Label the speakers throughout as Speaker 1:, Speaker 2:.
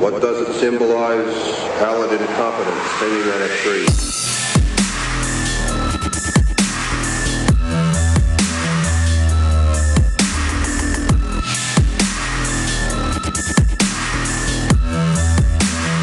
Speaker 1: What does it symbolize? Pallid incompetence, hanging on a tree.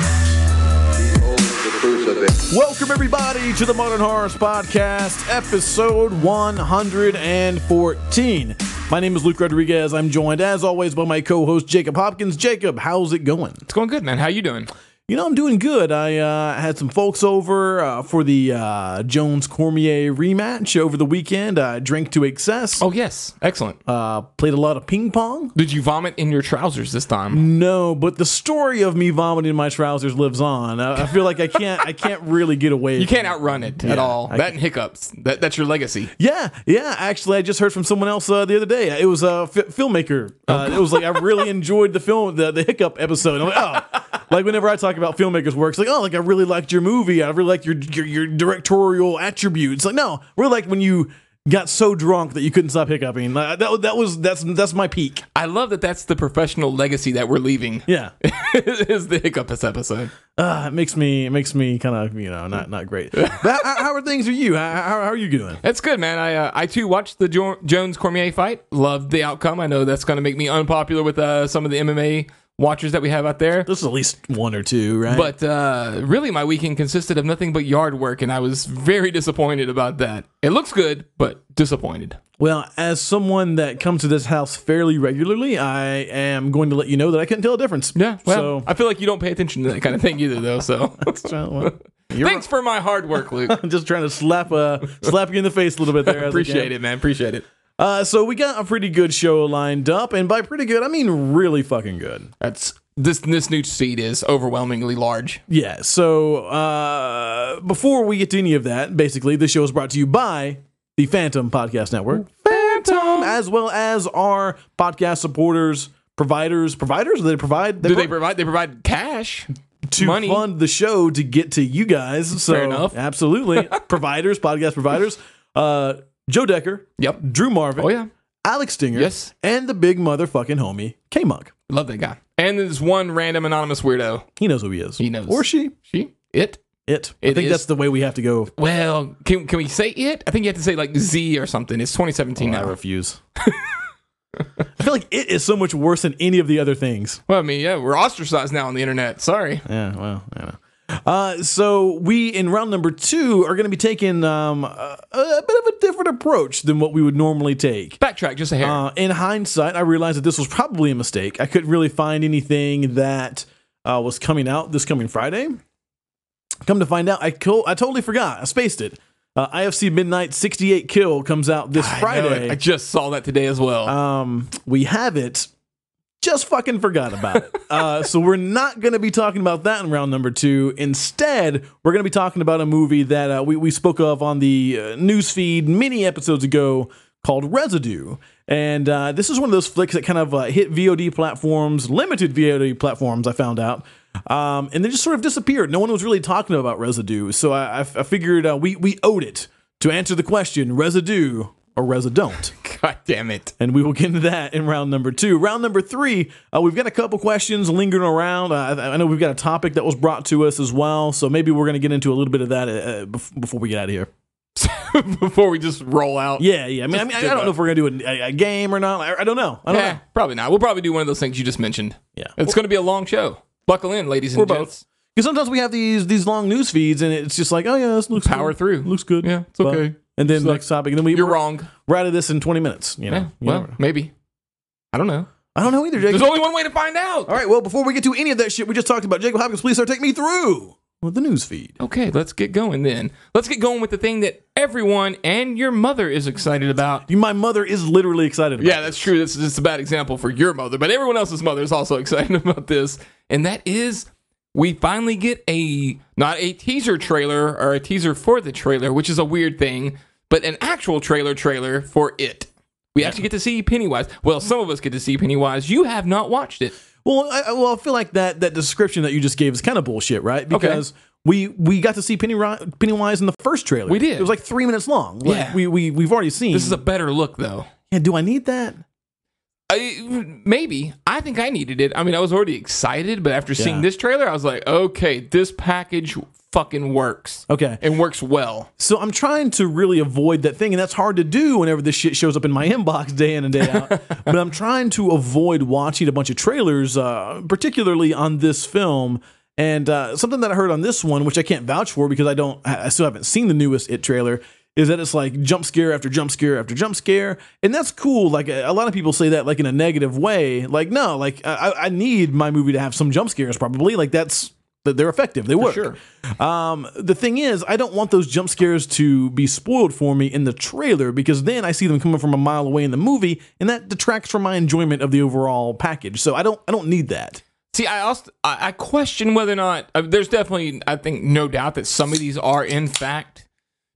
Speaker 1: Behold the crucifix.
Speaker 2: Welcome, everybody, to the Modern Horrors Podcast, episode 114. My name is Luke Rodriguez. I'm joined, as always, by my co host, Jacob Hopkins. Jacob, how's it going?
Speaker 3: It's going good, man. How you doing?
Speaker 2: You know, I'm doing good. I uh, had some folks over uh, for the uh, Jones Cormier rematch over the weekend. I drank to excess,
Speaker 3: Oh yes, excellent.
Speaker 2: uh, played a lot of ping pong.
Speaker 3: Did you vomit in your trousers this time?
Speaker 2: No, but the story of me vomiting in my trousers lives on. I, I feel like I can't. I can't really get away.
Speaker 3: You can't outrun it at all.
Speaker 2: I-
Speaker 3: that and hiccups. That, that's your legacy.
Speaker 2: Yeah, yeah. Actually, I just heard from someone else uh, the other day. It was a fi filmmaker. Uh, it was like I really enjoyed the film, the, the hiccup episode. I'm like, oh, like whenever I talk about filmmakers' works, like oh, like I really liked your movie. I really liked your your, your directorial attributes. Like no, we're like when you got so drunk that you couldn't stop hiccuping. Like, that wa- that was that's that's my peak.
Speaker 3: I love that. That's the professional legacy that we're leaving.
Speaker 2: Yeah,
Speaker 3: is the hiccup this episode?
Speaker 2: uh, it makes me it makes me kind of you know not not great. But how, how are things for you? How, how, how are you doing?
Speaker 3: That's good, man. I uh, I too watched the jo- Jones Cormier fight. Loved the outcome. I know that's going to make me unpopular with uh, some of the MMA watchers that we have out there.
Speaker 2: This is at least one or two, right?
Speaker 3: But uh, really, my weekend consisted of nothing but yard work, and I was very disappointed about that. It looks good, but disappointed.
Speaker 2: Well, as someone that comes to this house fairly regularly, I am going to let you know that I couldn't tell a difference.
Speaker 3: Yeah. Well,
Speaker 2: so,
Speaker 3: I feel like you don't pay attention to that kind of thing either, though. So
Speaker 2: so, well, you're
Speaker 3: thanks for my hard work, Luke.
Speaker 2: I'm just trying to slap uh, slap you in the face a little bit there.
Speaker 3: Appreciate it, man. Appreciate it.
Speaker 2: Uh, so we got a pretty good show lined up, and by pretty good, I mean really fucking good.
Speaker 3: That's this this new seed is overwhelmingly large.
Speaker 2: Yeah. So uh, before we get to any of that, basically, this show is brought to you by the Phantom Podcast Network,
Speaker 3: Phantom.
Speaker 2: as well as our podcast supporters, providers, providers. Do they provide?
Speaker 3: Do they provide? They provide cash.
Speaker 2: to
Speaker 3: money.
Speaker 2: fund the show to get to you guys. So
Speaker 3: Fair enough.
Speaker 2: absolutely. providers, podcast providers. Uh Joe Decker,
Speaker 3: Yep.
Speaker 2: Drew Marvin,
Speaker 3: Oh yeah.
Speaker 2: Alex Stinger,
Speaker 3: Yes.
Speaker 2: and the big motherfucking homie, K Monk.
Speaker 3: Love that guy. And there's one random anonymous weirdo.
Speaker 2: He knows who he is.
Speaker 3: He knows.
Speaker 2: Or she.
Speaker 3: She. It.
Speaker 2: It. I
Speaker 3: It
Speaker 2: think
Speaker 3: is.
Speaker 2: that's the way we have to go.
Speaker 3: Well, can can we say it? I think you have to say like Z or something. It's 2017
Speaker 2: I
Speaker 3: now.
Speaker 2: refuse. I feel like it is so much worse than any of the other things.
Speaker 3: Well, I mean, yeah, we're ostracized now on the internet. Sorry.
Speaker 2: Yeah, well, I know. Uh, so we in round number two are going to be taking um, a, a bit of a different approach than what we would normally take.
Speaker 3: Backtrack just a hair.
Speaker 2: Uh, in hindsight, I realized that this was probably a mistake. I couldn't really find anything that uh, was coming out this coming Friday. Come to find out, I co- I totally forgot. I spaced it. Uh, IFC Midnight 68 Kill comes out this
Speaker 3: I know it. Uh,
Speaker 2: Friday.
Speaker 3: I just saw that today as well.
Speaker 2: um, we have it. Just fucking forgot about it. Uh, so we're not going to be talking about that in round number two. Instead, we're going to be talking about a movie that uh, we we spoke of on the uh, newsfeed many episodes ago called Residue. And uh, this is one of those flicks that kind of uh, hit VOD platforms, limited VOD platforms. I found out, um, and then just sort of disappeared. No one was really talking about Residue, so I, I, I figured uh, we we owed it to answer the question: Residue or Residue?
Speaker 3: God damn it.
Speaker 2: and we will get into that in round number two. Round number three, uh, we've got a couple questions lingering around. Uh, I, I know we've got a topic that was brought to us as well, so maybe we're going to get into a little bit of that uh, bef- before we get out of here.
Speaker 3: Before we just roll out.
Speaker 2: Yeah, yeah. I mean, I, mean, I, I don't know if we're going to do a, a game or not. I, I don't know. I don't
Speaker 3: Eh,
Speaker 2: know.
Speaker 3: probably not. We'll probably do one of those things you just mentioned.
Speaker 2: Yeah.
Speaker 3: It's going to be a long show. Buckle in, ladies and
Speaker 2: We're
Speaker 3: gents.
Speaker 2: both. Because sometimes we have these these long news feeds, and it's just like, oh yeah, this looks
Speaker 3: Power
Speaker 2: good.
Speaker 3: through.
Speaker 2: looks good.
Speaker 3: Yeah, it's
Speaker 2: But-
Speaker 3: okay.
Speaker 2: and then next topic, and then we
Speaker 3: You're
Speaker 2: we're-
Speaker 3: wrong.
Speaker 2: We're out of this in 20 minutes. You know.
Speaker 3: Yeah.
Speaker 2: You
Speaker 3: Well,
Speaker 2: never know.
Speaker 3: maybe. I don't know.
Speaker 2: I don't know either, Jacob.
Speaker 3: There's only one way to find out.
Speaker 2: All right. Well, before we get to any of that shit we just talked about, Jacob Hopkins, please sir, take me through with the news feed.
Speaker 3: Okay, let's get going then. Let's get going with the thing that everyone and your mother is excited about.
Speaker 2: You- My mother is literally excited. About
Speaker 3: Yeah, that's true. This is just a bad example for your mother, but everyone else's mother is also excited about this. And that is we finally get a not a teaser trailer or a teaser for the trailer, which is a weird thing, but an actual trailer trailer for it. We actually get to see Pennywise. Well, some of us get to see Pennywise. You have not watched it.
Speaker 2: Well, I, I- well, I feel like that that description that you just gave is kind of bullshit, right? Because we we got to see Penny, Pennywise in the first trailer.
Speaker 3: We did.
Speaker 2: It was like three minutes long. Like,
Speaker 3: Yeah.
Speaker 2: we we we've already seen.
Speaker 3: This is a better look though.
Speaker 2: yeah, do I need that?
Speaker 3: I, maybe I think I needed it. I mean, I was already excited, but after seeing
Speaker 2: Yeah.
Speaker 3: this trailer, I was like, okay, this package fucking works.
Speaker 2: Okay.
Speaker 3: and works well.
Speaker 2: So I'm trying to really avoid that thing, and that's hard to do whenever this shit shows up in my inbox day in and day out. but I'm trying to avoid watching a bunch of trailers, uh, particularly on this film. And uh, something that I heard on this one, which I can't vouch for because I don't, I I still haven't seen the newest It trailer, is that it's like jump scare after jump scare after jump scare, and that's cool. Like a, a lot of people say that like in a negative way. Like no, like I, I- I need my movie to have some jump scares probably. Like that's that they're effective, they work.
Speaker 3: sure.
Speaker 2: Um, the thing is, I don't want those jump scares to be spoiled for me in the trailer because then I see them coming from a mile away in the movie, and that detracts from my enjoyment of the overall package. So I don't, I don't need that.
Speaker 3: See, I also I, I question whether or not uh, there's definitely I think no doubt that some of these are in fact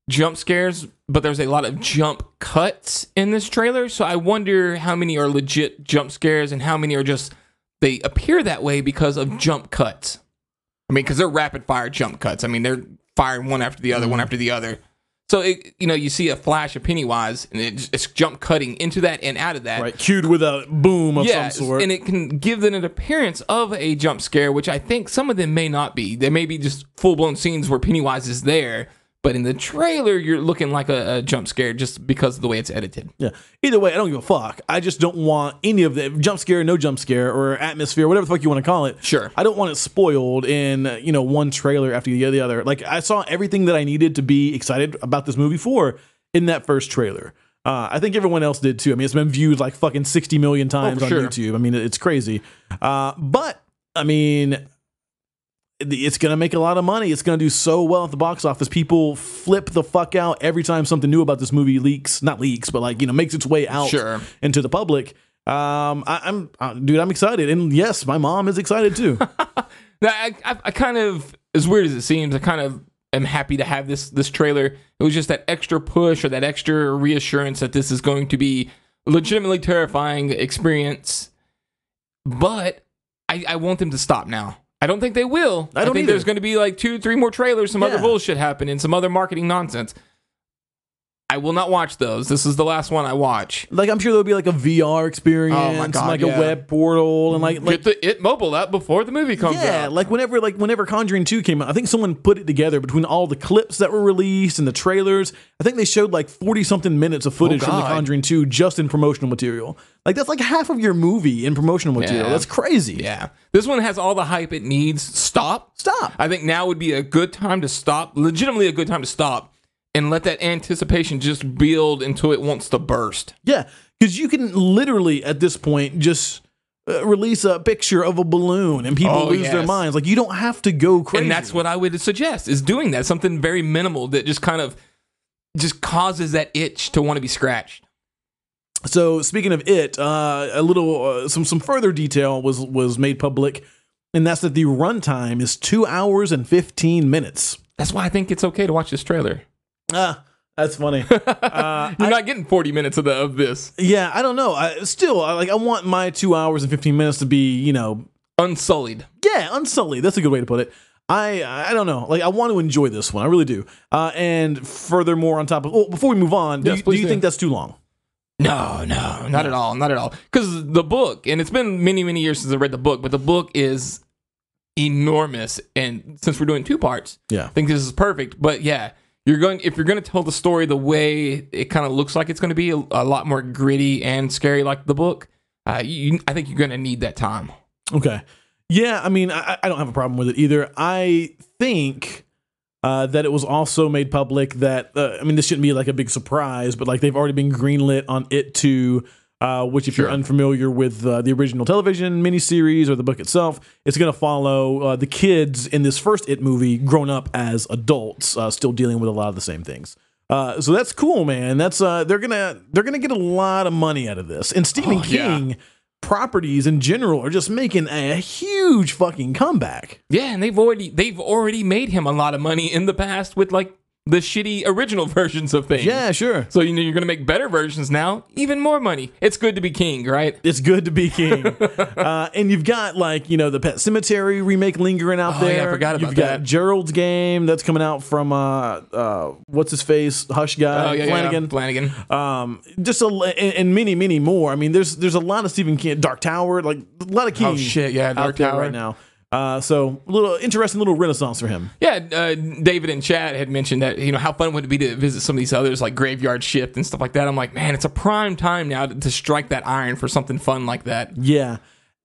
Speaker 3: jump scares, but there's a lot of jump cuts in this trailer, so I wonder how many are legit jump scares and how many are just they appear that way because of jump cuts. I mean, because they're rapid fire jump cuts. I mean, they're firing one after the other, one after the other. So it, you know, you see a flash of Pennywise, and it's, it's jump cutting into that and out of that
Speaker 2: Right, cued with a boom of
Speaker 3: yeah,
Speaker 2: some sort.
Speaker 3: and it can give them an appearance of a jump scare, which I think some of them may not be. They may be just full blown scenes where Pennywise is there, but in the trailer, you're looking like a, a jump scare just because of the way it's edited.
Speaker 2: yeah. Either way, I don't give a fuck. I just don't want any of the jump scare, no jump scare, or atmosphere, whatever the fuck you want to call it.
Speaker 3: Sure.
Speaker 2: I don't want it spoiled in uh, you know one trailer after the other- the other. Like I saw everything that I needed to be excited about this movie for in that first trailer. Uh, I think everyone else did too. I mean, it's been viewed like fucking sixty million times on
Speaker 3: Oh, sure.
Speaker 2: YouTube. I mean, it's crazy. Uh, but I mean, the- it's gonna make a lot of money. It's gonna do so well at the box office. People flip the fuck out every time something new about this movie leaks. Not leaks, but like you know makes its way out
Speaker 3: Sure.
Speaker 2: into the public. Um, I, I'm, uh, dude, I'm excited, and yes, my mom is excited too.
Speaker 3: Now, I, I, I kind of, as weird as it seems, I kind of am happy to have this this trailer. It was just that extra push or that extra reassurance that this is going to be a legitimately terrifying experience. But I, I want them to stop now. I don't think they will.
Speaker 2: I don't
Speaker 3: think
Speaker 2: either.
Speaker 3: there's going to be like two, three more trailers, some other
Speaker 2: Yeah.
Speaker 3: bullshit happen, and some other marketing nonsense. I will not watch those. This is the last one I watch.
Speaker 2: Like I'm sure there'll be like a VR experience,
Speaker 3: Oh God,
Speaker 2: like
Speaker 3: yeah.
Speaker 2: a web portal, and like like
Speaker 3: Get the it mobile up before the movie comes
Speaker 2: yeah,
Speaker 3: out.
Speaker 2: like whenever like whenever Conjuring Two came out, I think someone put it together between all the clips that were released and the trailers. I think they showed like forty something minutes of footage from the
Speaker 3: Oh, God.
Speaker 2: Conjuring Two just in promotional material. Like that's like half of your movie in promotional material.
Speaker 3: Yeah.
Speaker 2: That's crazy.
Speaker 3: Yeah. This one has all the hype it needs. Stop.
Speaker 2: Stop.
Speaker 3: I think now would be a good time to stop, legitimately a good time to stop and let that anticipation just build until it wants to burst.
Speaker 2: Yeah, because you can literally at this point just uh, release a picture of a balloon and people
Speaker 3: Oh,
Speaker 2: lose their
Speaker 3: yes.
Speaker 2: minds. Like you don't have to go crazy.
Speaker 3: And that's what I would suggest is doing that. Something very minimal that just kind of just causes that itch to want to be scratched.
Speaker 2: So speaking of it, uh, a little uh, some some further detail was was made public, and that's that the runtime is two hours and fifteen minutes.
Speaker 3: That's why I think it's okay to watch this trailer.
Speaker 2: Ah, that's funny.
Speaker 3: You're not getting 40 minutes of, the, of this
Speaker 2: yeah, I don't know. I, still, I, like I want my two hours and fifteen minutes to be, you know,
Speaker 3: unsullied.
Speaker 2: yeah, unsullied. That's a good way to put it. I I don't know. Like I want to enjoy this one. I really do. Uh, and furthermore, on top of well, before we move on, do
Speaker 3: Yes,
Speaker 2: you, do
Speaker 3: please
Speaker 2: you
Speaker 3: do.
Speaker 2: think that's too long?
Speaker 3: No, no, not at all, not at all. Because the book, and it's been many, many years since I read the book, but the book is enormous. And since we're doing two parts,
Speaker 2: Yeah.
Speaker 3: I think this is perfect. But yeah, you're going if you're going to tell the story the way it kind of looks like it's going to be a, a lot more gritty and scary, like the book. Uh, you, I think you're going to need that time.
Speaker 2: Okay. Yeah, I mean, I, I don't have a problem with it either. I think uh, that it was also made public that uh, I mean, this shouldn't be like a big surprise, but like they've already been greenlit on it too. Uh, which, if you're
Speaker 3: Sure.
Speaker 2: unfamiliar with uh, the original television miniseries or the book itself, it's going to follow uh, the kids in this first It movie grown up as adults, uh, still dealing with a lot of the same things. Uh, so that's cool, man. That's uh, they're gonna they're gonna get a lot of money out of this. And Stephen
Speaker 3: Oh, yeah.
Speaker 2: King properties in general are just making a huge fucking comeback.
Speaker 3: Yeah, and they've already they've already made him a lot of money in the past with like the shitty original versions of things.
Speaker 2: Yeah, sure.
Speaker 3: So you know you're gonna make better versions now, even more money. It's good to be king, right?
Speaker 2: It's good to be king. uh, and you've got like you know the Pet Cemetery remake lingering out
Speaker 3: Oh, yeah, I
Speaker 2: there.
Speaker 3: forgot about
Speaker 2: you've
Speaker 3: that.
Speaker 2: got Gerald's game that's coming out from uh, uh, what's his face Hush guy Flanagan.
Speaker 3: Oh, Flanagan.
Speaker 2: Um, just a l- and, and many many more. I mean, there's there's a lot of Stephen King, Dark Tower, like a lot of King.
Speaker 3: Oh, shit, yeah,
Speaker 2: out
Speaker 3: Dark
Speaker 2: there
Speaker 3: Tower.
Speaker 2: right now. Uh, so a little interesting little renaissance for him.
Speaker 3: Yeah, uh, David and Chad had mentioned that you know how fun would it be to visit some of these others like Graveyard Shift and stuff like that. I'm like, man, it's a prime time now to, to strike that iron for something fun like that.
Speaker 2: Yeah,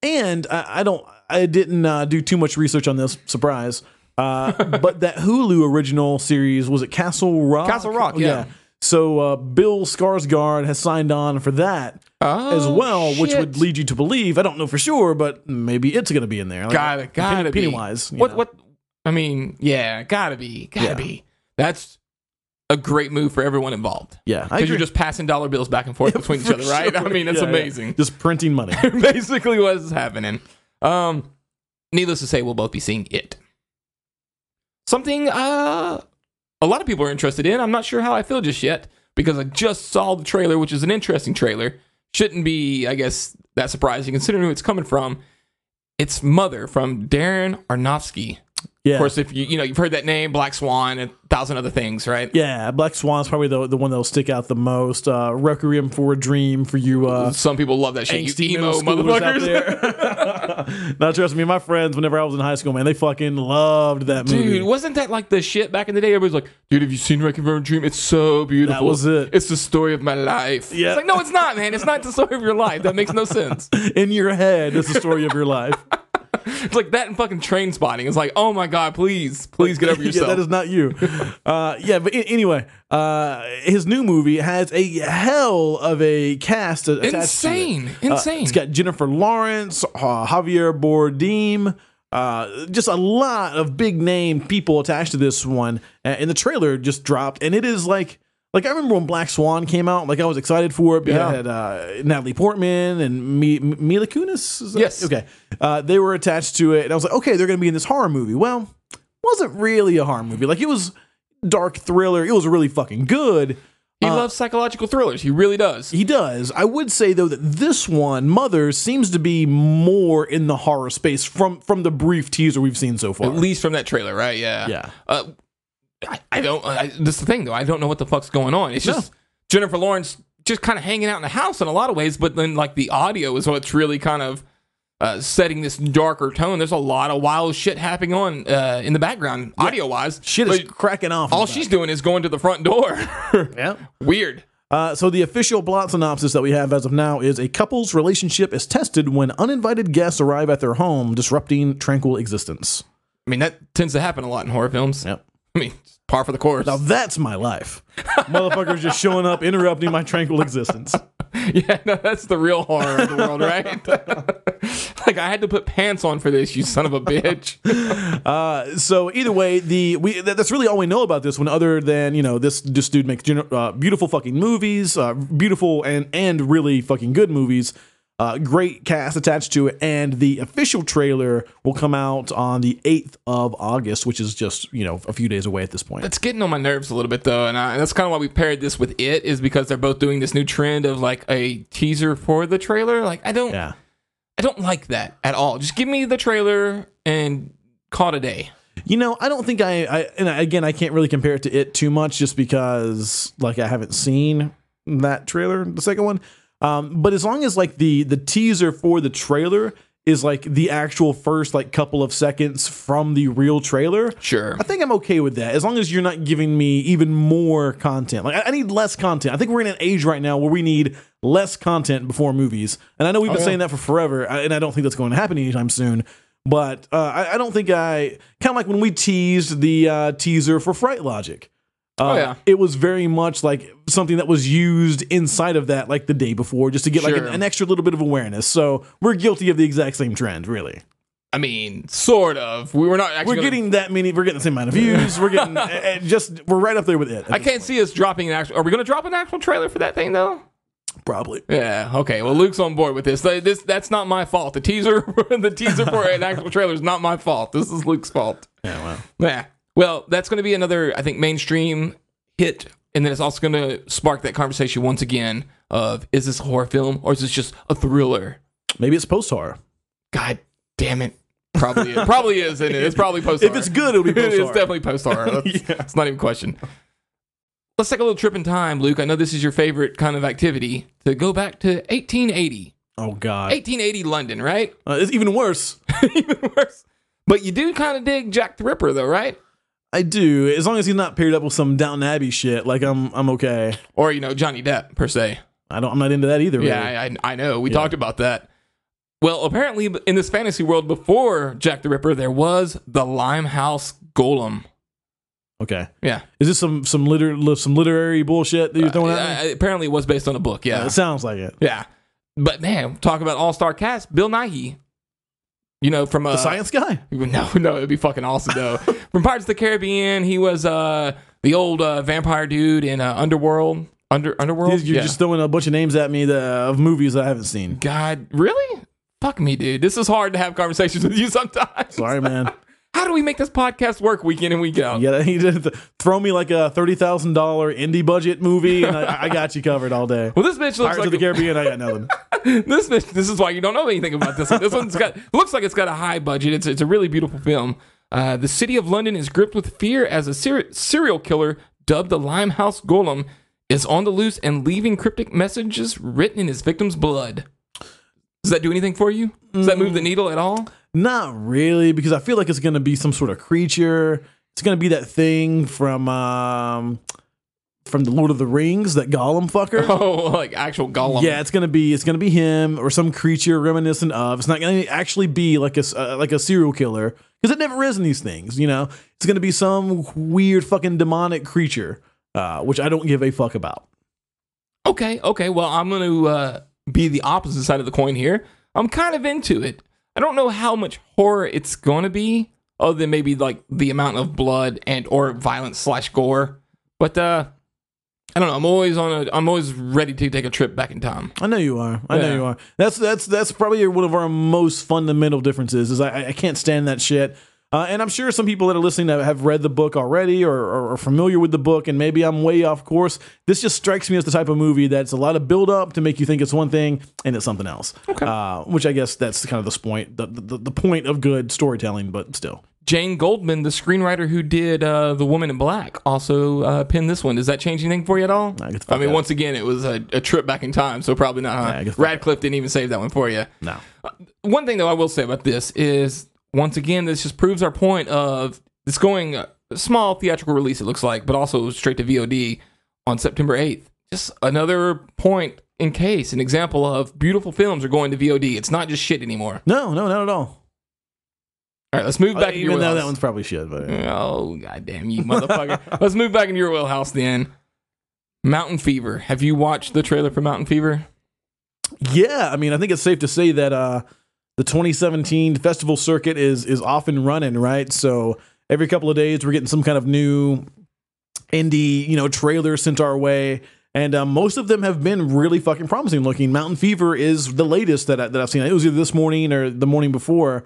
Speaker 2: and I, I don't, I didn't uh, do too much research on this. Surprise, uh, but that Hulu original series was it Castle Rock?
Speaker 3: Castle Rock, yeah.
Speaker 2: So uh, Bill Skarsgård has signed on for that
Speaker 3: Oh,
Speaker 2: as well, which
Speaker 3: shit.
Speaker 2: would lead you to believe. I don't know for sure, but maybe it's going to be in there. Like,
Speaker 3: gotta gotta
Speaker 2: Penny-
Speaker 3: be
Speaker 2: Pennywise. you
Speaker 3: What
Speaker 2: know.
Speaker 3: what? I mean, yeah, gotta be, gotta
Speaker 2: Yeah.
Speaker 3: be. That's a great move for everyone involved.
Speaker 2: Yeah, I
Speaker 3: because
Speaker 2: agree.
Speaker 3: you're just passing dollar bills back and forth between each
Speaker 2: For
Speaker 3: other, right? I
Speaker 2: sure.
Speaker 3: mean, that's
Speaker 2: Yeah, yeah.
Speaker 3: amazing.
Speaker 2: Just printing money.
Speaker 3: Basically, what is happening? Um, needless to say, we'll both be seeing it. Something uh, a lot of people are interested in. I'm not sure how I feel just yet because I just saw the trailer, which is an interesting trailer. Shouldn't be, I guess, that surprising considering who it's coming from. It's Mother from Darren Aronofsky.
Speaker 2: Yeah.
Speaker 3: Of course, if you you know you've heard that name, Black Swan, and a thousand other things, right?
Speaker 2: Yeah, Black Swan's probably the, the one that'll stick out the most. Uh, Requiem for a Dream for you uh,
Speaker 3: Some people love that shit.
Speaker 2: angsty
Speaker 3: You emo
Speaker 2: middle schoolers out
Speaker 3: motherfuckers.
Speaker 2: there. now, trust me, my friends, whenever I was in high school, man, they fucking loved that movie.
Speaker 3: Dude, wasn't that like the shit back in the day? Everybody's like, dude, have you seen Wreck-It Ralph Dream? It's so beautiful.
Speaker 2: was it.
Speaker 3: It's the story of my life.
Speaker 2: Yeah.
Speaker 3: It's like, no, it's not, man. It's not the story of your life. That makes no sense.
Speaker 2: In your head, that's the story of your life.
Speaker 3: It's like that and fucking train spotting. It's like, oh my God, please, please get over yourself.
Speaker 2: yeah, that is not you. Uh, yeah, but a- anyway, uh, his new movie has a hell of a cast. a- attached to it.
Speaker 3: Insane.
Speaker 2: Uh,
Speaker 3: Insane.
Speaker 2: it's got Jennifer Lawrence, uh, Javier Bardem, uh, just a lot of big name people attached to this one. Uh, and the trailer just dropped, and it is like. Like I remember when Black Swan came out, like I was excited for it because
Speaker 3: Yeah.
Speaker 2: it had uh, Natalie Portman and Mi- Mi- Mila Kunis. Is that-
Speaker 3: Yes.
Speaker 2: Okay. Uh, they were attached to it, and I was like, okay, they're going to be in this horror movie. Well, wasn't really a horror movie. Like it was dark thriller. It was really fucking good.
Speaker 3: he
Speaker 2: uh,
Speaker 3: loves psychological thrillers. He really does.
Speaker 2: He does. I would say though that this one, Mother, seems to be more in the horror space from from the brief teaser we've seen so
Speaker 3: At
Speaker 2: far.
Speaker 3: least from that trailer, right? Yeah.
Speaker 2: Yeah.
Speaker 3: Uh, I, I don't. uh, I, that's the thing, though. I don't know what the fuck's going on. It's just Jennifer Lawrence just kind of hanging out in the house in a lot of ways, but then like the audio is what's really kind of uh, setting this darker tone. There's a lot of wild shit happening on uh, in the background, audio wise.
Speaker 2: Shit is cracking off. in
Speaker 3: all
Speaker 2: the
Speaker 3: she's doing is going to the front door.
Speaker 2: back. Yeah.
Speaker 3: Weird.
Speaker 2: Uh, so the official blot synopsis that we have as of now is a couple's relationship is tested when uninvited guests arrive at their home, disrupting tranquil existence.
Speaker 3: I mean, that tends to happen a lot in horror films.
Speaker 2: Yep.
Speaker 3: I mean, it's par for the course.
Speaker 2: Now that's my life. Motherfuckers just showing up, interrupting my tranquil existence.
Speaker 3: Yeah, no, that's the real horror of the world, right? like I had to put pants on for this, you son of a bitch.
Speaker 2: so either way, the we that, that's really all we know about this one, other than you know this this dude makes gener- uh, beautiful fucking movies, uh, beautiful and and really fucking good movies. Uh, great cast attached to it, and the official trailer will come out on the eighth of August, which is just you know a few days away at this point.
Speaker 3: It's getting on my nerves a little bit though, and, I, and that's kind of why we paired this with it is because they're both doing this new trend of like a teaser for the trailer. Like I don't,
Speaker 2: yeah.
Speaker 3: I don't like that at all. Just give me the trailer and call it a day.
Speaker 2: You know, I don't think I, I and again, I can't really compare it to it too much just because like I haven't seen that trailer, the second one. Um, but as long as like the the teaser for the trailer is like the actual first like couple of seconds from the real trailer,
Speaker 3: Sure.
Speaker 2: I think I'm okay with that. As long as you're not giving me even more content. Like I, I need less content. I think we're in an age right now where we need less content before movies. And I know we've been saying that for forever, I- and I don't think that's going to happen anytime soon. But uh, I, I don't think I kind of like when we teased the uh, teaser for Fright Logic. Uh,
Speaker 3: Oh, yeah.
Speaker 2: It was very much like something that was used inside of that, like the day before, just to get like
Speaker 3: Sure.
Speaker 2: an, an extra little bit of awareness. So we're guilty of the exact same trend, really.
Speaker 3: I mean, sort of. We were not actually.
Speaker 2: We're
Speaker 3: gonna-
Speaker 2: getting that many. We're getting the same amount of views. We're getting uh, uh, just. We're right up there with it.
Speaker 3: I can't see us dropping an actual. Are we going to drop an actual trailer for that thing though?
Speaker 2: probably.
Speaker 3: Yeah. Okay. Well, Luke's on board with this. Th- This that's not my fault. The teaser, the teaser for an actual trailer is not my fault. This is Luke's fault.
Speaker 2: Yeah. Well.
Speaker 3: Yeah. Well, that's going to be another, I think, mainstream hit, and then it's also going to spark that conversation once again of is this a horror film or is this just a thriller?
Speaker 2: Maybe it's post horror.
Speaker 3: God damn it! Probably, it probably is, and it? it's probably post.
Speaker 2: If it's good, it'll be
Speaker 3: it's
Speaker 2: post horror.
Speaker 3: definitely post horror. It's not even a question. Let's take a little trip in time, Luke. I know this is your favorite kind of activity to go back to 1880.
Speaker 2: oh god,
Speaker 3: 1880 London, right?
Speaker 2: uh, it's even worse.
Speaker 3: Even worse. But you do kind of dig Jack the Ripper, though, right?
Speaker 2: I do, as long as he's not paired up with some Downton Abbey shit. Like I'm, I'm okay.
Speaker 3: Or, you know, Johnny Depp, per se.
Speaker 2: I don't. I'm not into that either.
Speaker 3: Yeah,
Speaker 2: really.
Speaker 3: I, I I know. We talked about that. Well, apparently, in this fantasy world before Jack the Ripper, there was the Limehouse Golem.
Speaker 2: Okay.
Speaker 3: Yeah.
Speaker 2: Is this some some liter li- some literary bullshit that you're throwing at me?
Speaker 3: Uh, apparently, it was based on a book. Yeah.
Speaker 2: it sounds like it.
Speaker 3: Yeah. But man, talk about all star cast. Bill Nighy. You know, from uh,
Speaker 2: The science guy.
Speaker 3: No, no, it'd be fucking awesome though. from Pirates of the Caribbean, he was uh the old uh, vampire dude in uh, Underworld. Under Underworld.
Speaker 2: You're
Speaker 3: Uh, Yeah.
Speaker 2: just throwing a bunch of names at me that, of movies that I haven't seen.
Speaker 3: God, really? Fuck me, dude. This is hard to have conversations with you sometimes.
Speaker 2: Sorry, man.
Speaker 3: How do we make this podcast work week in and week out?
Speaker 2: Yeah, he did th- throw me like a thirty thousand dollar indie budget movie, and I, I got you covered all day.
Speaker 3: Well, this bitch looks
Speaker 2: Pirates
Speaker 3: like
Speaker 2: of the Caribbean, I got nothing.
Speaker 3: this bitch, this is why you don't know anything about this one. This one's got looks like it's got a high budget. It's it's a really beautiful film. Uh, the city of London is gripped with fear as a ser- serial killer dubbed the Limehouse Golem is on the loose and leaving cryptic messages written in his victim's blood. Does that do anything for you? Does that move the needle at all?
Speaker 2: Not really, because I feel like it's gonna be some sort of creature. It's gonna be that thing from um from the Lord of the Rings, that Gollum fucker.
Speaker 3: Oh, like actual Golem.
Speaker 2: Yeah, it's gonna be it's gonna be him or some creature reminiscent of. It's not gonna actually be like a s- uh, like a serial killer because it never is in these things. You know, it's gonna be some weird fucking demonic creature, uh, which I don't give a fuck about.
Speaker 3: Okay, okay. Well, I'm going to uh, be the opposite side of the coin here. I'm kind of into it. I don't know how much horror it's going to be, other than maybe like the amount of blood and or violence slash gore. But uh, I don't know. I'm always on. A, I'm always ready to take a trip back in time.
Speaker 2: I know you are. I know
Speaker 3: Yeah.
Speaker 2: you are. That's that's that's probably one of our most fundamental differences. Is I, I can't stand that shit. Uh, and I'm sure some people that are listening that have read the book already or, or are familiar with the book, and maybe I'm way off course. This just strikes me as the type of movie that's a lot of build up to make you think it's one thing and it's something else. Okay. Uh, which I guess that's kind of this point, the, the the point of good storytelling. But still,
Speaker 3: Jane Goldman, the screenwriter who did uh, The Woman in Black, also uh, penned this one. Does that change anything for you at all?
Speaker 2: I get the fuck
Speaker 3: I mean,
Speaker 2: out.
Speaker 3: once again, it was a, a trip back in time, so probably not.
Speaker 2: I
Speaker 3: Huh?
Speaker 2: get the fuck out.
Speaker 3: Radcliffe didn't even save that one for you.
Speaker 2: no.
Speaker 3: one thing though I will say about this is once again this just proves our point of it's going uh, small theatrical release it looks like, but also straight to VOD on September 8th. Just another point in case, an example of beautiful films are going to VOD. It's not just shit anymore.
Speaker 2: No, no, not at all. Uh,
Speaker 3: All right, let's move back. into your
Speaker 2: Even though that
Speaker 3: wheelhouse.
Speaker 2: one's probably shit, but
Speaker 3: Oh goddamn you, motherfucker! let's move back into your wheelhouse then. Mountain Fever. Have you watched the trailer for Mountain Fever?
Speaker 2: Yeah, I mean, I think it's safe to say that uh, the 2017 festival circuit is is off and running, right? So every couple of days, we're getting some kind of new indie, you know, trailer sent our way, and uh, most of them have been really fucking promising looking. Mountain Fever is the latest that I, that I've seen. It was either this morning or the morning before,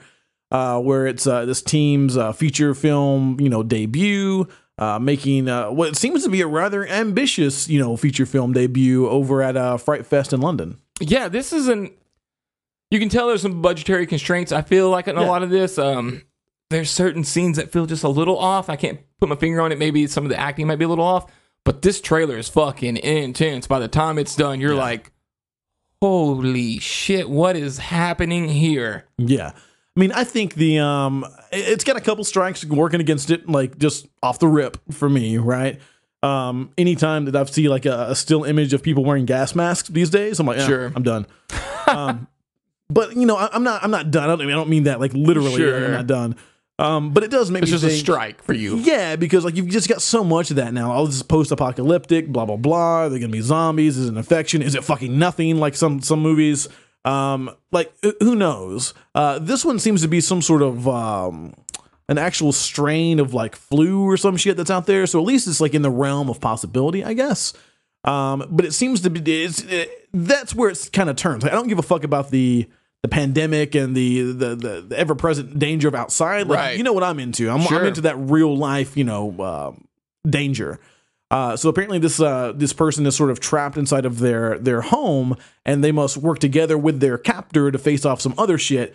Speaker 2: uh, where it's uh, this team's uh, feature film, you know, debut. Uh, making uh, what seems to be a rather ambitious, you know, feature film debut over at uh, Fright Fest in London.
Speaker 3: Yeah, this is an. You can tell there's some budgetary constraints. I feel like in a
Speaker 2: Yeah.
Speaker 3: lot of this, um, there's certain scenes that feel just a little off. I can't put my finger on it. Maybe some of the acting might be a little off, but this trailer is fucking intense. By the time it's done, you're like, "Holy shit, what is happening here?"
Speaker 2: Yeah. I mean, I think the um it- it's got a couple strikes working against it, like just off the rip for me, right? Um, anytime that I've seen like a, a still image of people wearing gas masks these days, I'm like, eh,
Speaker 3: Sure.
Speaker 2: I'm done. um, but you know, I, I'm not, I'm not done. I don't, I mean, I don't mean that like literally.
Speaker 3: Sure.
Speaker 2: I'm not done. Um, but it does make
Speaker 3: It's
Speaker 2: me
Speaker 3: just a
Speaker 2: think.
Speaker 3: strike for you.
Speaker 2: Yeah, because like you've just got so much of that now. All this post-apocalyptic, blah blah blah. They're gonna be zombies. Is it an infection? Is it fucking nothing? Like some some movies. Um, like wh- who knows? Uh, this one seems to be some sort of um, an actual strain of like flu or some shit that's out there. So at least it's like in the realm of possibility, I guess. Um, but it seems to be it's, it, that's where it's kind of turns. Like, I don't give a fuck about the the pandemic and the the, the, the ever present danger of outside. Like,
Speaker 3: Right.
Speaker 2: You know what I'm into. I'm,
Speaker 3: Sure.
Speaker 2: I'm into that real life, you know, um danger. Uh, so apparently, this uh, this person is sort of trapped inside of their their home, and they must work together with their captor to face off some other shit.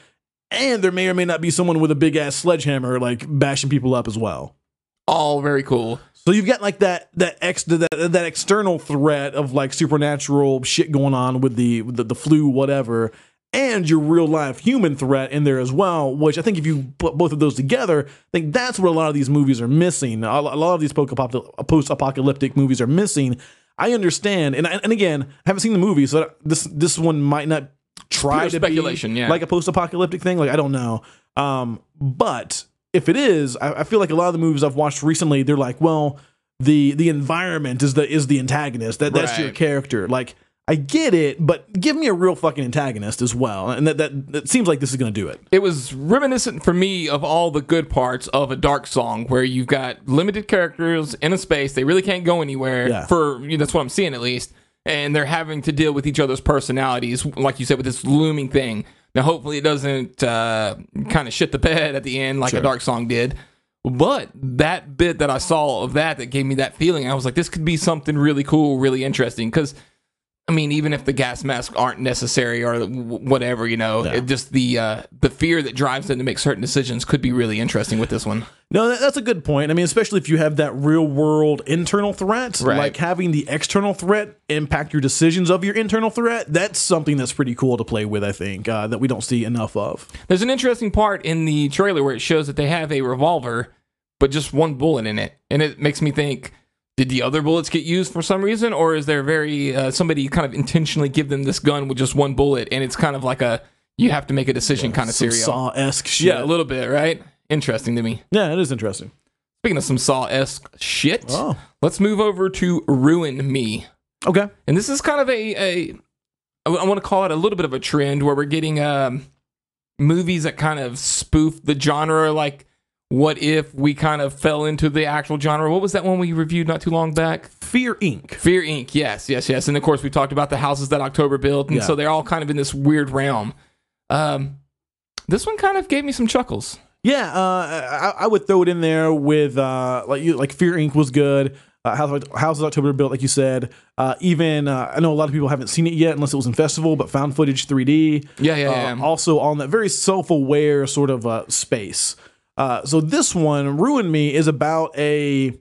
Speaker 2: And there may or may not be someone with a big ass sledgehammer like bashing people up as well.
Speaker 3: All very cool.
Speaker 2: So you've got like that that ex that that external threat of like supernatural shit going on with the with the, the flu whatever, and your real life human threat in there as well. Which I think if you put both of those together, I think that's where a lot of these movies are missing. A lo- a lot of these post apocalyptic movies are missing. I understand, and I- and again, I haven't seen the movie, so this this one might not try
Speaker 3: Pure
Speaker 2: to be
Speaker 3: speculation, yeah.
Speaker 2: like a post-apocalyptic thing. Like I don't know, um, but if it is, I, I feel like a lot of the movies I've watched recently, they're like, well, the the environment is the is the antagonist. That that's your
Speaker 3: Right.
Speaker 2: character. Like I get it, but give me a real fucking antagonist as well. And that that, that seems like this is going to do it.
Speaker 3: It was reminiscent for me of all the good parts of a dark song where you've got limited characters in a space. They really can't go anywhere.
Speaker 2: Yeah.
Speaker 3: For you know, that's what I'm seeing at least. And they're having to deal with each other's personalities, like you said, with this looming thing. Now, hopefully, it doesn't uh, kind of shit the bed at the end like a dark song did. But that bit that I saw of that that gave me that feeling, I was like, this could be something really cool, really interesting. Because I mean, even if the gas masks aren't necessary or w- whatever, you know, it just the uh, the fear that drives them to make certain decisions could be really interesting with this one.
Speaker 2: No, that, that's a good point. I mean, especially if you have that real world internal threat,
Speaker 3: Right.
Speaker 2: like having the external threat impact your decisions of your internal threat. That's something that's pretty cool to play with. I think uh, that we don't see enough of.
Speaker 3: There's an interesting part in the trailer where it shows that they have a revolver, but just one bullet in it, and it makes me think: Did the other bullets get used for some reason, or is there very uh, somebody kind of intentionally give them this gun with just one bullet, and it's kind of like a you have to make a decision kind of
Speaker 2: Some
Speaker 3: serial?
Speaker 2: Saw esque shit.
Speaker 3: yeah, a little bit, right? Interesting to me.
Speaker 2: yeah, it is interesting.
Speaker 3: Speaking of some Saw esque shit,
Speaker 2: Oh.
Speaker 3: let's move over to Ruin Me.
Speaker 2: Okay.
Speaker 3: And this is kind of a, a I want to call it a little bit of a trend where we're getting um, movies that kind of spoof the genre. Like, what if we kind of fell into the actual genre? What was that one we reviewed not too long back?
Speaker 2: Fear Inc.
Speaker 3: Fear Inc. Yes, yes, yes. And of course, we talked about the houses that October built, and
Speaker 2: Yeah.
Speaker 3: so they're all kind of in this weird realm. Um, this one kind of gave me some chuckles.
Speaker 2: Yeah, uh, I, I would throw it in there with uh, like you, like Fear Inc was good. Uh, House, House of October built, like you said. Uh, even uh, I know a lot of people haven't seen it yet, unless it was in festival. But found footage 3D.
Speaker 3: Yeah, yeah,
Speaker 2: Uh,
Speaker 3: yeah.
Speaker 2: Also on that very self-aware sort of uh, space. Uh, so this one, Ruin Me, is about a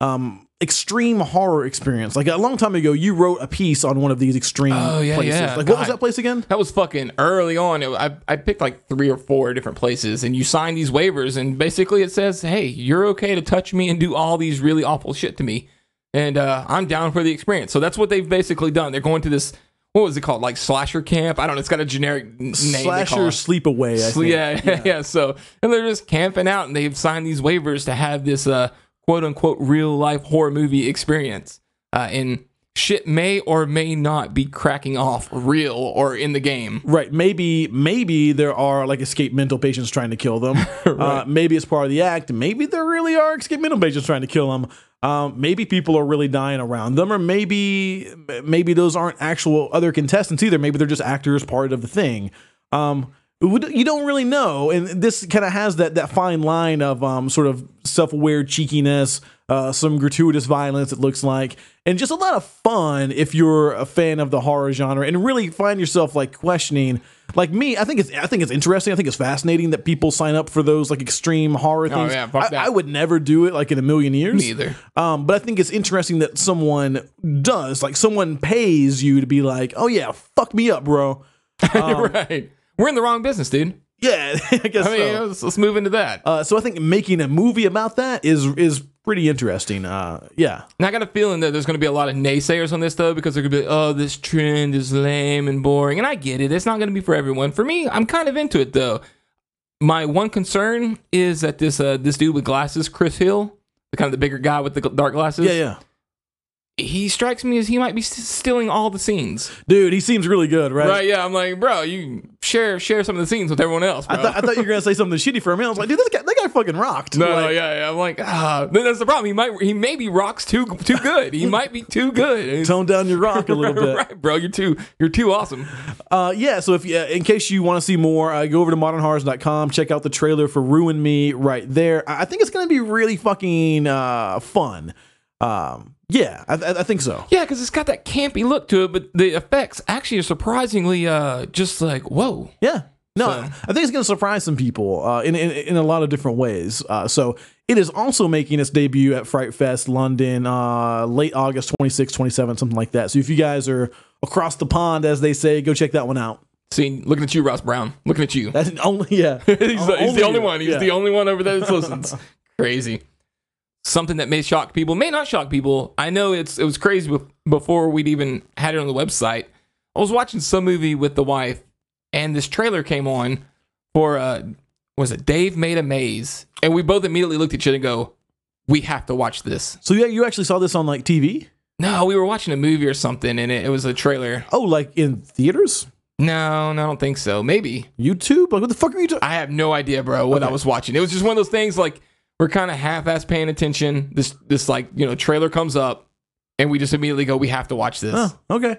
Speaker 2: um, extreme horror experience. Like a long time ago, you wrote a piece on one of these extreme
Speaker 3: Oh, yeah,
Speaker 2: places.
Speaker 3: yeah.
Speaker 2: Like what was
Speaker 3: God.
Speaker 2: that place again?
Speaker 3: That was fucking early on. It- I, I picked like three or four different places, and you sign these waivers, and basically it says, hey, you're okay to touch me and do all these really awful shit to me. And uh, I'm down for the experience. So that's what they've basically done. They're going to this, what was it called? Like slasher camp? I don't know. It's got a generic n- name. they
Speaker 2: Slasher
Speaker 3: call it.
Speaker 2: Sleepaway. I
Speaker 3: So,
Speaker 2: think.
Speaker 3: yeah, yeah, yeah. So, and they're just camping out, and they've signed these waivers to have this uh, quote unquote real life horror movie experience. Uh, and shit may or may not be cracking off real or in the game.
Speaker 2: Right. Maybe maybe there are like escaped mental patients trying to kill them. uh, maybe it's part of the act. Maybe there really are escaped mental patients trying to kill them. Um, maybe people are really dying around them, or maybe maybe those aren't actual other contestants either. Maybe they're just actors, part of the thing. Um, would- you don't really know, and this kind of has that that fine line of um, sort of self-aware cheekiness, uh, some gratuitous violence. It looks like, and just a lot of fun if you're a fan of the horror genre, and really find yourself like questioning. Like me, I think it's I think it's interesting. I think it's fascinating that people sign up for those like extreme horror things.
Speaker 3: Oh, yeah, fuck
Speaker 2: I-
Speaker 3: that.
Speaker 2: I would never do it like in a million years.
Speaker 3: Me either.
Speaker 2: Um, but I think it's interesting that someone does, like someone pays you to be like, oh yeah, fuck me up, bro.
Speaker 3: right. We're in the wrong business, dude.
Speaker 2: Yeah, I guess
Speaker 3: I mean,
Speaker 2: so.
Speaker 3: let's, let's move into that.
Speaker 2: Uh, so I think making a movie about that is is pretty interesting. Uh, yeah,
Speaker 3: and I got a feeling that there's going to be a lot of naysayers on this, though, because they're going to be, oh, this trend is lame and boring. And I get it. It's not going to be for everyone. For me, I'm kind of into it, though. My one concern is that this uh, this dude with glasses, Chris Hill, the kind of the bigger guy with the gl- dark glasses,
Speaker 2: yeah, yeah.
Speaker 3: he strikes me as he might be s- stealing all the scenes.
Speaker 2: Dude, he seems really good, right?
Speaker 3: Right? Yeah. I'm like, bro, you share share some of the scenes with everyone else, bro.
Speaker 2: I, thought- I thought you were gonna say something shitty for a minute. I was like, dude, this guy, that guy fucking rocked.
Speaker 3: no, no,
Speaker 2: Like,
Speaker 3: yeah, yeah. I'm like, ah, then that's the problem. He might, he maybe rocks too, too good. He might be too good. And it's-
Speaker 2: Tone down your rock a little bit.
Speaker 3: right, bro. You're too, you're too awesome.
Speaker 2: Uh, yeah, so if uh, in case you want to see more, uh, go over to modernhorrors.com, check out the trailer for Ruin Me right there. I I think it's going to be really fucking uh, fun. Um, yeah, I, I I think so.
Speaker 3: Yeah, because it's got that campy look to it, but the effects actually are surprisingly, uh, just like, whoa.
Speaker 2: Yeah. No,
Speaker 3: So-
Speaker 2: I I think it's going to surprise some people uh, in, in in a lot of different ways. Uh, so it is also making its debut at Fright Fest London, uh, late August 26, 27, something like that. So if you guys are across the pond, as they say, go check that one out.
Speaker 3: See, looking at you, Ross Brown. Looking at you.
Speaker 2: That's the only yeah.
Speaker 3: he's, the- he's the only one. He's
Speaker 2: yeah.
Speaker 3: the only one over there that listens. crazy. Something that may shock people, may not shock people. I know it's it was crazy bef- before we'd even had it on the website. I was watching some movie with the wife, and this trailer came on for uh was it Dave Made a Maze, and we both immediately looked at each other and go, "We have to watch this."
Speaker 2: So you you actually saw this on like TV?
Speaker 3: No, we were watching a movie or something, and it, it was a trailer.
Speaker 2: Oh, like in theaters?
Speaker 3: No, no, I don't think so. Maybe
Speaker 2: YouTube? Like, what the fuck are you talking?
Speaker 3: I have no idea, bro, what I
Speaker 2: Okay.
Speaker 3: was watching. It was just one of those things like we're kind of half-ass paying attention. This this like you know trailer comes up, and we just immediately go, we have to watch this.
Speaker 2: Oh, okay.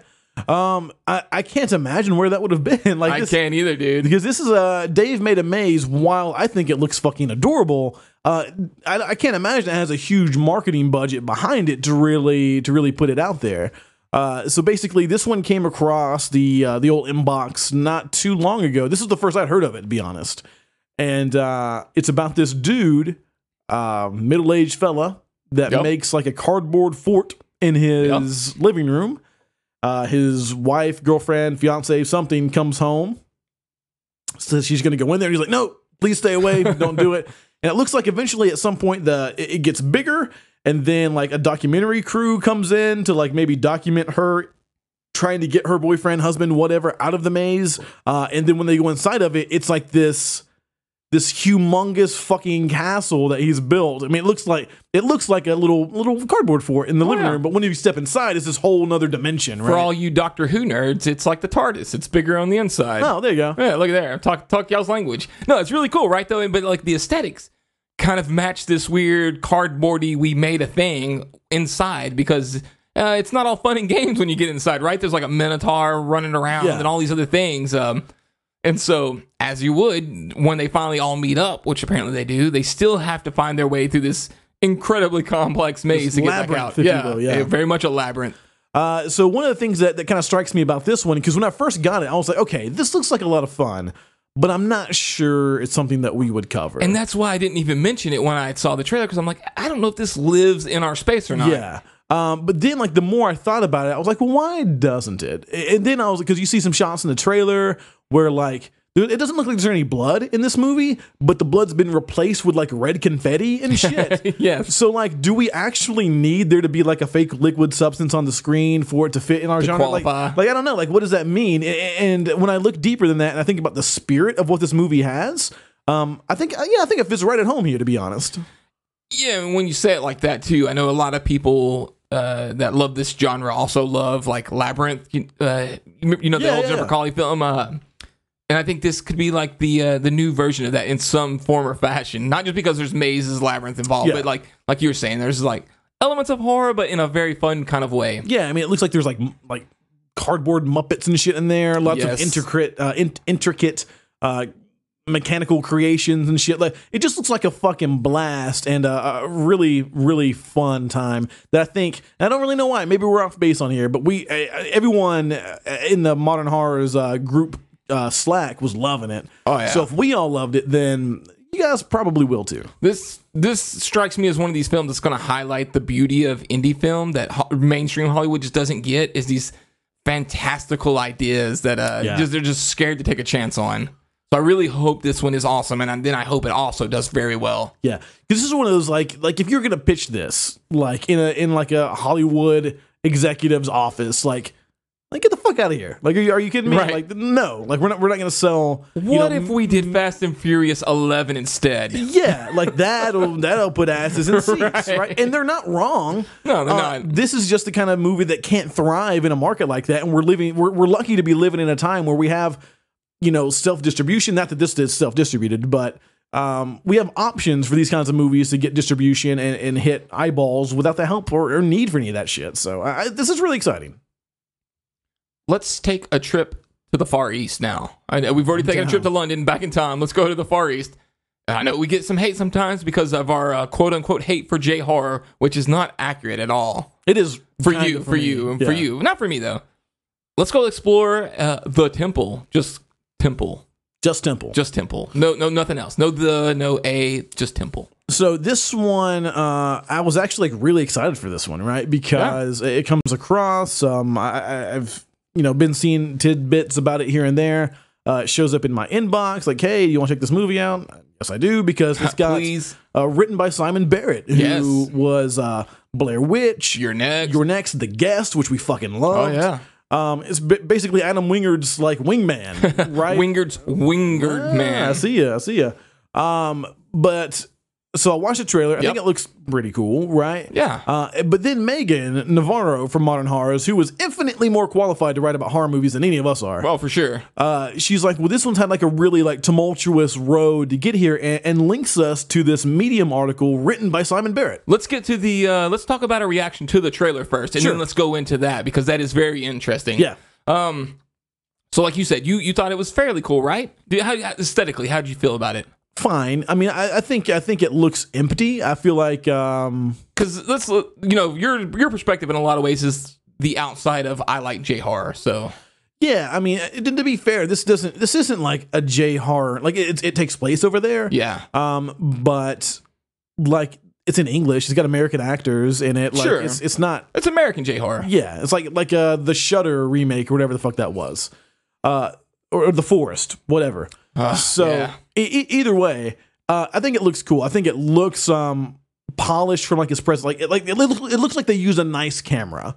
Speaker 2: Um, I, I can't imagine where that would have been. Like,
Speaker 3: I
Speaker 2: this,
Speaker 3: can't either, dude.
Speaker 2: because this is uh, Dave made a maze. While I think it looks fucking adorable, uh, I, I can't imagine it has a huge marketing budget behind it to really to really put it out there. Uh, so basically, this one came across the uh, the old inbox not too long ago. This is the first I'd heard of it, to be honest. And uh, it's about this dude, uh, middle aged fella, that
Speaker 3: Yep.
Speaker 2: makes like a cardboard fort in his living room. Uh, his wife, girlfriend, fiance, something comes home says she's going to go in there. And he's like, no, please stay away. Don't do it. And it looks like eventually at some point the it, it gets bigger, and then like a documentary crew comes in to like maybe document her trying to get her boyfriend, husband, whatever, out of the maze. Uh, and then when they go inside of it, it's like this this humongous fucking castle that he's built. I mean, it looks like it looks like a little little cardboard fort in the living
Speaker 3: yeah.
Speaker 2: room, but when you step inside, it's this whole nother dimension, right?
Speaker 3: For all you Doctor Who nerds, it's like the TARDIS. It's bigger on the inside.
Speaker 2: oh, there you go.
Speaker 3: Yeah, look at there. Talk talk y'all's language. No, it's really cool, right? Though, and but like the aesthetics kind of match this weird cardboardy we made a thing inside because uh, it's not all fun and games when you get inside, right? There's like a minotaur running around
Speaker 2: Yeah.
Speaker 3: and all these other things. Um, and so, as you would, when they finally all meet up, which apparently they do, they still have to find their way through this incredibly complex maze to get back
Speaker 2: labyrinth,
Speaker 3: out.
Speaker 2: if you
Speaker 3: Yeah,
Speaker 2: will, yeah.
Speaker 3: very much a labyrinth.
Speaker 2: Uh, so one of the things that, that kind of strikes me about this one, because when I first got it, I was like, okay, this looks like a lot of fun, but I'm not sure it's something that we would cover.
Speaker 3: And that's why I didn't even mention it when I saw the trailer because I'm like, I don't know if this lives in our space or not.
Speaker 2: yeah. Um, but then, like, the more I thought about it, I was like, well, why doesn't it? A- And then I was because you see some shots in the trailer where, like, dude, it doesn't look like there's any blood in this movie, but the blood's been replaced with, like, red confetti and shit.
Speaker 3: Yes.
Speaker 2: So, like, do we actually need there to be like a fake liquid substance on the screen for it to fit in our genre? Like-
Speaker 3: qualify.
Speaker 2: Like, I don't know. Like, what does that mean? A- And when I look deeper than that, and I think about the spirit of what this movie has, um, I think, yeah, I think it fits right at home here. To be honest,
Speaker 3: Yeah, and when you say it like that too, I know a lot of people uh, that love this genre also love like Labyrinth. You, uh, you m- you know the
Speaker 2: Yeah,
Speaker 3: old
Speaker 2: yeah.
Speaker 3: Jennifer Connelly film, uh, and I think this could be like the uh, the new version of that in some form or fashion. Not just because there's mazes, labyrinth involved,
Speaker 2: Yeah.
Speaker 3: but like like you were saying, there's like elements of horror, but in a very fun kind of way.
Speaker 2: yeah. I mean, it looks like there's like m- like cardboard Muppets and shit in there. Lots
Speaker 3: Yes.
Speaker 2: of intricate, uh, in- intricate. Uh, mechanical creations and shit like it just looks like a fucking blast and a, a really really fun time that i think i don't really know why maybe we're off base on here but we uh, everyone uh, in the modern horrors uh, group uh, slack was loving it
Speaker 3: Oh, yeah.
Speaker 2: so if we all loved it then you guys probably will too
Speaker 3: This this strikes me as one of these films that's going to highlight the beauty of indie film that ho- mainstream Hollywood just doesn't get is these fantastical ideas that uh
Speaker 2: Yeah.
Speaker 3: just, they're just scared to take a chance on. So I really hope this one is awesome, and I- then I hope it also does very well.
Speaker 2: Yeah, because this is one of those like like if you're gonna pitch this like in a in like a Hollywood executive's office, like Like, get the fuck out of here. Like, are you, are you kidding me?
Speaker 3: Right.
Speaker 2: Like, no. Like, we're not, we're not going to sell. you
Speaker 3: What
Speaker 2: know,
Speaker 3: if we did Fast and Furious 11 instead?
Speaker 2: Yeah, like that'll that'll put asses in seats, right. And they're not wrong. Uh,
Speaker 3: No, they're not.
Speaker 2: This is just the kind of movie that can't thrive in a market like that. And we're living we're we're lucky to be living in a time where we have, you know, self distribution. Not that this is self distributed, but um, we have options for these kinds of movies to get distribution and, and hit eyeballs without the help or, or need for any of that shit. So I, I- this is really exciting.
Speaker 3: Let's take a trip to the Far East now. I know we've already taken a trip to London, back in time. Let's go to the Far East. I know we get some hate sometimes because of our uh, quote unquote hate for J horror, which is not accurate at all.
Speaker 2: It is
Speaker 3: For
Speaker 2: kinda
Speaker 3: you, for,
Speaker 2: me.
Speaker 3: you,
Speaker 2: Yeah.
Speaker 3: for you. Not for me, though. Let's go explore uh, the temple. Just temple.
Speaker 2: Just Temple.
Speaker 3: Just temple. No, no, nothing else. No, the, no, a, just temple.
Speaker 2: So this one, uh, I was actually like really excited for this one, right? Because it comes across. Um, I- I, I've you know been seeing tidbits about it here and there. Uh, it shows up in my inbox, like, "Hey, you want to check this movie out?" Yes, I do, because it's got
Speaker 3: Please.
Speaker 2: uh, written by Simon Barrett, who
Speaker 3: Yes.
Speaker 2: was uh, Blair Witch,
Speaker 3: You're next. Oh,
Speaker 2: Your Next, The Guest, which we fucking love.
Speaker 3: yeah.
Speaker 2: um, it's b- basically Adam Wingard's like wingman, right?
Speaker 3: Wingard's Wingard
Speaker 2: Ah,
Speaker 3: man.
Speaker 2: I see ya. I see ya. Um, but so I watched the trailer. I think
Speaker 3: Yep.
Speaker 2: it looks pretty cool, right?
Speaker 3: Yeah.
Speaker 2: Uh, but then Megan Navarro from Modern Horrors, who was infinitely more qualified to write about horror movies than any of us are,
Speaker 3: Well, for sure.
Speaker 2: uh, she's like, "Well, this one's had like a really like tumultuous road to get here," and, and links us to this Medium article written by Simon Barrett.
Speaker 3: Let's get to the. Uh, let's talk about our reaction to the trailer first, and
Speaker 2: Sure.
Speaker 3: then let's go into that because that is very interesting.
Speaker 2: Yeah.
Speaker 3: Um. So, like you said, you you thought it was fairly cool, right? Do- How, how- aesthetically, how did you feel about it?
Speaker 2: Fine. I mean, I, I think I think it looks empty. I feel like um,
Speaker 3: Because let's look- you know your your perspective in a lot of ways is the outside of I like J horror. So
Speaker 2: Yeah, I mean, it- to be fair, this doesn't. This isn't like a J horror. Like it, it takes place over there.
Speaker 3: yeah,
Speaker 2: Um, but like it's in English. It's got American actors in it. Like
Speaker 3: Sure.
Speaker 2: It's it's not.
Speaker 3: it's American J horror.
Speaker 2: Yeah, it's like like uh the Shutter remake or whatever the fuck that was, uh, or, or the Forest, whatever. so
Speaker 3: yeah.
Speaker 2: e- e- either way, uh, I think it looks cool. I think it looks um polished from like its present. Like it like it, looks it looks like they use a nice camera.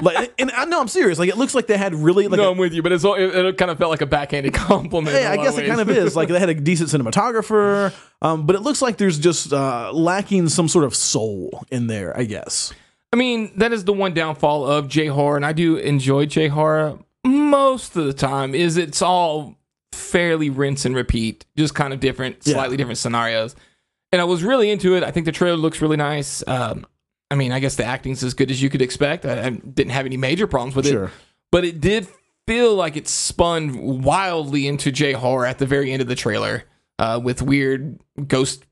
Speaker 2: like and I know I'm serious. Like it looks like they had really like a-
Speaker 3: no, I'm with you, but it's all, it, it kind of felt like a backhanded compliment. in
Speaker 2: yeah,
Speaker 3: a
Speaker 2: I
Speaker 3: lot
Speaker 2: guess it kind of
Speaker 3: ways.
Speaker 2: is. Like they had a decent cinematographer, um, but it looks like there's just uh, lacking some sort of soul in there. I guess.
Speaker 3: I mean, that is the one downfall of J horror, and I do enjoy J horror most of the time. Is it's all fairly rinse and repeat, just kind of different, slightly different scenarios. And I was really into it. I think the trailer looks really nice. Um, I mean, I guess the acting's as good as you could expect. I, I didn't have any major problems with
Speaker 2: Sure.
Speaker 3: it, but it did feel like it spun wildly into J horror at the very end of the trailer uh, with weird ghost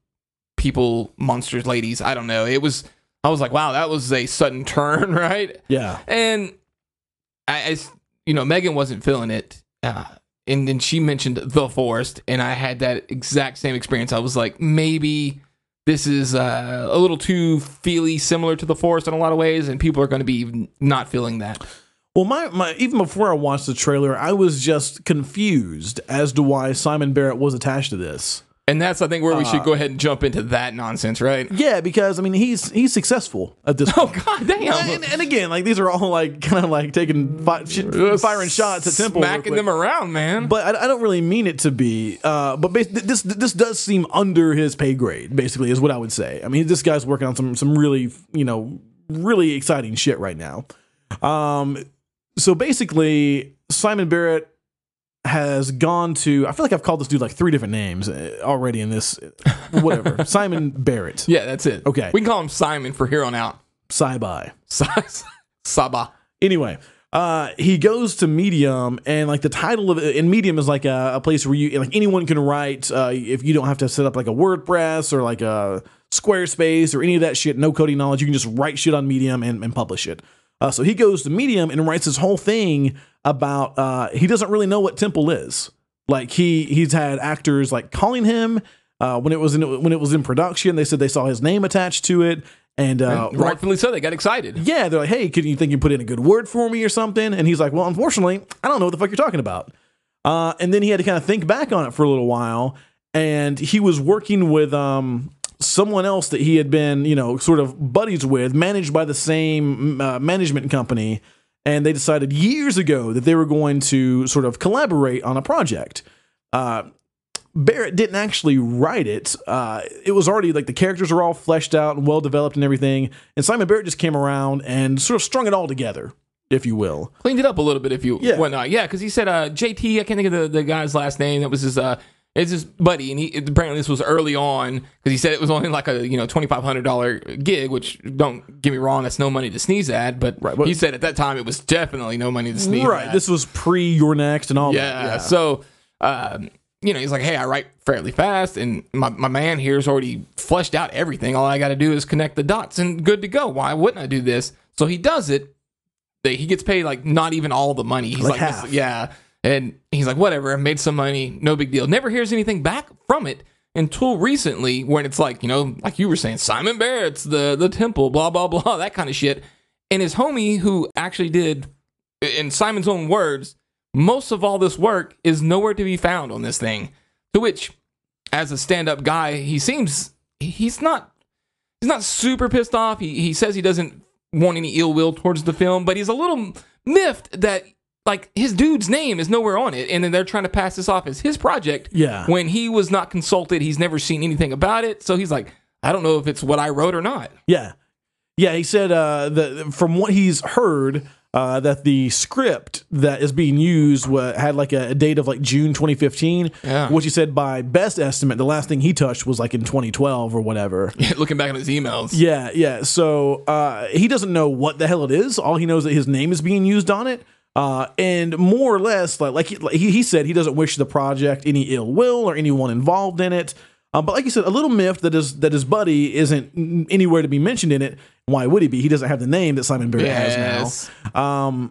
Speaker 3: people, monsters, ladies. I don't know. It was. I was like, wow, that was a sudden turn, right?
Speaker 2: Yeah.
Speaker 3: And I, I s- you know, Megan wasn't feeling it, uh, and then she mentioned the forest, and I had that exact same experience. I was like, maybe this is uh, a little too feely, similar to the forest in a lot of ways, and people are going to be not feeling that.
Speaker 2: Well, my, my even before I watched the trailer, I was just confused as to why Simon Barrett was attached to this.
Speaker 3: And that's, I think, where we
Speaker 2: Uh.
Speaker 3: should go ahead and jump into that nonsense, right?
Speaker 2: Yeah, because I mean he's he's successful at this.
Speaker 3: Oh
Speaker 2: point.
Speaker 3: God damn!
Speaker 2: And, and again, like these are all like kind of like taking fi- shit, firing shots at Temple, real
Speaker 3: smacking
Speaker 2: quick.
Speaker 3: them around, man.
Speaker 2: but I, I don't really mean it to be. Uh, but bas- th- this this does seem under his pay grade. Basically, is what I would say. I mean, this guy's working on some some really you know really exciting shit right now. Um, so basically, Simon Barrett has gone to. I feel like I've called this dude like three different names uh, already in this. Whatever, Simon Barrett,
Speaker 3: yeah, that's it.
Speaker 2: Okay.
Speaker 3: we can call him Simon for here on out.
Speaker 2: Sci-Bi.
Speaker 3: Saba.
Speaker 2: anyway uh he goes to medium and like the title of it and medium is like a, a place where you like anyone can write uh if you don't have to set up like a wordpress or like a squarespace or any of that shit no coding knowledge you can just write shit on medium and, and publish it uh, so he goes to medium and writes this whole thing about uh he doesn't really know what temple is like he he's had actors like calling him uh, when it was in when it was in production, they said they saw his name attached to it, and uh,
Speaker 3: Rightfully so, they got excited.
Speaker 2: yeah, they're like, hey, can you think you put in a good word for me or something? And he's like, well, unfortunately, I don't know what the fuck you're talking about. Uh, and then he had to kind of think back on it for a little while, and he was working with um, someone else that he had been, you know, sort of buddies with, managed by the same mm, uh, management company. and they decided years ago that they were going to sort of collaborate on a project. Uh, Barrett didn't actually write it. Uh, it was already like the characters are all fleshed out and well developed and everything. And Simon Barrett just came around and sort of strung it all together, if you will.
Speaker 3: cleaned it up a little bit if you
Speaker 2: Yeah.
Speaker 3: whatnot. Yeah, because he said uh, JT. I can't think of the, the guy's last name. That was his. Uh, it's his buddy, and he apparently this was early on because he said it was only like a you know twenty five hundred dollar gig. Which don't get me wrong, that's no money to sneeze at. But
Speaker 2: Right, but-
Speaker 3: he said at that time it was definitely no money to sneeze.
Speaker 2: Right.
Speaker 3: at.
Speaker 2: This was pre Your Next and all
Speaker 3: Yeah.
Speaker 2: that.
Speaker 3: So, um, you know, he's like, hey, I write fairly fast, and my, my man here's already fleshed out everything. All I got to do is connect the dots and good to go. Why wouldn't I do this? So he does it. They- He gets paid like not even all the money. He's
Speaker 2: Like
Speaker 3: like,
Speaker 2: half.
Speaker 3: "This- yeah. And he's like, whatever, I made some money, no big deal. Never hears anything back from it until recently when it's like, you know, like you were saying, Simon Barrett's the the temple, blah, blah, blah, that kind of shit. And his homie who actually did in Simon's own words, most of all this work is nowhere to be found on this thing. To which, as a stand-up guy, he seems he's not he's not super pissed off. He he says he doesn't want any ill will towards the film, but he's a little miffed that like his dude's name is nowhere on it, and then they're trying to pass this off as his project.
Speaker 2: Yeah.
Speaker 3: When he was not consulted, he's never seen anything about it, so he's like, I don't know if it's what I wrote or not.
Speaker 2: Yeah. Yeah, he said uh, that from what he's heard, uh, that the script that is being used wa had like a, a date of like June 2015,
Speaker 3: Yeah.
Speaker 2: which he said by best estimate, the last thing he touched was like in 2012 or whatever.
Speaker 3: Looking back on his emails,
Speaker 2: Yeah, yeah. So uh, he doesn't know what the hell it is. All he knows that his name is being used on it. Uh, and more or less, like like he, like he he said, he doesn't wish the project any ill will or anyone involved in it. Um, but like you said, a little miffed that his that his buddy isn't anywhere to be mentioned in it. Why would he be? He doesn't have the name that Simon Barrett has now
Speaker 3: Yes.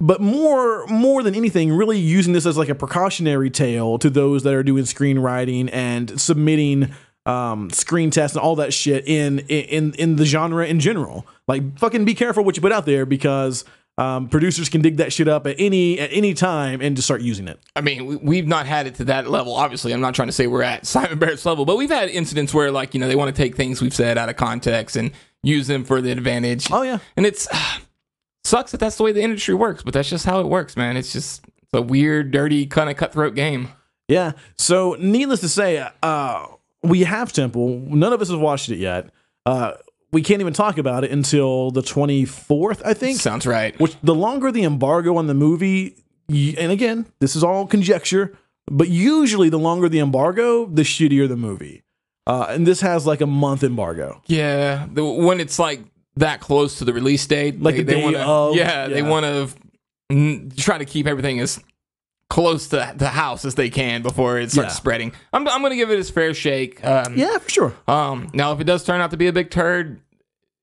Speaker 2: but more more than anything really using this as like a precautionary tale to those that are doing screenwriting and submitting um, screen tests and all that shit in in in the genre in general like fucking be careful what you put out there because um, producers can dig that shit up at any at any time and just start using it
Speaker 3: I mean, we, we've not had it to that level. Obviously, I'm not trying to say we're at Simon Barrett's level, but we've had incidents where, like, you know, they want to take things we've said out of context and use them for the advantage.
Speaker 2: oh yeah
Speaker 3: And it's sucks that that's the way the industry works, but that's just how it works, man. It's just it's a weird, dirty, kind of cutthroat game.
Speaker 2: Yeah. So, needless to say, uh, we have Temple. None of us have watched it yet. Uh, we can't even talk about it until the 24th, I think.
Speaker 3: Sounds right.
Speaker 2: Which, the longer the embargo on the movie, y- and again, this is all conjecture, but usually the longer the embargo, the shittier the movie. Uh, and this has like a month embargo.
Speaker 3: Yeah, the, when it's like that close to the release date,
Speaker 2: Like the day
Speaker 3: wanna,
Speaker 2: of,
Speaker 3: yeah, they
Speaker 2: yeah.
Speaker 3: want to try to keep everything as close to the house as they can before it starts
Speaker 2: Yeah.
Speaker 3: spreading. I'm, I'm gonna give it its fair shake. Um,
Speaker 2: Yeah, for sure.
Speaker 3: Um, now, if it does turn out to be a big turd,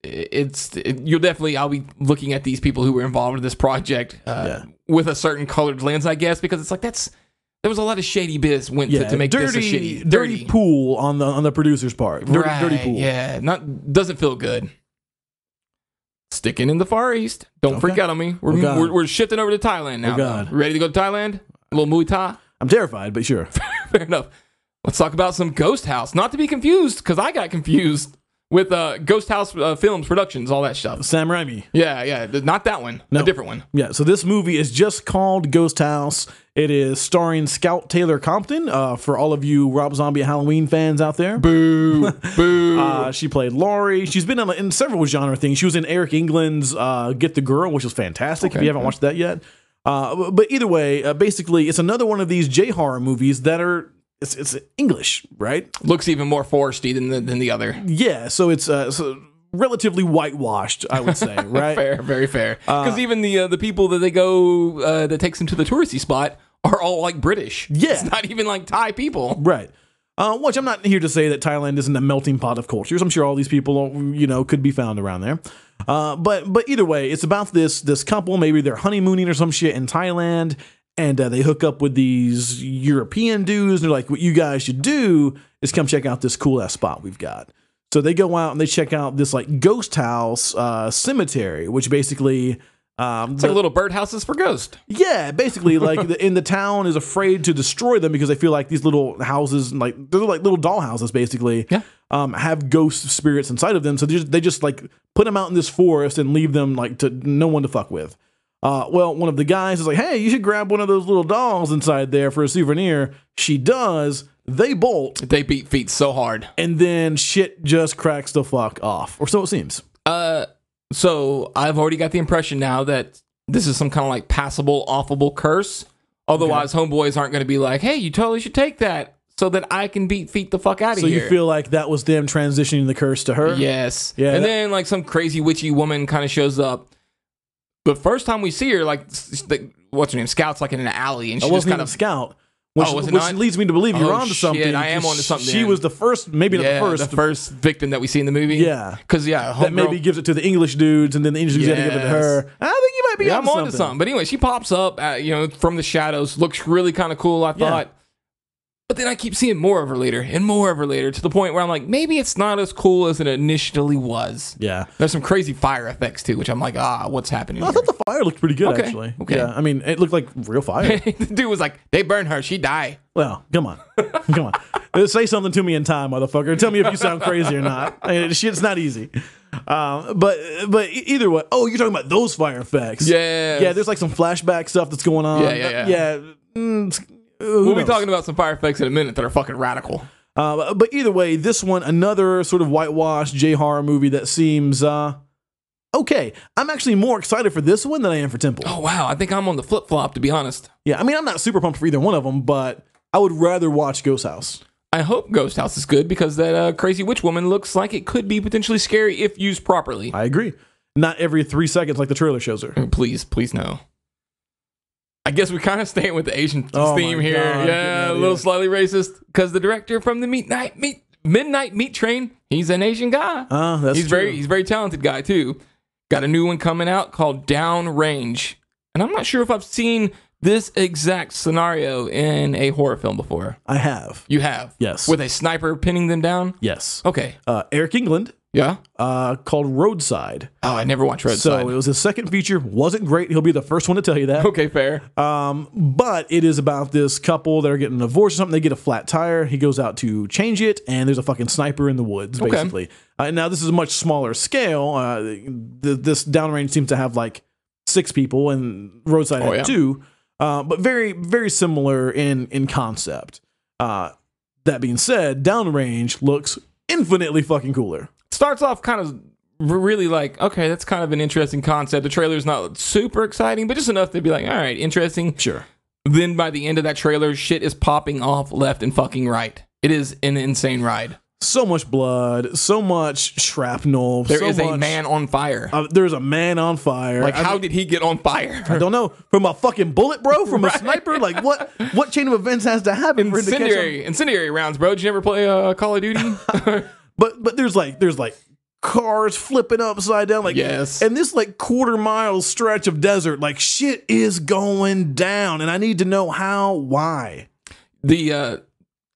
Speaker 3: i- it's it, you'll definitely I'll be looking at these people who were involved in this project uh, with a certain colored lens, I guess, because it's like that's there was a lot of shady biz went
Speaker 2: Yeah,
Speaker 3: to, to make
Speaker 2: dirty,
Speaker 3: this a shitty,
Speaker 2: dirty, pool on the on the producer's part. Dirty, dirty
Speaker 3: Right,
Speaker 2: pool.
Speaker 3: Yeah, not doesn't feel good. Sticking in the Far East. Don't
Speaker 2: Okay.
Speaker 3: freak out on me. We're,
Speaker 2: Oh, God.
Speaker 3: we're, we're shifting over to Thailand now.
Speaker 2: Oh,
Speaker 3: though.
Speaker 2: God.
Speaker 3: Ready to go to Thailand? A little Muay Thai.
Speaker 2: I'm terrified, but sure.
Speaker 3: Fair enough. Let's talk about some Ghost House. Not to be confused, because I got confused with uh, Ghost House uh, Films Productions, all that stuff.
Speaker 2: Sam Raimi.
Speaker 3: Yeah, yeah, th- not that one. A different one.
Speaker 2: Yeah, so this movie is just called Ghost House. It is starring Scout Taylor Compton uh, for all of you Rob Zombie Halloween fans out there.
Speaker 3: Boo, boo.
Speaker 2: Uh, she played Laurie. She's been in, in several genre things. She was in Eric England's uh, Get the Girl, which was fantastic if you haven't watched that yet. Uh, but either way, uh, basically, it's another one of these J horror movies that are it's, it's English, right?
Speaker 3: Looks even more foresty than the, than the other.
Speaker 2: Yeah, so it's uh, so relatively whitewashed, I would say, right?
Speaker 3: Fair, very fair. Because even the uh, the people that they go uh, that takes them to the touristy spot are all like British.
Speaker 2: Yeah.
Speaker 3: it's not even like Thai people.
Speaker 2: Right. Uh, which I'm not here to say that Thailand isn't a melting pot of cultures. I'm sure all these people, you know, could be found around there. Uh, but but either way, it's about this this couple. Maybe they're honeymooning or some shit in Thailand, and uh, they hook up with these European dudes. And they're like, "What you guys should do is come check out this cool ass spot we've got." So they go out and they check out this like ghost house uh, cemetery, which basically um,
Speaker 3: It's like little birdhouses for ghosts.
Speaker 2: yeah, basically, like the, in the town is afraid to destroy them because they feel like these little houses, like they're like little dollhouses, basically.
Speaker 3: Yeah.
Speaker 2: Um, have ghost spirits inside of them, so they just, they just like put them out in this forest and leave them like to no one to fuck with. Uh, well, one of the guys is like, "Hey, you should grab one of those little dolls inside there for a souvenir." She does. They bolt,
Speaker 3: They beat feet so hard.
Speaker 2: and then shit just cracks the fuck off, or so it seems.
Speaker 3: Uh, so I've already got the impression now that this is some kind of like passable, offable curse. Otherwise, homeboys aren't going to be like, "Hey, you totally should take that," so that I can beat feet the fuck out of
Speaker 2: So
Speaker 3: here.
Speaker 2: you feel like that was them transitioning the curse to her?
Speaker 3: Yes.
Speaker 2: Yeah,
Speaker 3: And
Speaker 2: that-
Speaker 3: then like some crazy witchy woman kind of shows up. The first time we see her, like s- s- the, what's her name, Scout's like in an alley, and
Speaker 2: I
Speaker 3: she just
Speaker 2: wasn't
Speaker 3: kind
Speaker 2: even
Speaker 3: of
Speaker 2: scout. Which,
Speaker 3: Oh, was it
Speaker 2: which
Speaker 3: not?
Speaker 2: leads me to believe you're
Speaker 3: Oh,
Speaker 2: onto
Speaker 3: shit,
Speaker 2: something.
Speaker 3: I am onto something
Speaker 2: She
Speaker 3: then.
Speaker 2: was the first, maybe
Speaker 3: yeah,
Speaker 2: not the first,
Speaker 3: victim that we see in the movie.
Speaker 2: Yeah.
Speaker 3: because yeah,
Speaker 2: that
Speaker 3: homegirl-
Speaker 2: maybe gives it to the English dudes, and then the English dudes got to give it to
Speaker 3: Yes.
Speaker 2: her. I think you might be
Speaker 3: Yeah, I'm
Speaker 2: onto
Speaker 3: on to
Speaker 2: something.
Speaker 3: something. But anyway, she pops up, uh you know, from the shadows. Looks really kind of cool. I
Speaker 2: Yeah.
Speaker 3: thought. But then I keep seeing more of her later and more of her later to the point where I'm like, maybe it's not as cool as it initially was.
Speaker 2: Yeah.
Speaker 3: There's some crazy fire effects too, which I'm like, ah, what's happening?
Speaker 2: I
Speaker 3: here?
Speaker 2: thought the fire looked pretty good,
Speaker 3: Okay,
Speaker 2: actually.
Speaker 3: okay.
Speaker 2: Yeah, I mean, it looked like real fire.
Speaker 3: the dude was like, they burn her, she die.
Speaker 2: well, come on. Come on. Say something to me in time, motherfucker. Tell me if you sound crazy or not. I mean, shit's not easy. Um, but but e- either way, oh, you're talking about those fire effects.
Speaker 3: Yes.
Speaker 2: Yeah, there's like some flashback stuff that's going on.
Speaker 3: Yeah, yeah, yeah.
Speaker 2: mm, it's- who
Speaker 3: We'll be
Speaker 2: knows?
Speaker 3: talking about some fire effects in a minute that are fucking radical.
Speaker 2: Uh, but either way, this one, another sort of whitewashed J horror movie that seems uh, okay. I'm actually more excited for this one than I am for Temple.
Speaker 3: Oh wow, I think I'm on the flip flop to be honest.
Speaker 2: Yeah, I mean, I'm not super pumped for either one of them, but I would rather watch Ghost House.
Speaker 3: I hope Ghost House is good because that uh, crazy witch woman looks like it could be potentially scary if used properly.
Speaker 2: I agree. Not every three seconds like the trailer shows her.
Speaker 3: Mm, Please, please no. I guess we kind of staying with the Asian
Speaker 2: Oh my
Speaker 3: theme here.
Speaker 2: God,
Speaker 3: yeah,
Speaker 2: yeah,
Speaker 3: a
Speaker 2: yeah.
Speaker 3: little slightly racist because the director from the Meat Night Meat Midnight Meat Train, he's an Asian guy.
Speaker 2: Ah, that's
Speaker 3: he's
Speaker 2: true.
Speaker 3: very he's a very talented guy too. Got a new one coming out called Down Range, and I'm not sure if I've seen this exact scenario in a horror film before.
Speaker 2: I have.
Speaker 3: You have,
Speaker 2: Yes.
Speaker 3: with a sniper pinning them down.
Speaker 2: Yes.
Speaker 3: Okay,
Speaker 2: Uh, Eric England
Speaker 3: yeah.
Speaker 2: uh, called Roadside.
Speaker 3: Oh, I never watched Roadside.
Speaker 2: So it was his second feature. Wasn't great. He'll be the first one to tell you that.
Speaker 3: okay, fair.
Speaker 2: Um, but it is about this couple that are getting divorced or something. They get a flat tire. He goes out to change it, and there's a fucking sniper in the woods, basically. Uh, now, this is a much smaller scale. Uh, th- this downrange seems to have like six people, and Roadside
Speaker 3: Oh,
Speaker 2: had
Speaker 3: yeah.
Speaker 2: two, uh, but very, very similar in, in concept. Uh, that being said, downrange looks infinitely fucking cooler.
Speaker 3: starts off kind of r- really like okay that's kind of an interesting concept the trailer's not super exciting but just enough to be like all right interesting
Speaker 2: Sure.
Speaker 3: then by the end of that trailer shit is popping off left and fucking right it is an insane ride
Speaker 2: So much blood, so much shrapnel.
Speaker 3: There is
Speaker 2: so
Speaker 3: a
Speaker 2: much-
Speaker 3: man on fire
Speaker 2: Uh, there's a man on fire.
Speaker 3: like
Speaker 2: I
Speaker 3: how
Speaker 2: mean-
Speaker 3: did he get on fire
Speaker 2: I don't know. From a fucking bullet, bro? From a
Speaker 3: Right.
Speaker 2: sniper? Like what? What chain of events has to happen for it to catch on?
Speaker 3: incendiary incendiary rounds bro did you ever play uh, call of duty
Speaker 2: But but there's like there's like cars flipping upside down. Like
Speaker 3: Yes.
Speaker 2: And this like quarter mile stretch of desert, like shit is going down, and I need to know how, why.
Speaker 3: the uh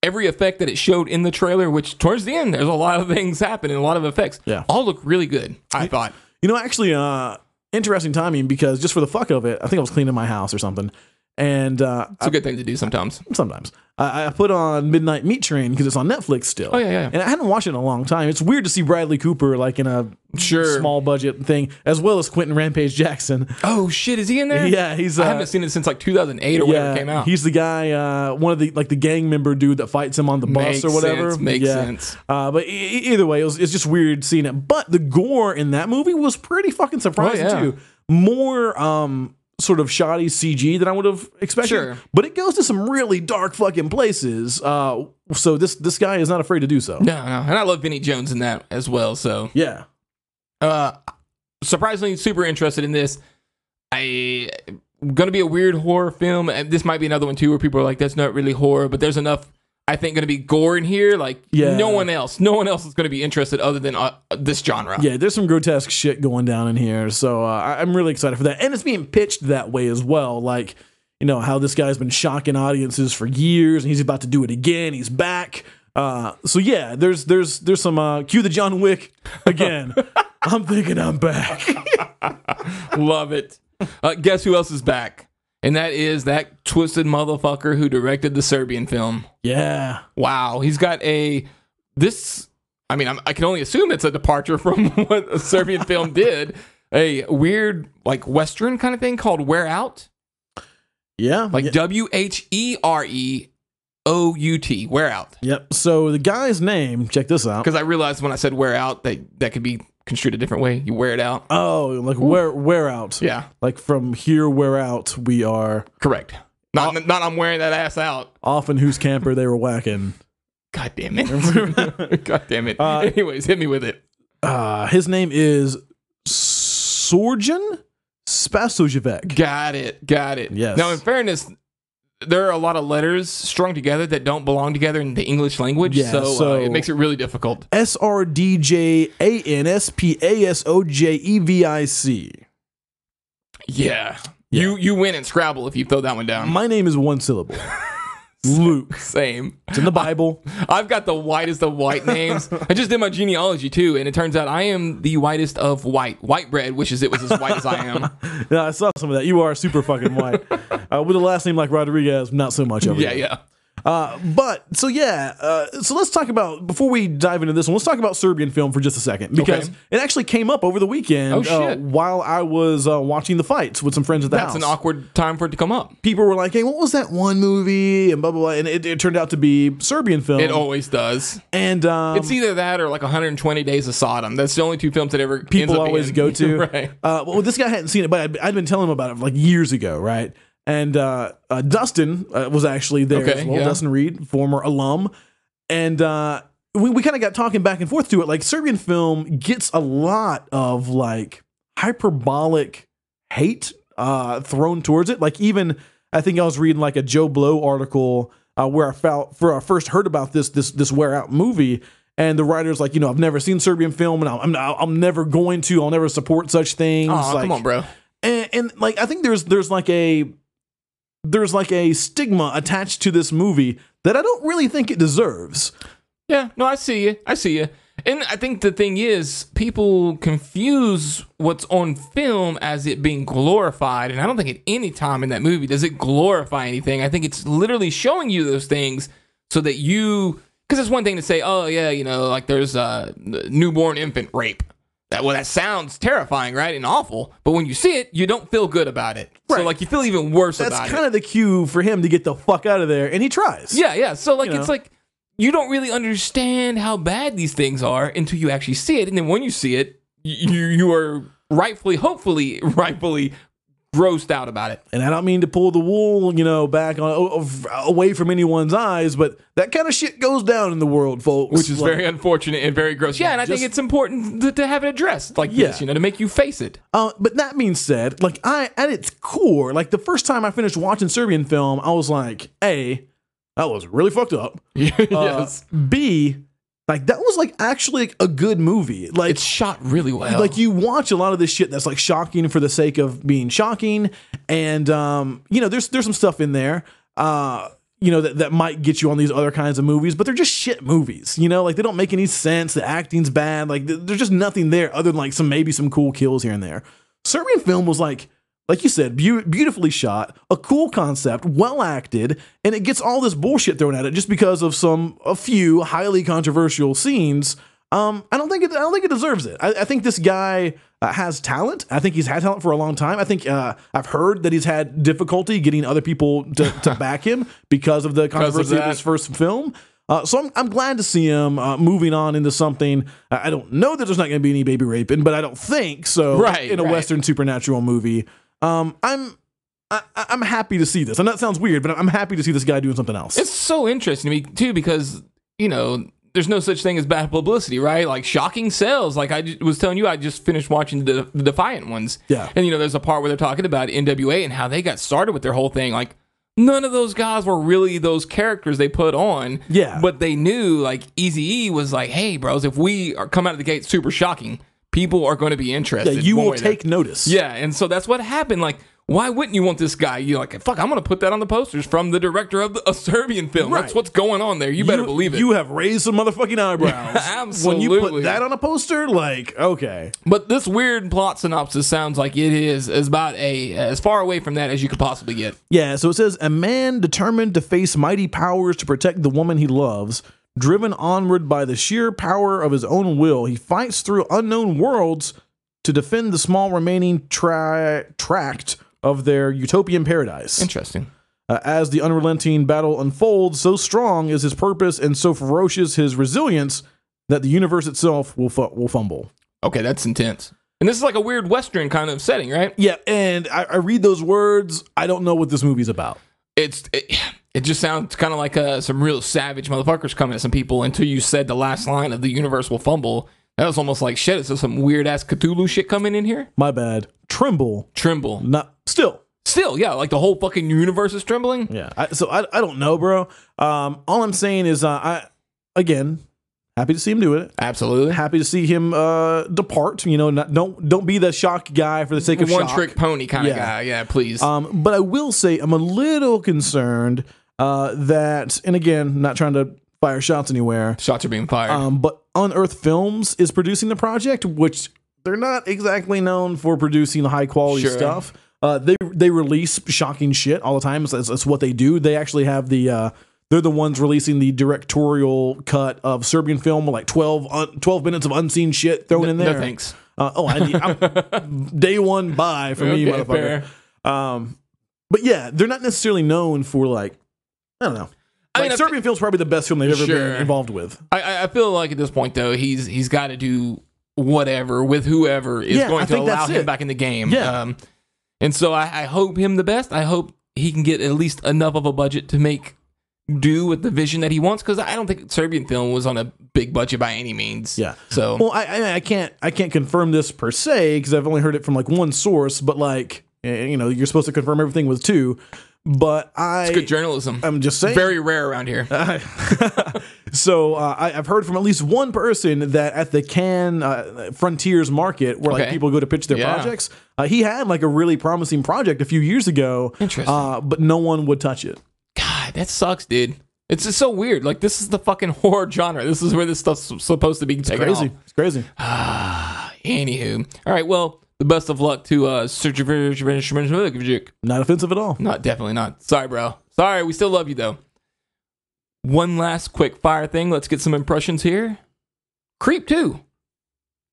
Speaker 3: every effect that it showed in the trailer which towards the end there's a lot of things happening a lot of effects
Speaker 2: Yeah.
Speaker 3: all look really good i thought
Speaker 2: You know, actually, uh, interesting timing because just for the fuck of it, I think I was cleaning my house or something, and uh,
Speaker 3: it's a good thing to do sometimes
Speaker 2: sometimes I, I put on Midnight Meat Train because it's on Netflix still.
Speaker 3: Oh, yeah, yeah, yeah.
Speaker 2: And I hadn't watched it in a long time. It's weird to see Bradley Cooper like in a
Speaker 3: Sure.
Speaker 2: small budget thing, as well as Quentin Rampage Jackson.
Speaker 3: Oh shit, is he in there?
Speaker 2: Yeah, he's,
Speaker 3: I haven't
Speaker 2: uh,
Speaker 3: seen it since like 2008 or whenever it came out.
Speaker 2: he's the guy, uh, one of the like the gang member dude that fights him on the bus
Speaker 3: Makes
Speaker 2: or whatever.
Speaker 3: sense, makes
Speaker 2: Yeah.
Speaker 3: sense.
Speaker 2: Uh, but e- e- either way, it was, it's just weird seeing it. But the gore in that movie was pretty fucking surprising
Speaker 3: Oh, yeah.
Speaker 2: too. More um, sort of shoddy CG than I would have expected.
Speaker 3: Sure.
Speaker 2: But it goes to some really dark fucking places. Uh, so this this guy is not afraid to do so.
Speaker 3: No, no, and I love Vinny Jones in that as well. So
Speaker 2: Yeah.
Speaker 3: uh, surprisingly, super interested in this. I gonna be a weird horror film. and This might be another one too, where people are like, "That's not really horror," but there's enough. I think gonna be gore in here. Like
Speaker 2: Yeah.
Speaker 3: no one else, no one else is gonna be interested other than uh, this genre.
Speaker 2: Yeah, there's some grotesque shit going down in here, so uh, I- I'm really excited for that. And it's being pitched that way as well, like you know how this guy's been shocking audiences for years, and he's about to do it again. He's back. Uh, so yeah, there's there's there's some uh, cue the John Wick again. I'm thinking I'm back.
Speaker 3: Love it. Uh, guess who else is back? And that is that twisted motherfucker who directed the Serbian film.
Speaker 2: Yeah,
Speaker 3: Wow, he's got a this. I mean, I'm, I can only assume it's a departure from what a Serbian film did. a weird like western kind of thing called Wear Out.
Speaker 2: Yeah.
Speaker 3: Like W H E R E O U T, wear out.
Speaker 2: Yep. So the guy's name, check this out.
Speaker 3: Because I realized when I said wear out, that that could be construed a different way. You wear it out.
Speaker 2: Oh, like wear wear out.
Speaker 3: Yeah,
Speaker 2: Like from here wear out we are
Speaker 3: correct. Not,
Speaker 2: Uh,
Speaker 3: not I'm wearing that ass out.
Speaker 2: off in whose camper they were whacking.
Speaker 3: God damn it. God damn it.
Speaker 2: Uh,
Speaker 3: Anyways, hit me with it.
Speaker 2: Uh his name is Sorjan Spasojevec.
Speaker 3: Got it. Got it.
Speaker 2: Yes.
Speaker 3: Now, in fairness, there are a lot of letters strung together that don't belong together in the English language.
Speaker 2: Yeah,
Speaker 3: so,
Speaker 2: so-
Speaker 3: uh, it makes it really difficult.
Speaker 2: S R D J A N S P A S O J E V I C.
Speaker 3: Yeah. You you win in Scrabble if you throw that one down.
Speaker 2: My name is one syllable. Luke.
Speaker 3: Same.
Speaker 2: It's in the Bible.
Speaker 3: I've got the whitest of white names. I just did my genealogy too, and it turns out I am the whitest of white. White bread, which is it was as white as I am.
Speaker 2: Yeah, I saw some of that. You are super fucking white. uh, with a last name like Rodriguez, not so much of it.
Speaker 3: Yeah, yeah.
Speaker 2: Uh, but so yeah, uh, so let's talk about before we dive into this one. Let's talk about Serbian film for just a second because
Speaker 3: Okay.
Speaker 2: it actually came up over the weekend
Speaker 3: Oh, shit.
Speaker 2: Uh, while I was uh, watching the fights with some friends at the
Speaker 3: That's
Speaker 2: house.
Speaker 3: an awkward time for it to come up.
Speaker 2: People were like, "Hey, what was that one movie?" and blah blah blah, and it, it turned out to be Serbian film.
Speaker 3: It always does.
Speaker 2: and um,
Speaker 3: It's either that or like 120 Days of Sodom. That's the only two films that ever ends
Speaker 2: people
Speaker 3: up
Speaker 2: always
Speaker 3: being-
Speaker 2: go to.
Speaker 3: right.
Speaker 2: Uh, well, this guy hadn't seen it, but I'd, I'd been telling him about it like years ago, right? And uh, uh, Dustin uh, was actually there
Speaker 3: Okay,
Speaker 2: as well.
Speaker 3: yeah.
Speaker 2: Dustin Reed, former alum, and uh, we we kind of got talking back and forth to it. Like Serbian film gets a lot of like hyperbolic hate uh, thrown towards it. Like even I think I was reading like a Joe Blow article uh, where I felt for I first heard about this this this wear out movie. And the writer's like, you know, I've never seen Serbian film, and I'm, I'm, I'm never going to. I'll never support such things.
Speaker 3: Aw,
Speaker 2: like,
Speaker 3: come on, bro.
Speaker 2: And, and like, I think there's there's like a there's like a stigma attached to this movie that I don't really think it deserves.
Speaker 3: Yeah, no, I see you. I see you. And I think the thing is, people confuse what's on film as it being glorified. And I don't think at any time in that movie does it glorify anything. I think it's literally showing you those things so that you. Because it's one thing to say, oh, yeah, you know, like there's a newborn infant rape. That, well, that sounds terrifying, right? And awful. But when you see it, you don't feel good about it. So,
Speaker 2: Right.
Speaker 3: like, you feel even worse about
Speaker 2: That's
Speaker 3: it.
Speaker 2: kind of the cue for him to get the fuck out of there, and he tries.
Speaker 3: Yeah, yeah. So like
Speaker 2: You
Speaker 3: it's
Speaker 2: know?
Speaker 3: like you don't really understand how bad these things are until you actually see it, and then when you see it, y- you you are rightfully, hopefully, rightfully grossed out about it.
Speaker 2: and I don't mean to pull the wool, you know, back on o- o- away from anyone's eyes, but that kind of shit goes down in the world, folks.
Speaker 3: Which is
Speaker 2: Like,
Speaker 3: very unfortunate and very gross. Yeah, and I
Speaker 2: Just-
Speaker 3: think it's important to, to have it addressed like
Speaker 2: Yeah.
Speaker 3: this, you know, to make you face it.
Speaker 2: Uh, but that being said, like I, at its core, like the first time I finished watching Serbian film, I was like, a, that was really fucked up. Uh,
Speaker 3: yes,
Speaker 2: B, like that was like actually like, a good movie. Like
Speaker 3: it's shot really well.
Speaker 2: like you watch a lot of this shit that's like shocking for the sake of being shocking and um you know there's there's some stuff in there uh you know that, that might get you on these other kinds of movies but they're just shit movies you know like they don't make any sense the acting's bad like th- there's just nothing there other than like some maybe some cool kills here and there serbian film was like like you said beau- beautifully shot a cool concept well acted and it gets all this bullshit thrown at it just because of some a few highly controversial scenes um, I don't think it. I don't think it deserves it. I, I think this guy uh, has talent. I think he's had talent for a long time. I think uh, I've heard that he's had difficulty getting other people to, to back him because of the controversy of,
Speaker 3: that.
Speaker 2: his first film. Uh, so I'm, I'm glad to see him uh, moving on into something. I I don't know that there's not going to be any baby raping, but I don't think so.
Speaker 3: Right,
Speaker 2: in a
Speaker 3: right.
Speaker 2: Western supernatural movie, um, I'm I, I- I'm happy to see this. I know it sounds weird, but I'm happy to see this guy doing something else.
Speaker 3: It's so interesting to me too because you know there's no such thing as bad publicity, right? Like shocking sales. Like I j- was telling you, I just finished watching the, the Defiant ones.
Speaker 2: Yeah.
Speaker 3: and you know there's a part where they're talking about NWA and how they got started with their whole thing. Like none of those guys were really those characters they put on.
Speaker 2: Yeah.
Speaker 3: but they knew like Easy E was like, hey bros, if we are come out of the gate super shocking, people are going to be interested.
Speaker 2: you
Speaker 3: one
Speaker 2: will
Speaker 3: way or the-
Speaker 2: take notice.
Speaker 3: yeah, and so that's what happened. Like, why wouldn't you want this guy? You're like, fuck, I'm gonna put that on the posters from the director of the, a Serbian film.
Speaker 2: Right.
Speaker 3: That's what's going on there. You better believe it.
Speaker 2: You have raised some motherfucking eyebrows. When you put
Speaker 3: Absolutely.
Speaker 2: that on a poster, like, okay.
Speaker 3: but this weird plot synopsis sounds like it is as about a as far away from that as you could possibly get.
Speaker 2: Yeah, so it says a man determined to face mighty powers to protect the woman he loves, driven onward by the sheer power of his own will, he fights through unknown worlds to defend the small remaining tra- tract of their utopian paradise.
Speaker 3: Interesting.
Speaker 2: Uh, as the unrelenting battle unfolds, so strong is his purpose and so ferocious his resilience that the universe itself will fu- will fumble.
Speaker 3: Okay, that's intense. And this is like a weird Western kind of setting, right?
Speaker 2: Yeah, and I, I read those words. I don't know what this movie's about.
Speaker 3: It's it, it just sounds kind of like uh, some real savage motherfuckers coming at some people. Until you said the last line of the universe will fumble. That was almost like shit. Is there some weird ass Cthulhu shit coming in here?
Speaker 2: My bad. Tremble.
Speaker 3: Tremble.
Speaker 2: Not still.
Speaker 3: Still, yeah, like the whole fucking universe is trembling.
Speaker 2: Yeah. I, so I, I don't know, bro. Um, all I'm saying is uh, I again happy to see him do it.
Speaker 3: Absolutely.
Speaker 2: Happy to see him uh, depart. You know, not, don't don't be the shock guy for the sake of
Speaker 3: One
Speaker 2: shock.
Speaker 3: trick pony kind of
Speaker 2: Yeah.
Speaker 3: guy. Yeah, please.
Speaker 2: Um, but I will say I'm a little concerned uh, that, and again, not trying to fire shots anywhere,
Speaker 3: Shots are being fired.
Speaker 2: um, but Unearth Films is producing the project, which they're not exactly known for producing high quality
Speaker 3: Sure.
Speaker 2: stuff. Uh, they they release shocking shit all the time. That's, that's what they do. They actually have the uh, they're the ones releasing the directorial cut of Serbian film with like 12, un- 12 minutes of unseen shit thrown in there.
Speaker 3: no thanks.
Speaker 2: Uh, oh, I need, I'm, day one buy for me,
Speaker 3: Okay,
Speaker 2: motherfucker. Um, but yeah, they're not necessarily known for like I don't know.
Speaker 3: I
Speaker 2: Like
Speaker 3: mean, I
Speaker 2: Serbian film's probably the best film they've ever
Speaker 3: Sure.
Speaker 2: been involved with.
Speaker 3: I- I, I feel like at this point though, he's he's got to do whatever with whoever is
Speaker 2: Yeah, I
Speaker 3: going to
Speaker 2: think
Speaker 3: allow
Speaker 2: that's
Speaker 3: him
Speaker 2: it.
Speaker 3: back in the game.
Speaker 2: Yeah.
Speaker 3: Um, and so I, I hope him the best. I hope he can get at least enough of a budget to make do with the vision that he wants because I don't think Serbian film was on a big budget by any means.
Speaker 2: Yeah.
Speaker 3: So
Speaker 2: Well, I, I I can't I can't confirm this per se because I've only heard it from like one source, but like eh, you know you're supposed to confirm everything with two. But I
Speaker 3: good journalism.
Speaker 2: I'm just saying.
Speaker 3: Very rare around here.
Speaker 2: so uh, I, I've heard from at least one person that at the Can uh, Frontiers Market, where like
Speaker 3: Okay.
Speaker 2: people go to pitch their
Speaker 3: Yeah.
Speaker 2: projects, uh, he had like a really promising project a few years ago.
Speaker 3: Interesting.
Speaker 2: uh, but no one would touch it.
Speaker 3: God, that sucks, dude. It's just so weird. Like this is the fucking horror genre. This is where this stuff's supposed to be taken off.
Speaker 2: Crazy, it's crazy.
Speaker 3: Anywho, all right. Well, the best of luck to uh, Sir Javier-
Speaker 2: Not offensive at all.
Speaker 3: Not definitely not. Sorry, bro. Sorry. We still love you though. One last quick fire thing. Let's get some impressions here. Creep two.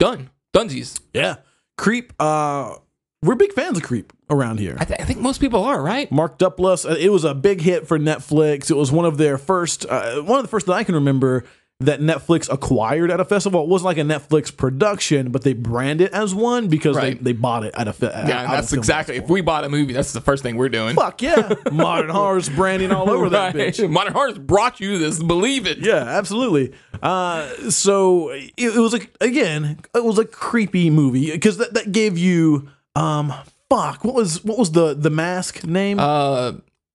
Speaker 3: Done. Dunsies.
Speaker 2: Yeah, Creep. Uh, we're big fans of Creep around here.
Speaker 3: I, th- I think most people are right.
Speaker 2: Mark Duplass. uh, It was a big hit for Netflix. It was one of their first, uh, one of the first that I can remember that Netflix acquired at a festival. It wasn't like a Netflix production, but they brand it as one because
Speaker 3: Right.
Speaker 2: they, they bought it at a fe-
Speaker 3: Yeah,
Speaker 2: out of
Speaker 3: that's
Speaker 2: film
Speaker 3: exactly. If we bought a movie, that's the first thing we're doing.
Speaker 2: festival. Fuck yeah, modern horror's branding all over that
Speaker 3: Right.
Speaker 2: bitch.
Speaker 3: Modern Horrors brought you this. Believe it.
Speaker 2: Yeah, absolutely. Uh, so it, it was like again, it was a creepy movie because that, that gave you um fuck what was what was the the mask name?
Speaker 3: Uh,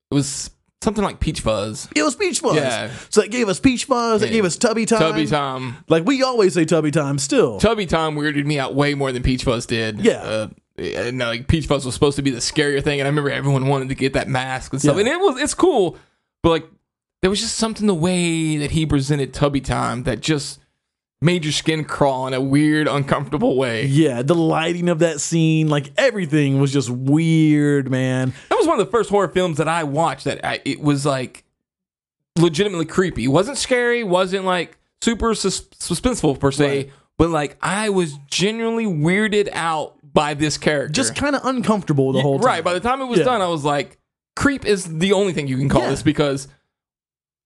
Speaker 3: it was something like Peach Fuzz.
Speaker 2: it was Peach Fuzz.
Speaker 3: yeah.
Speaker 2: So that gave us Peach Fuzz. That
Speaker 3: Yeah.
Speaker 2: gave us Tubby Time.
Speaker 3: Tubby Tom.
Speaker 2: Like we always say tubby time still.
Speaker 3: Tubby Tom weirded me out way more than Peach Fuzz did.
Speaker 2: Yeah.
Speaker 3: Uh, and uh, like Peach Fuzz was supposed to be the scarier thing, and I remember everyone wanted to get that mask and stuff.
Speaker 2: Yeah.
Speaker 3: And it was it's cool, but like there was just something the way that he presented Tubby Time that just made your skin crawl in a weird, uncomfortable way.
Speaker 2: yeah, the lighting of that scene, like everything was just weird, man.
Speaker 3: That was one of the first horror films that I watched that I, it was like legitimately creepy. It wasn't scary, wasn't like super sus- suspenseful per se, but like I was genuinely weirded out by this character.
Speaker 2: Just kind of uncomfortable the whole time.
Speaker 3: Right. By the time it was
Speaker 2: Yeah.
Speaker 3: done, I was like, creep is the only thing you can call
Speaker 2: Yeah.
Speaker 3: this because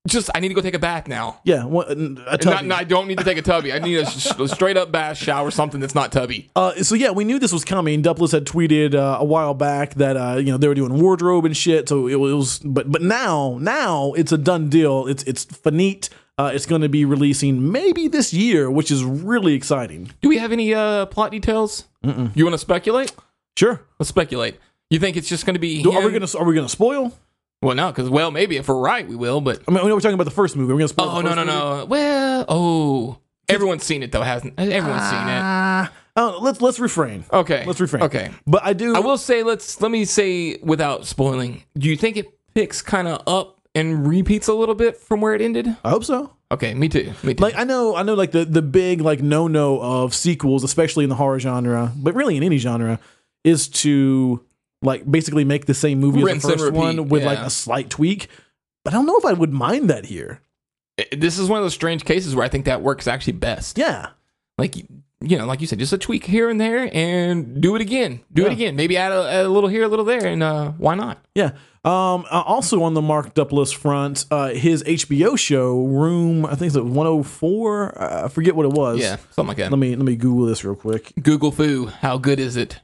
Speaker 3: just I need to go take a bath now.
Speaker 2: yeah, what, a
Speaker 3: And Not,
Speaker 2: tubby.
Speaker 3: no, I don't need to take a tubby. I need a, s- a straight up bath shower, something that's not tubby.
Speaker 2: Uh, so yeah, we knew this was coming. Duplass had tweeted uh, a while back that uh, you know they were doing wardrobe and shit. So it was, but but now now it's a done deal. It's it's finite. Uh, it's going to be releasing maybe this year, which is really exciting.
Speaker 3: Do we have any uh, plot details? You want to speculate?
Speaker 2: Sure.
Speaker 3: Let's speculate. You think it's just going to be?
Speaker 2: Are we
Speaker 3: him?
Speaker 2: gonna are we gonna spoil?
Speaker 3: Well, no, because well, maybe if we're right, we will. But
Speaker 2: I mean, we're talking about the first movie. We're gonna spoil.
Speaker 3: oh
Speaker 2: the
Speaker 3: no,
Speaker 2: first
Speaker 3: no,
Speaker 2: movie?
Speaker 3: no. Well, oh, everyone's seen it though, hasn't? Everyone's seen it.
Speaker 2: Ah, uh, let's let's refrain.
Speaker 3: Okay,
Speaker 2: let's refrain.
Speaker 3: Okay,
Speaker 2: but I do.
Speaker 3: I will say let's let me say without spoiling. Do you think it picks kind of up and repeats a little bit from where it ended?
Speaker 2: I hope so.
Speaker 3: Okay, me too. Me too.
Speaker 2: Like I know, I know, like the the big like no no of sequels, especially in the horror genre, but really in any genre, is to like basically make the same movie as
Speaker 3: Rinse
Speaker 2: the
Speaker 3: and
Speaker 2: first
Speaker 3: repeat,
Speaker 2: one with like
Speaker 3: yeah.
Speaker 2: a slight tweak. But I don't know if I would mind that here.
Speaker 3: Eh, this is one of those strange cases where I think that works actually best.
Speaker 2: Yeah,
Speaker 3: Like you- you know, like you said, just a tweak here and there, and do it again. Do it again. Maybe add a, add a little here, a little there, and uh, why not?
Speaker 2: Yeah. Um, uh, also on the marked up list front, uh, his HBO show Room, I think it's at 104. Uh, I forget what it was.
Speaker 3: Yeah, something like that.
Speaker 2: Let me let me Google this real quick.
Speaker 3: Google foo. How good is it?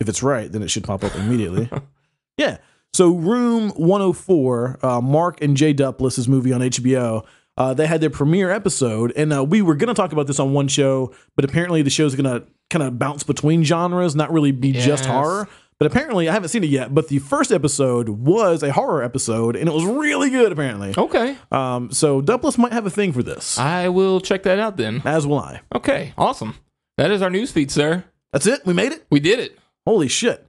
Speaker 2: If it's right, then it should pop up immediately. yeah. So Room 104, uh, Mark and Jay Dupliss's movie on HBO. Uh, they had their premiere episode, and uh, we were going to talk about this on one show, but apparently the show's going to kind of bounce between genres, not really be just
Speaker 3: Yes.
Speaker 2: horror. But apparently, I haven't seen it yet. But the first episode was a horror episode, and it was really good. Apparently,
Speaker 3: Okay,
Speaker 2: um, so Duplass might have a thing for this,
Speaker 3: Oh. I will check that out then.
Speaker 2: as will I.
Speaker 3: Okay, awesome. That is our news feed, sir.
Speaker 2: That's it. We made it.
Speaker 3: We did it.
Speaker 2: Holy shit!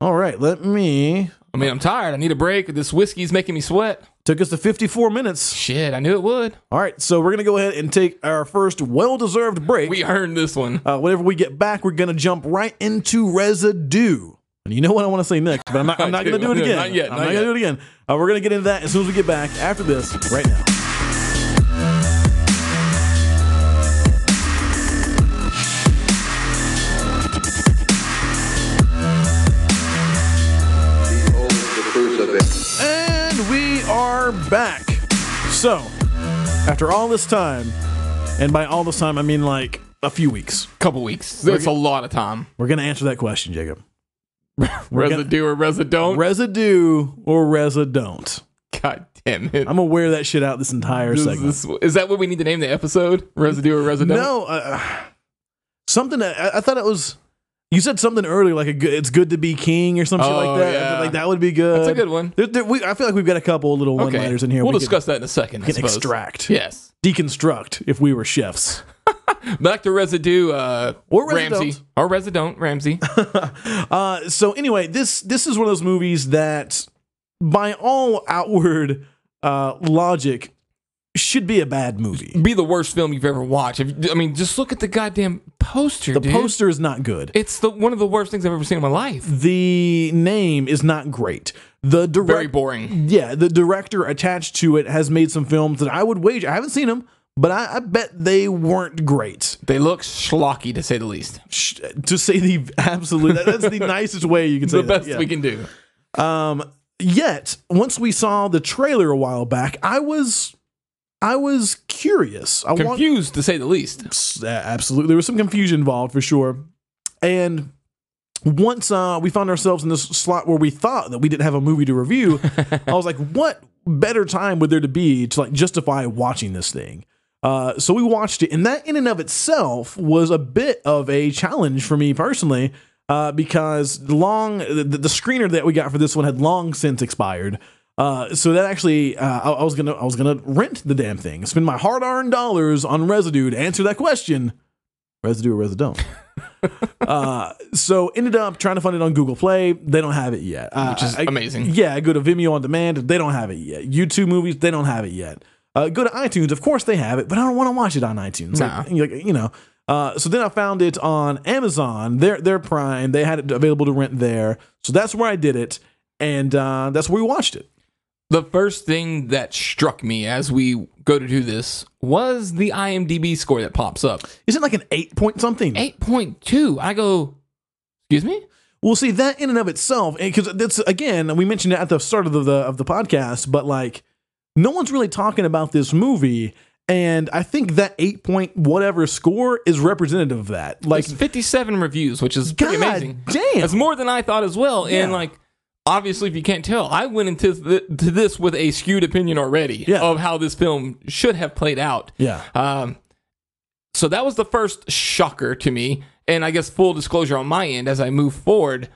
Speaker 2: All right, let me.
Speaker 3: I mean, I'm tired. I need a break. This whiskey's making me sweat.
Speaker 2: Took us to 54 minutes.
Speaker 3: Shit, I knew it would.
Speaker 2: All right, so we're gonna go ahead and take our first well-deserved break.
Speaker 3: We earned this one.
Speaker 2: Uh, whenever we get back, we're gonna jump right into residue. And you know what I want to say next, but I'm not. I'm not
Speaker 3: do.
Speaker 2: gonna do it
Speaker 3: No,
Speaker 2: again.
Speaker 3: not yet,
Speaker 2: I'm
Speaker 3: not
Speaker 2: not
Speaker 3: yet.
Speaker 2: gonna do it again. Uh, we're gonna get into that as soon as we get back after this, right now.
Speaker 1: Behold the crucifix.
Speaker 2: And we are back. So, after all this time, and by all this time, I mean like a few weeks,
Speaker 3: Couple weeks. That's a lot of time.
Speaker 2: we're going to answer that question, Jacob.
Speaker 3: Residue or residue?
Speaker 2: Residue or resa don't.
Speaker 3: God damn it.
Speaker 2: I'm going to wear that shit out this entire
Speaker 3: This-
Speaker 2: segment.
Speaker 3: this- is that what we need to name the episode? Residue or residue?
Speaker 2: No, uh, something that I, I thought it was. You said something earlier, like a good, it's good to be king or some shit
Speaker 3: Oh,
Speaker 2: like that.
Speaker 3: yeah.
Speaker 2: Like that would be good.
Speaker 3: That's a good one.
Speaker 2: There, there, we, I feel like we've got a couple little one
Speaker 3: Okay.
Speaker 2: liners in here.
Speaker 3: We'll
Speaker 2: we could-
Speaker 3: discuss that in a second. I
Speaker 2: can
Speaker 3: suppose.
Speaker 2: extract,
Speaker 3: Yes.
Speaker 2: deconstruct if we were chefs.
Speaker 3: Back to residue. Uh,
Speaker 2: Or
Speaker 3: Ramsey.
Speaker 2: residue.
Speaker 3: Or residue. Ramsey.
Speaker 2: Uh, so anyway, this this is one of those movies that, by all outward uh, logic, should be a bad movie.
Speaker 3: Be the worst film you've ever watched. If- I mean, just look at the goddamn poster,
Speaker 2: The
Speaker 3: dude.
Speaker 2: poster is not good.
Speaker 3: It's the one of the worst things I've ever seen in my life.
Speaker 2: The name is not great. The
Speaker 3: Very
Speaker 2: direct,
Speaker 3: boring.
Speaker 2: yeah, the director attached to it has made some films that I would wager I haven't seen them, but I, I bet they weren't great.
Speaker 3: They look schlocky to say the least.
Speaker 2: Sh- To say the absolute, that- that's the nicest way you can say
Speaker 3: The
Speaker 2: that,
Speaker 3: best
Speaker 2: yeah.
Speaker 3: we can do.
Speaker 2: Um, yet once we saw the trailer a while back, I was, I was curious. I want
Speaker 3: Confused to say the least.
Speaker 2: uh, absolutely there was some confusion involved for sure, and once uh, we found ourselves in this slot where we thought that we didn't have a movie to review, I was like, what better time would there to be to like justify watching this thing? Uh, so we watched it, and that in and of itself was a bit of a challenge for me personally, uh, because the long the, the screener that we got for this one had long since expired. Uh, so that actually, uh, I, I was gonna I was gonna rent the damn thing, spend my hard earned dollars on Residue to answer that question, Residue or Residue. uh, so ended up trying to find it on Google Play. They don't have it yet, uh,
Speaker 3: Which is
Speaker 2: I-
Speaker 3: amazing.
Speaker 2: yeah, go to Vimeo on demand. They don't have it yet. YouTube movies, they don't have it yet. Uh, go to iTunes. Of course they have it, but I don't want to watch it on iTunes. Like, like, you know. Uh, so then I found it on Amazon. Their their Prime. They had it available to rent there. So that's where I did it, and uh, that's where we watched it.
Speaker 3: The first thing that struck me as we go to do this was the IMDb score that pops up
Speaker 2: Is it like an eight point something?
Speaker 3: 8.2. I go, excuse me?
Speaker 2: Well, see that in and of itself, because that's again we mentioned it at the start of the, the of the podcast, but like no one's really talking about this movie, and I think that eight point whatever score is representative of that. Like,
Speaker 3: It's 57 reviews, which is pretty
Speaker 2: God
Speaker 3: amazing.
Speaker 2: damn.
Speaker 3: That's more than I thought as well. And
Speaker 2: Yeah.
Speaker 3: like, obviously, if you can't tell, I went into th- to this with a skewed opinion already
Speaker 2: Yeah.
Speaker 3: of how this film should have played out.
Speaker 2: yeah,
Speaker 3: Um, so that was the first shocker to me. And I guess full disclosure on my end as I move forward,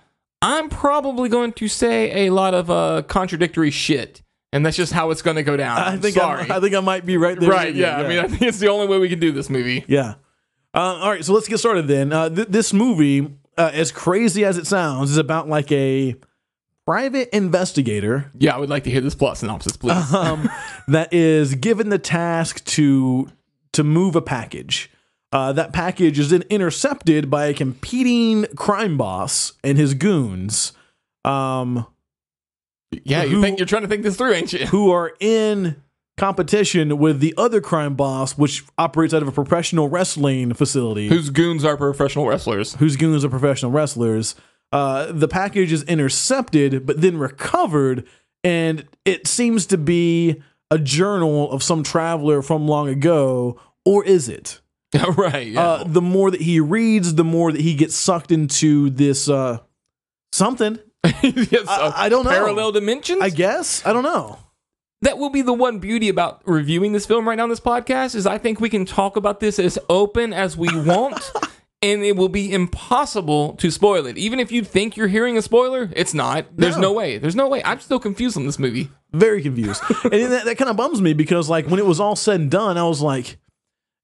Speaker 3: I'm probably going to say a lot of uh, contradictory shit. And that's just how it's going to go down.
Speaker 2: I think
Speaker 3: Sorry.
Speaker 2: I'm, I think I might be right there.
Speaker 3: right.
Speaker 2: with you.
Speaker 3: Yeah, I mean, I think it's the only way we can do this movie.
Speaker 2: Yeah. Uh, all right, so let's get started then. Uh, th- this movie, uh, as crazy as it sounds, is about like a private investigator
Speaker 3: Yeah, I would like to hear this plot synopsis, please.
Speaker 2: um, that is given the task to to move a package. Uh, that package is then intercepted by a competing crime boss and his goons, um,
Speaker 3: yeah, you
Speaker 2: who-
Speaker 3: think you're trying to think this through, ain't you?
Speaker 2: who are in competition with the other crime boss, which operates out of a professional wrestling facility.
Speaker 3: Whose goons are professional wrestlers?
Speaker 2: whose goons are professional wrestlers. Uh, the package is intercepted, but then recovered, and it seems to be a journal of some traveler from long ago, or is it?
Speaker 3: right. Yeah.
Speaker 2: Uh, the more that he reads, the more that he gets sucked into this uh, something.
Speaker 3: Yes,
Speaker 2: I-
Speaker 3: uh,
Speaker 2: I don't know.
Speaker 3: Parallel dimensions.
Speaker 2: I guess I don't know.
Speaker 3: that will be the one beauty about reviewing this film right now on this podcast is I think we can talk about this as open as we want and it will be impossible to spoil it. Even if you think you're hearing a spoiler, it's not. There's no,
Speaker 2: No.
Speaker 3: way. There's no way. I'm still confused on this movie.
Speaker 2: Very confused, and then that, that kind of bums me because like when it was all said and done, I was like,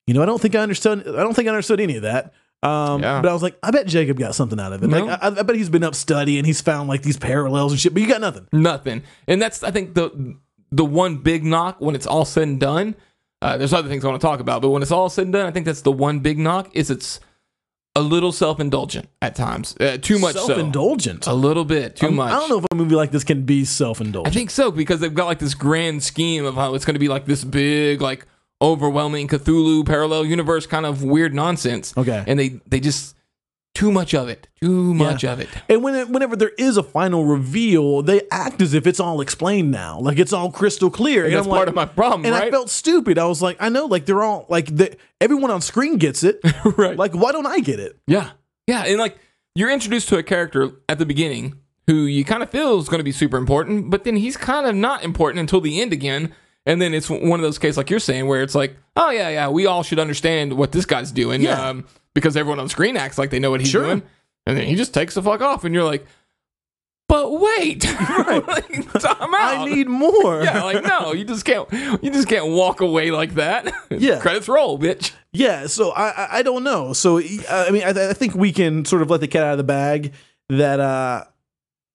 Speaker 2: you know, I don't think I understood. I don't think I understood any of that. Um,
Speaker 3: Yeah.
Speaker 2: But I was like, I bet Jacob got something out of it.
Speaker 3: No.
Speaker 2: Like, I, I bet he's been up studying. He's found like these parallels and shit. But you got nothing.
Speaker 3: Nothing. And that's I think the the one big knock when it's all said and done. Uh, there's other things I want to talk about, but when it's all said and done, I think that's the one big knock is it's a little self-indulgent at times. Uh, too much so.
Speaker 2: self-indulgent.
Speaker 3: A little bit, too much.
Speaker 2: Um, I don't know if a movie like this can be
Speaker 3: I
Speaker 2: self-indulgent.
Speaker 3: think so because they've got like this grand scheme of how it's going to be like this big, like overwhelming Cthulhu parallel universe kind of weird nonsense.
Speaker 2: Okay.
Speaker 3: and they they just too much of it, too much
Speaker 2: Yeah.
Speaker 3: of it.
Speaker 2: and when it, whenever there is a final reveal, they act as if it's all explained now, like it's all crystal clear. And
Speaker 3: that's
Speaker 2: I'm like-
Speaker 3: part of my problem,
Speaker 2: And I
Speaker 3: right?
Speaker 2: felt stupid. I was like, I know, like they're all like the, everyone on screen gets it.
Speaker 3: Right.
Speaker 2: Like, why don't I get it?
Speaker 3: Yeah, yeah, and like you're introduced to a character at the beginning who you kind of feel is going to be super important, but then he's kind of not important until the end again. And then it's one of those cases, like you're saying, where it's like, oh yeah, yeah, we all should understand what this guy's doing,
Speaker 2: Yeah.
Speaker 3: um, because everyone on screen acts like they know what he's
Speaker 2: Sure.
Speaker 3: doing, and then he just takes the fuck off, and you're like, but wait, like, time out.
Speaker 2: I need more.
Speaker 3: yeah, like no, you just can't, you just can't walk away like that.
Speaker 2: Yeah.
Speaker 3: credits roll, bitch.
Speaker 2: Yeah, so I I- I don't know. So e, I mean, I, I think we can sort of let the cat out of the bag that uh,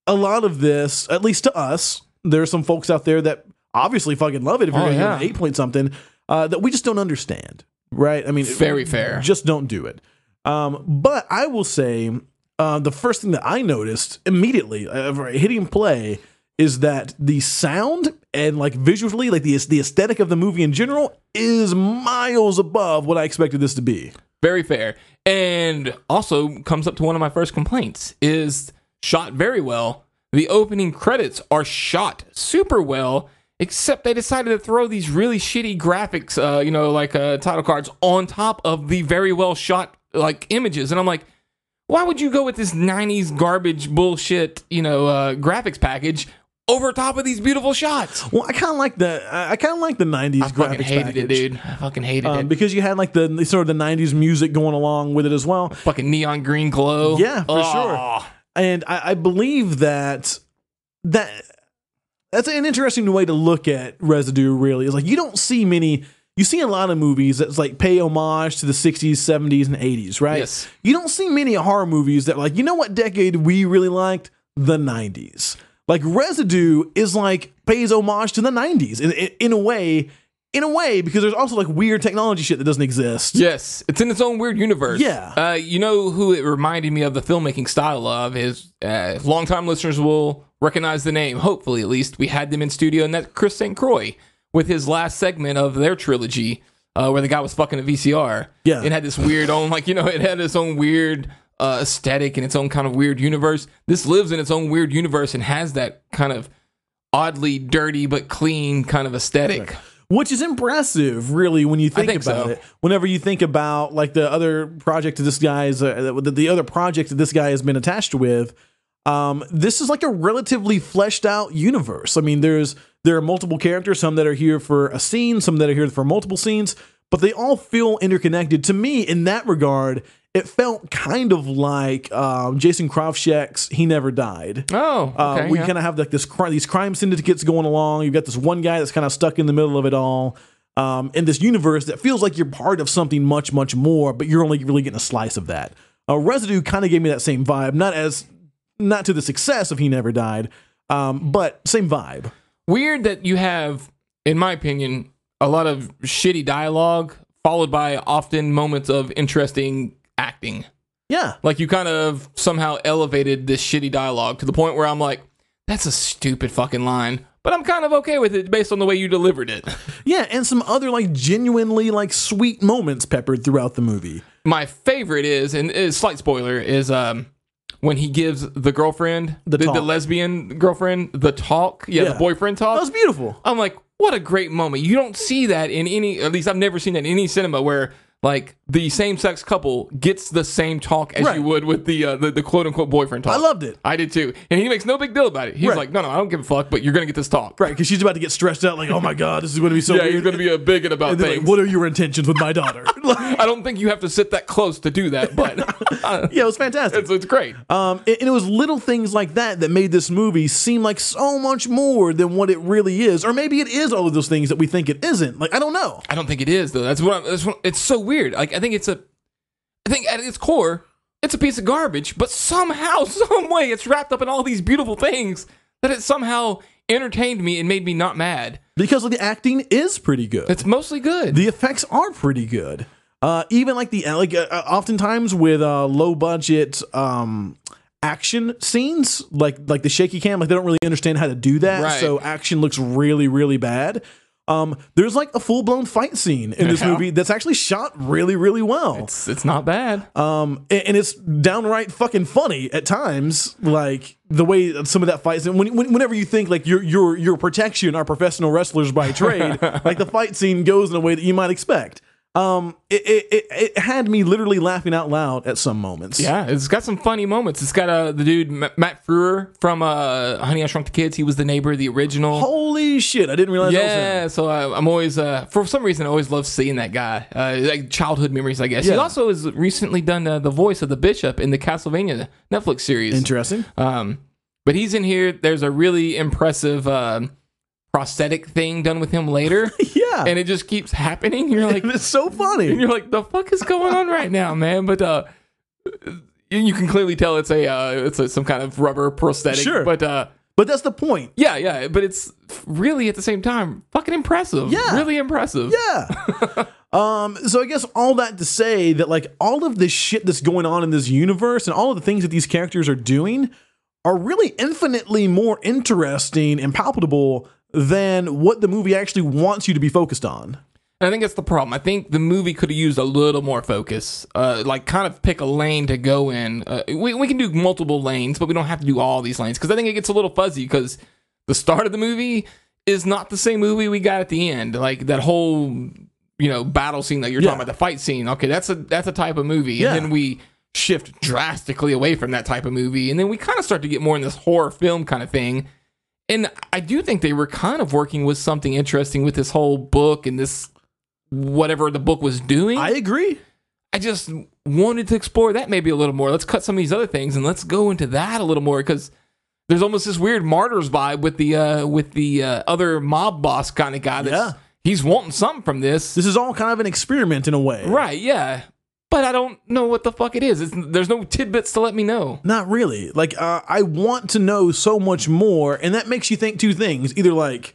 Speaker 2: a lot of this, at least to us, there are some folks out there that obviously fucking love it. If you're
Speaker 3: Oh,
Speaker 2: going to
Speaker 3: yeah.
Speaker 2: an eight point something, uh, that we just don't understand, right? I mean,
Speaker 3: Very fair.
Speaker 2: Just don't do it. Um, but I will say uh, the first thing that I noticed immediately uh, hitting play is that the sound and like visually, like the the aesthetic of the movie in general is miles above what I expected this to be.
Speaker 3: very fair and also comes up to one of my first complaints is shot very well the opening credits are shot super well except they decided to throw these really shitty graphics uh, you know like uh, title cards on top of the very well shot like images and i'm like why would you go with this 90s garbage bullshit you know uh, graphics package over top of these beautiful shots
Speaker 2: Well, I kind of like the I kind of like the '90s
Speaker 3: i
Speaker 2: graphics
Speaker 3: fucking hated it
Speaker 2: package.
Speaker 3: dude i fucking hated
Speaker 2: Um,
Speaker 3: it
Speaker 2: because you had like the the sort of the '90s music going along with it as well,
Speaker 3: fucking neon green glow
Speaker 2: Yeah, for
Speaker 3: Aw.
Speaker 2: and I, I believe that that that's an interesting way to look at residue. Really, is like you don't see many. You see a lot of movies that's like pay homage to the '60s, '70s, and '80s, right?
Speaker 3: Yes.
Speaker 2: You don't see many horror movies that like you know what decade we really liked the '90s. Like residue is like pays homage to the '90s in, in, in a way, in a way because there's also like weird technology shit that doesn't exist.
Speaker 3: Yes, it's in its own weird universe.
Speaker 2: Yeah.
Speaker 3: Uh, you know who it reminded me of the filmmaking style of is uh, longtime listeners will recognize the name. Hopefully, at least we had them in studio, and that's Chris St. Croix with his last segment of their trilogy, uh, where the guy was fucking a VCR.
Speaker 2: Yeah.
Speaker 3: it had this weird own like you know it had its own weird uh, aesthetic and its own kind of weird universe. This lives in its own weird universe and has that kind of oddly dirty but clean kind of aesthetic.
Speaker 2: which is impressive, really, when you think,
Speaker 3: think
Speaker 2: about
Speaker 3: so.
Speaker 2: it. Whenever you think about like the other project that this guy is, uh, the, the other project that this guy has been attached with, um, this is like a relatively fleshed out universe. I mean, there's there are multiple characters, some that are here for a scene, some that are here for multiple scenes, but they all feel interconnected. To me, in that regard, it felt kind of like um, Jason Krawcheck's "He Never Died."
Speaker 3: Oh,
Speaker 2: Uh,
Speaker 3: okay,
Speaker 2: we
Speaker 3: yeah.
Speaker 2: kind of have like this cri- these crime syndicates going along. You've got this one guy that's kind of stuck in the middle of it all, um, in this universe that feels like you're part of something much much more, but you're only really getting a slice of that. Uh, Residue kind of gave me that same vibe, not as not to the success of He Never Died, um, but same vibe.
Speaker 3: weird that you have, in my opinion, a lot of shitty dialogue followed by often moments of interesting acting.
Speaker 2: Yeah,
Speaker 3: Like you kind of somehow elevated this shitty dialogue to the point where I'm like, that's a stupid fucking line, but I'm kind of okay with it based on the way you delivered it.
Speaker 2: Yeah, and some other like genuinely like sweet moments peppered throughout the movie.
Speaker 3: My favorite is, and is slight spoiler, is um when he gives the girlfriend, the, the
Speaker 2: talk.
Speaker 3: lesbian girlfriend, the talk, yeah,
Speaker 2: Yeah.
Speaker 3: the boyfriend talk.
Speaker 2: That was beautiful.
Speaker 3: I'm like, what a great moment. You don't see that in any, at least I've never seen that in any cinema where like the same sex couple gets the same talk as
Speaker 2: Right.
Speaker 3: you would with the, uh, the the quote unquote boyfriend talk.
Speaker 2: I loved it.
Speaker 3: I did too, and he makes no big deal about it. He's
Speaker 2: Right.
Speaker 3: like, no, no, I don't give a fuck, but you're gonna get this talk.
Speaker 2: Right, because she's about to get stressed out, like, oh my god, this is going to be so
Speaker 3: Yeah,
Speaker 2: weird.
Speaker 3: he's gonna be a bigot about
Speaker 2: And they're like,
Speaker 3: things.
Speaker 2: what are your intentions with my daughter? Like,
Speaker 3: I don't think you have to sit that close to do that, but uh,
Speaker 2: yeah, it was fantastic.
Speaker 3: it's, it's great.
Speaker 2: Um, and, and it was little things like that that made this movie seem like so much more than what it really is, or maybe it is all of those things that we think it isn't. Like I don't know.
Speaker 3: I don't think it is though. That's what. I'm, that's what it's so weird. Like I think it's a. I think at its core, it's a piece of garbage. But somehow, some way, it's wrapped up in all these beautiful things that it somehow entertained me and made me not mad.
Speaker 2: Because the acting is pretty good.
Speaker 3: It's mostly good.
Speaker 2: the effects are pretty good. Uh, even like the like uh, uh, oftentimes with uh, low budget um, action scenes, like like the shaky cam, like they don't really understand how to do that,
Speaker 3: Right.
Speaker 2: so action looks really really bad. Um, there's like a full blown fight scene in this
Speaker 3: Yeah.
Speaker 2: movie that's actually shot really really well,
Speaker 3: it's, it's not bad.
Speaker 2: um, and, and it's downright fucking funny at times, like the way that some of that fight scene. When, when, whenever you think like your your your protection are professional wrestlers by trade, like the fight scene goes in a way that you might expect. Um, it, it, it, it had me literally laughing out loud at some moments.
Speaker 3: yeah, it's got some funny moments. It's got uh, the dude M- Matt Frewer from uh, Honey I Shrunk the Kids. He was the neighbor, the original.
Speaker 2: Holy shit! I didn't realize. that was him.
Speaker 3: Yeah, so I, I'm always uh, for some reason I always love seeing that guy. Uh, like childhood memories, I guess. He
Speaker 2: Yeah.
Speaker 3: also has recently done uh, the voice of the bishop in the Castlevania Netflix series.
Speaker 2: Interesting.
Speaker 3: Um, but he's in here. There's a really impressive um, prosthetic thing done with him later,
Speaker 2: Yeah.
Speaker 3: and it just keeps happening. You're like,
Speaker 2: And it's so
Speaker 3: and
Speaker 2: funny.
Speaker 3: you're like, the fuck is going on right now, man? But uh, you you can clearly tell it's a uh, it's a, some kind of rubber prosthetic.
Speaker 2: Sure.
Speaker 3: but uh.
Speaker 2: But that's the point.
Speaker 3: Yeah, yeah, but it's really at the same time fucking impressive.
Speaker 2: Yeah.
Speaker 3: really impressive.
Speaker 2: Yeah. um, so I guess all that to say that like all of this shit that's going on in this universe and all of the things that these characters are doing are really infinitely more interesting and palpable than what the movie actually wants you to be focused on.
Speaker 3: And I think that's the problem. I think the movie could have used a little more focus, uh, like kind of pick a lane to go in. Uh, we we can do multiple lanes, but we don't have to do all these lanes because I think it gets a little fuzzy because the start of the movie is not the same movie we got at the end. Like that whole you know battle scene that you're
Speaker 2: Yeah.
Speaker 3: talking about, the fight scene. Okay, that's a that's a type of movie,
Speaker 2: Yeah.
Speaker 3: and then we shift drastically away from that type of movie, and then we kind of start to get more in this horror film kind of thing. And I do think they were kind of working with something interesting with this whole book and this whatever the book was doing.
Speaker 2: I
Speaker 3: I,
Speaker 2: agree.
Speaker 3: just wanted to explore that maybe a little more. Let's cut some of these other things and let's go into that a little more because there's almost this weird martyrs vibe with the uh, with the uh, other mob boss kind of guy. That's,
Speaker 2: Yeah.
Speaker 3: he's wanting something from this,
Speaker 2: This is all kind of an experiment in a way.
Speaker 3: right? Yeah, but I don't know what the fuck it is. It's, there's no tidbits to let me know.
Speaker 2: Not really. Like uh, I want to know so much more, and that makes you think two things: either like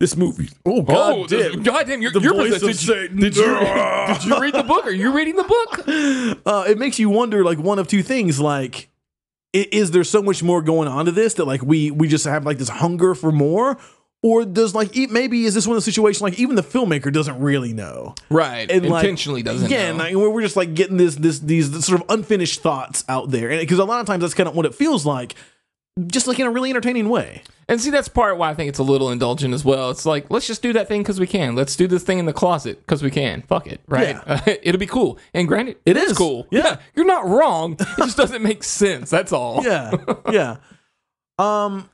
Speaker 2: this movie. Oh god,
Speaker 3: oh, this-
Speaker 2: damn.
Speaker 3: goddamn! Your,
Speaker 2: The
Speaker 3: your
Speaker 2: voice
Speaker 3: possessed.
Speaker 2: of
Speaker 3: did,
Speaker 2: Satan.
Speaker 3: You, did, you, did you read the book? Are you reading the book?
Speaker 2: uh, it makes you wonder like one of two things like i- is there so much more going on to this that like we we just have like this hunger for more or does like e- maybe is this one of the situations like even the filmmaker doesn't really know
Speaker 3: Right,
Speaker 2: and like,
Speaker 3: intentionally doesn't.
Speaker 2: yeah
Speaker 3: know.
Speaker 2: and, like, we're we're just like getting this this these sort of unfinished thoughts out there and because a lot of times that's kind of what it feels like just like in a really entertaining way
Speaker 3: And see, that's part why I think it's a little indulgent as well. It's like, let's just do that thing because we can. Let's do this thing in the closet because we can. Fuck it, right? it'll be cool. And granted,
Speaker 2: It
Speaker 3: it is,
Speaker 2: is.
Speaker 3: cool.
Speaker 2: Yeah.
Speaker 3: you're not wrong. It just doesn't make sense. That's all.
Speaker 2: yeah yeah um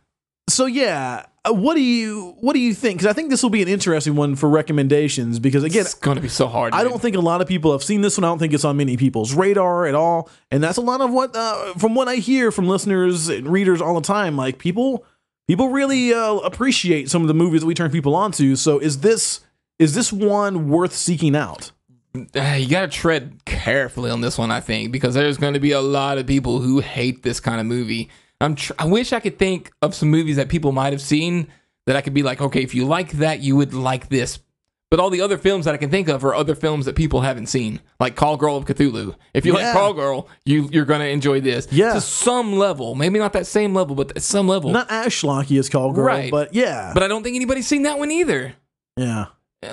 Speaker 2: so yeah uh, what do you what do you think because i think this will be an interesting one for recommendations because again
Speaker 3: It's going to be so hard.
Speaker 2: I
Speaker 3: dude.
Speaker 2: don't think a lot of people have seen this one. I don't think it's on many people's radar at all. And that's a lot of what, uh, from what I hear from listeners and readers all the time, like people, people really uh, appreciate some of the movies that we turn people onto. So is this is this one worth seeking out?
Speaker 3: Ah, you got to tread carefully on this one, I think, because there's going to be a lot of people who hate this kind of movie. I'm tr- I wish I could think of some movies that people might have seen that I could be like, okay, if you like that, you would like this. But all the other films that I can think of are other films that people haven't seen, like Call Girl of Cthulhu. If you
Speaker 2: Yeah.
Speaker 3: like Call Girl, you you're gonna enjoy this.
Speaker 2: Yeah.
Speaker 3: to some level, maybe not that same level, but at some level.
Speaker 2: Not as schlocky as Call Girl,
Speaker 3: Right.
Speaker 2: but yeah,
Speaker 3: but I don't think anybody's seen that one either.
Speaker 2: yeah.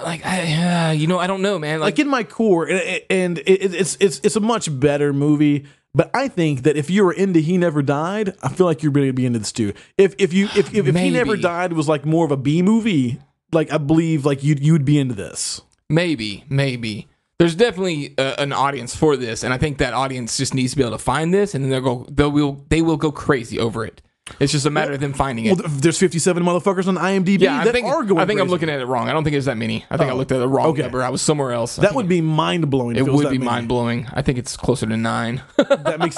Speaker 3: Like, I, uh, you know, I don't know, man. Like,
Speaker 2: Like in my core, and, and it, it's it's it's a much better movie. But I think that if you were into He Never Died, I feel like you're going to be into this too. If if you if if, if He Never
Speaker 3: Maybe.
Speaker 2: Died was like more of a B movie, like I believe like you would you'd be into this.
Speaker 3: Maybe, maybe. There's definitely uh, an audience for this, and I think that audience just needs to be able to find this, and then they'll go, they will, they will go crazy over it. It's just a matter of them finding
Speaker 2: Well,
Speaker 3: it.
Speaker 2: th- there's 57 motherfuckers on IMDb
Speaker 3: Yeah, I
Speaker 2: that
Speaker 3: think,
Speaker 2: are going.
Speaker 3: I think I'm
Speaker 2: crazy. Oh,
Speaker 3: looking at it wrong. I don't think it's that many. I think I looked at the wrong
Speaker 2: okay.
Speaker 3: number. I was somewhere else. I
Speaker 2: That
Speaker 3: think
Speaker 2: would be mind blowing.
Speaker 3: It would be mind blowing. I think it's closer to nine.
Speaker 2: That makes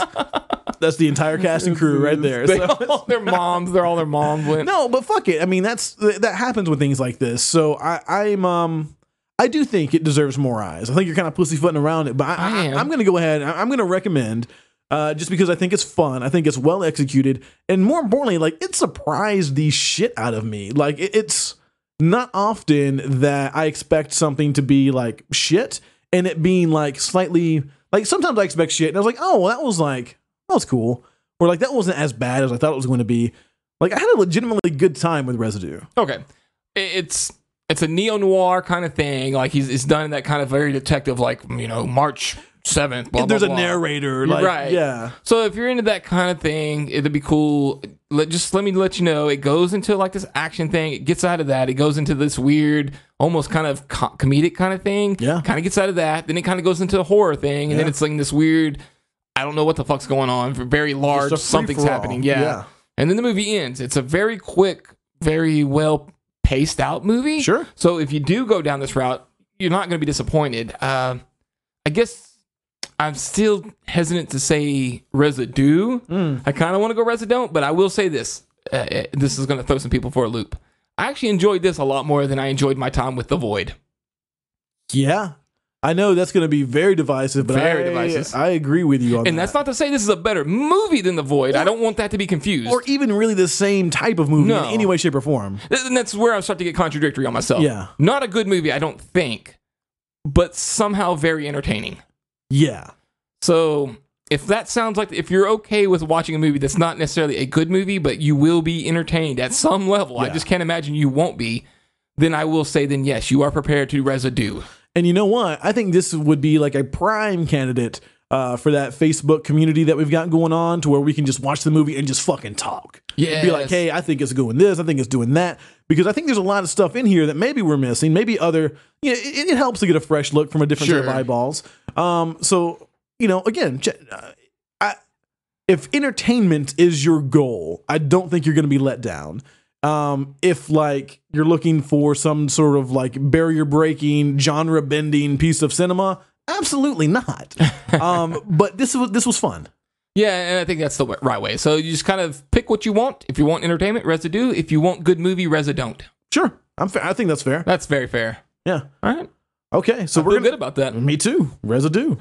Speaker 2: that's the entire cast and crew right there.
Speaker 3: they
Speaker 2: so-
Speaker 3: all, their moms. They're all their moms. Went.
Speaker 2: No, but fuck it. I mean, that's th- that happens with things like this. So I, I'm, um, I do think it deserves more eyes. I think you're kind of pussyfooting around it, but I,
Speaker 3: I
Speaker 2: I,
Speaker 3: am.
Speaker 2: am going to go ahead. I- I'm going to recommend. Uh, just because I think it's fun, I think it's well executed, and more importantly, like it surprised the shit out of me. Like it, it's not often that I expect something to be like shit, and it being like slightly like sometimes I expect shit, and I was like, oh, well, that was like that was cool, or like that wasn't as bad as I thought it was going to be. Like I had a legitimately good time with Residue.
Speaker 3: Okay, I- it's it's a neo noir kind of thing. Like he's it's done in that kind of very detective, like you know, March seventh.
Speaker 2: There's a narrator, like
Speaker 3: right.
Speaker 2: yeah,
Speaker 3: So if you're into that kind of thing, it'd be cool. Let, just let me let you know. It goes into like this action thing. It gets out of that. It goes into this weird, almost kind of co- comedic kind of thing.
Speaker 2: Yeah.
Speaker 3: Kind of gets out of that. Then it kind of goes into the horror thing, and then
Speaker 2: Yeah.
Speaker 3: it's like this weird. I don't know what the fuck's going on. Very large.
Speaker 2: Just a
Speaker 3: Something's
Speaker 2: free-for-all.
Speaker 3: happening. Yeah.
Speaker 2: Yeah.
Speaker 3: And then the movie ends. It's a very quick, very well paced out movie.
Speaker 2: Sure.
Speaker 3: So if you do go down this route, you're not going to be disappointed. Uh, I guess I'm still hesitant to say residue.
Speaker 2: Hmm.
Speaker 3: I kind of want to go residue, but I will say this. Uh, uh, this is going to throw some people for a loop. I actually enjoyed this a lot more than I enjoyed my time with The Void.
Speaker 2: yeah. I know that's going to be very divisive, but
Speaker 3: Very
Speaker 2: I,
Speaker 3: divisive.
Speaker 2: I agree with you on
Speaker 3: And
Speaker 2: that.
Speaker 3: that's not to say this is a better movie than The Void. I don't want that to be confused.
Speaker 2: or even really the same type of movie
Speaker 3: No.
Speaker 2: in any way, shape, or form.
Speaker 3: and that's where I start to get contradictory on myself.
Speaker 2: Yeah.
Speaker 3: Not a good movie, I don't think, but somehow very entertaining.
Speaker 2: Yeah,
Speaker 3: So if that sounds like if you're okay with watching a movie that's not necessarily a good movie, but you will be entertained at some level, I
Speaker 2: Yeah.
Speaker 3: just can't imagine you won't be. Then I will say, then yes, you are prepared to residue.
Speaker 2: and you know what? I think this would be like a prime candidate uh, for that Facebook community that we've got going on, to where we can just watch the movie and just fucking talk. be like,
Speaker 3: Yes.
Speaker 2: hey, I think it's doing this, I think it's doing that, because I think there's a lot of stuff in here that maybe we're missing. Maybe other, you know, it, it helps to get a fresh look from a different set
Speaker 3: Sure.
Speaker 2: of eyeballs. Um, so you know, again, ch- uh, I, if entertainment is your goal, I don't think you're going to be let down. Um, if like you're looking for some sort of like barrier breaking, genre bending piece of cinema, absolutely not. um, but this was this was fun.
Speaker 3: Yeah, and I think that's the wa- right way. So you just kind of pick what you want. If you want entertainment, residue. If you want good movie, residue.
Speaker 2: Sure, I'm. Fa- I think that's fair.
Speaker 3: That's very fair.
Speaker 2: Yeah.
Speaker 3: All right,
Speaker 2: Okay. So
Speaker 3: we're
Speaker 2: we're gonna.
Speaker 3: good about that.
Speaker 2: Me too. Residue.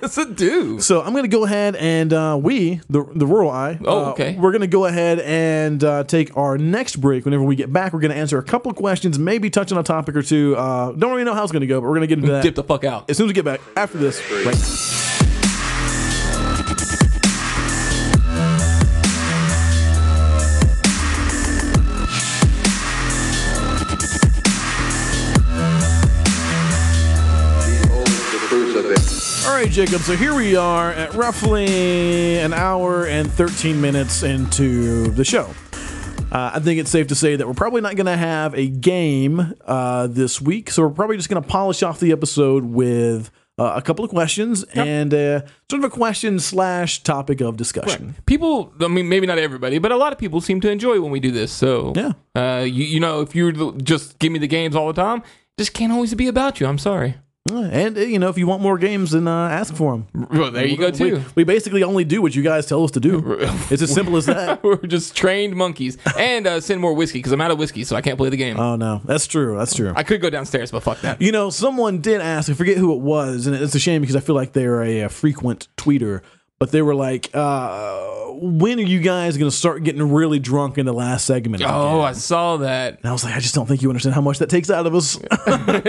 Speaker 3: residue.
Speaker 2: so I'm going to go ahead and uh, we, the, the rural eye,
Speaker 3: Oh,
Speaker 2: uh,
Speaker 3: okay.
Speaker 2: we're going to go ahead and uh, take our next break. Whenever we get back, we're going to answer a couple of questions, maybe touch on a topic or two. Uh, don't really know how it's going to go, but we're going to get into that
Speaker 3: Dip the fuck out.
Speaker 2: as soon as we get back after this. Right.
Speaker 1: Behold the crucifix.
Speaker 2: All right, Jacob. So here we are at roughly an hour and 13 minutes into the show. Uh, I think it's safe to say that we're probably not going to have a game uh, this week. So we're probably just going to polish off the episode with uh, a couple of questions and uh, sort of a question slash topic of discussion.
Speaker 3: people i mean maybe not everybody but a lot of people seem to enjoy when we do this so
Speaker 2: Yeah.
Speaker 3: uh, you, you know if you are just give me the games all the time just can't always be about you i'm sorry
Speaker 2: Uh, And, uh, you know, if you want more games, then uh, ask for them.
Speaker 3: well there you go too
Speaker 2: We, we basically only do what you guys tell us to do. It's as simple as that.
Speaker 3: we're just trained monkeys and uh, send more whiskey because i'm out of whiskey so i can't play the game
Speaker 2: Oh, no. That's true. That's true.
Speaker 3: i could go downstairs but fuck that
Speaker 2: You know, someone did ask. I forget who it was, and it's a shame because I feel like they're a, uh frequent tweeter. but they were like, uh, "When are you guys going to start getting really drunk in the last segment?"
Speaker 3: Oh,
Speaker 2: again?"
Speaker 3: I saw that.
Speaker 2: and I was like, "I just don't think you understand how much that takes out of us."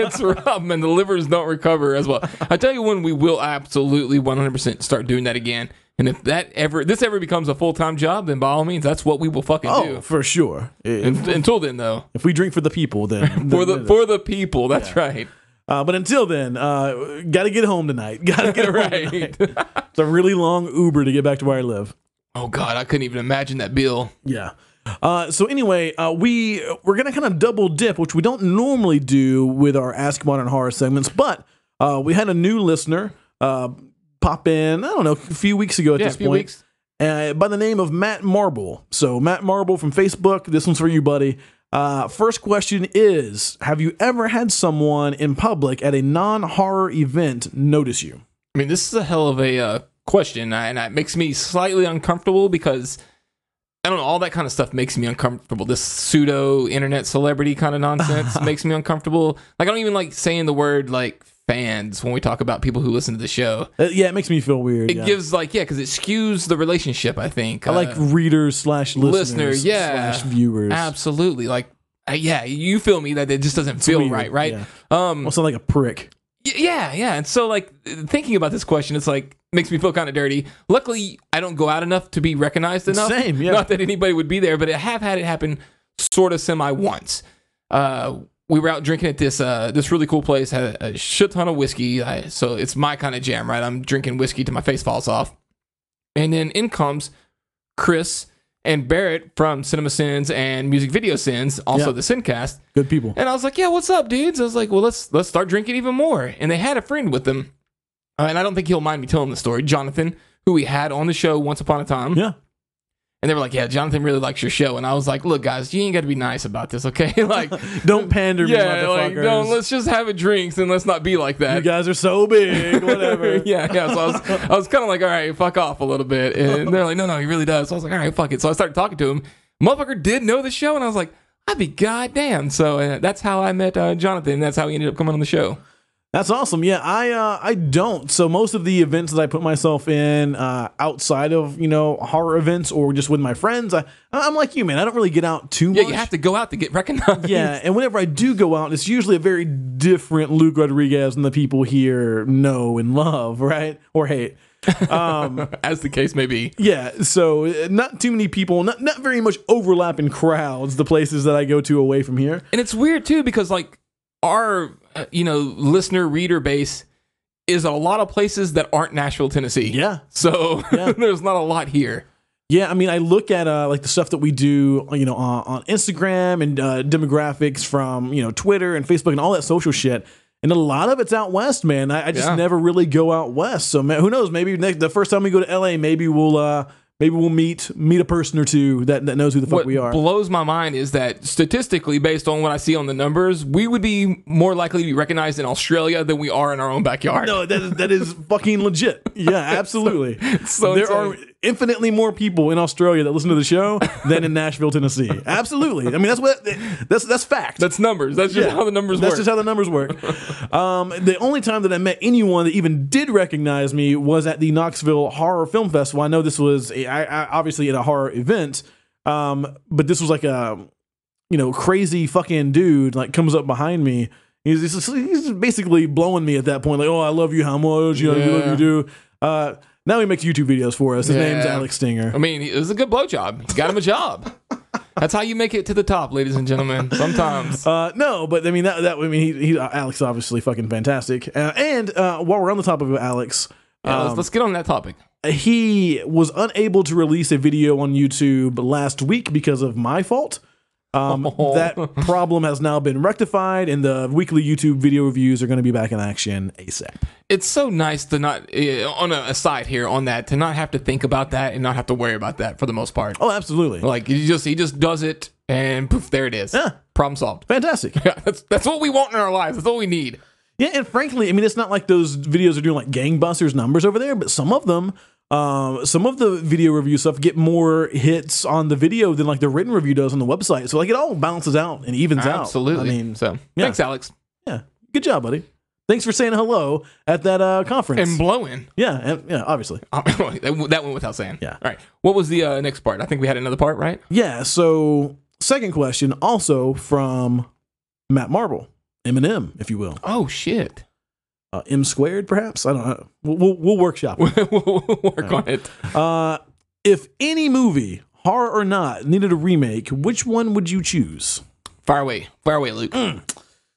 Speaker 3: it's rough, man. The livers don't recover as well. I tell you when we will absolutely 100% start doing that again. And if that ever, this ever becomes a full time job, then by all means, that's what we will fucking
Speaker 2: oh,
Speaker 3: do.
Speaker 2: for sure. If,
Speaker 3: And, until then, though,
Speaker 2: if we drink for the people, then
Speaker 3: for the for the people, that's right.
Speaker 2: Uh, but until then, uh, gotta get home tonight. Gotta get home tonight.
Speaker 3: Right.
Speaker 2: It's a really long Uber to get back to where I live.
Speaker 3: oh God, I couldn't even imagine that bill.
Speaker 2: Yeah. Uh, so anyway, uh, we we're gonna kind of double dip, which we don't normally do with our Ask Modern Horror segments, but uh, we had a new listener uh, pop in. I don't know, a few weeks ago at
Speaker 3: Yeah, a
Speaker 2: this
Speaker 3: few
Speaker 2: point,
Speaker 3: weeks.
Speaker 2: Uh, by the name of Matt Marble. So Matt Marble from Facebook. This one's for you, buddy. Uh, first question is: Have you ever had someone in public at a non-horror event notice you?
Speaker 3: I mean, this is a hell of a uh, question, I- and it makes me slightly uncomfortable because I don't know. All that kind of stuff makes me uncomfortable. This pseudo internet celebrity kind of nonsense makes me uncomfortable. Like I don't even like saying the word like fans when we talk about people who listen to the show.
Speaker 2: Uh, yeah, it makes me feel weird.
Speaker 3: It
Speaker 2: yeah.
Speaker 3: gives like yeah, because it skews the relationship. I think
Speaker 2: I like readers slash listeners
Speaker 3: uh, listener, yeah.
Speaker 2: slash viewers.
Speaker 3: absolutely like. uh, yeah, you feel me that it just doesn't feel
Speaker 2: weird,
Speaker 3: right, right?
Speaker 2: yeah.
Speaker 3: Um,
Speaker 2: Almost sound like a prick.
Speaker 3: Y- Yeah, yeah. And so, like, thinking about this question, it's like, makes me feel kind of dirty. Luckily, I don't go out enough to be recognized enough.
Speaker 2: Same, yeah.
Speaker 3: Not that anybody would be there, but I have had it happen sort of semi once. Uh, we were out drinking at this uh, this really cool place, had a shit ton of whiskey. I, so it's my kind of jam, right? I'm drinking whiskey till my face falls off. And then in comes Chris and Barrett from Cinema Sins and Music Video Sins, also
Speaker 2: Yeah.
Speaker 3: the Sincast.
Speaker 2: Good people.
Speaker 3: And I was like, "Yeah, what's up, dudes?" I was like, "Well, let's let's start drinking even more." And they had a friend with them, uh, and I don't think he'll mind me telling the story. Jonathan, who we had on the show once upon a time,
Speaker 2: Yeah.
Speaker 3: and they were like, "Yeah, Jonathan really likes your show." And I was like, "Look, guys, you ain't got to be nice about this, okay? like,
Speaker 2: Don't pander me,
Speaker 3: yeah, like,
Speaker 2: motherfuckers.
Speaker 3: don't let's just have a drinks and let's not be like
Speaker 2: you
Speaker 3: that."
Speaker 2: guys are so big. Whatever.
Speaker 3: yeah, yeah. So I was, I was kind of like, all right, fuck off a little bit. And they're like, no, no, he really does. So I was like, all right, fuck it. So I started talking to him. Motherfucker did know the show, and I was like, I'd be goddamn. So uh, that's how I met uh, Jonathan. and That's how he ended up coming on the show.
Speaker 2: That's awesome. Yeah, I uh, I don't. So most of the events that I put myself in uh, outside of you know horror events or just with my friends, I I'm like you, man. I don't really get out too
Speaker 3: Yeah,
Speaker 2: much.
Speaker 3: you have to go out to get recognized.
Speaker 2: Yeah, and whenever I do go out, it's usually a very different Luke Rodriguez than the people here know and love, right? Or hate.
Speaker 3: as the case may be.
Speaker 2: Yeah, so uh, not too many people, not not very much overlap in crowds. The places that I go to away from here,
Speaker 3: And it's weird too because like our uh, you know listener reader base is a lot of places that aren't Nashville, Tennessee.
Speaker 2: yeah,
Speaker 3: So
Speaker 2: Yeah.
Speaker 3: there's not a lot here.
Speaker 2: yeah. I mean, I look at uh, like the stuff that we do, you know, on, on Instagram and uh, demographics from you know Twitter and Facebook and all that social shit. And a lot of it's out west, man. I, I just
Speaker 3: Yeah.
Speaker 2: never really go out west. So man, who knows? Maybe next, the first time we go to LA, maybe we'll uh, maybe we'll meet meet a person or two that, that knows who the fuck
Speaker 3: what
Speaker 2: we are.
Speaker 3: blows my mind is that statistically, based on what I see on the numbers, we would be more likely to be recognized in Australia than we are in our own backyard.
Speaker 2: No, that is, that is fucking legit. Yeah, absolutely.
Speaker 3: so
Speaker 2: there
Speaker 3: insane.
Speaker 2: are infinitely more people in Australia that listen to the show than in Nashville, Tennessee. Absolutely. I mean, that's what that's that's fact.
Speaker 3: That's numbers. That's just
Speaker 2: Yeah.
Speaker 3: how the numbers
Speaker 2: That's
Speaker 3: work.
Speaker 2: just how the numbers work. um, the only time that I met anyone that even did recognize me was at the Knoxville Horror Film Festival. I know this was a, I, I, obviously at a horror event, um, but this was like a you know crazy fucking dude like comes up behind me. He's, he's, just- he's just basically blowing me at that point. Like, oh, I love you, how much? You know, you love
Speaker 3: Yeah.
Speaker 2: you do. Uh, now he makes YouTube videos for us. His
Speaker 3: Yeah.
Speaker 2: name's Alex Stinger.
Speaker 3: I mean, it was a good blowjob. You got him a job. That's how you make it to the top, ladies and gentlemen. Sometimes.
Speaker 2: Uh, no, but I mean that. That I mean, he, he Alex obviously fucking fantastic. Uh, and uh, while we're on the topic of Alex, uh,
Speaker 3: Yeah, Uh, let's, let's get on that topic.
Speaker 2: he was unable to release a video on YouTube last week because of my fault. Um,
Speaker 3: Oh.
Speaker 2: That problem has now been rectified, and the weekly YouTube video reviews are going to be back in action ASAP.
Speaker 3: It's so nice to not, eh, on a aside here, on that, to not have to think about that and not have to worry about that for the most part.
Speaker 2: Oh, absolutely.
Speaker 3: Like, he just, he just does it and poof, there it is. Problem solved.
Speaker 2: Fantastic.
Speaker 3: Yeah, that's that's what we want in our lives. That's what we need.
Speaker 2: Yeah, and frankly, I mean, it's not like those videos are doing like gangbusters numbers over there, but some of them, um, some of the video review stuff get more hits on the video than like the written review does on the website. So like it all balances out and evens out.
Speaker 3: Absolutely.
Speaker 2: I mean,
Speaker 3: so
Speaker 2: yeah.
Speaker 3: thanks, Alex.
Speaker 2: yeah, good job, buddy. Thanks for saying hello at that uh, conference.
Speaker 3: and blowing.
Speaker 2: yeah, and, yeah, obviously.
Speaker 3: Oh, that that went without saying.
Speaker 2: Yeah.
Speaker 3: All right. What was the uh, next part? I think we had another part, right?
Speaker 2: Yeah. So, second question, also from Matt Marble, Eminem, if you will,
Speaker 3: Oh shit.
Speaker 2: uh, M squared, perhaps. I don't know. We'll, we'll, we'll workshop. it.
Speaker 3: we'll work on it.
Speaker 2: Uh, if any movie, horror or not, needed a remake, which one would you choose?
Speaker 3: Fire away, fire away, Luke.
Speaker 2: Mm.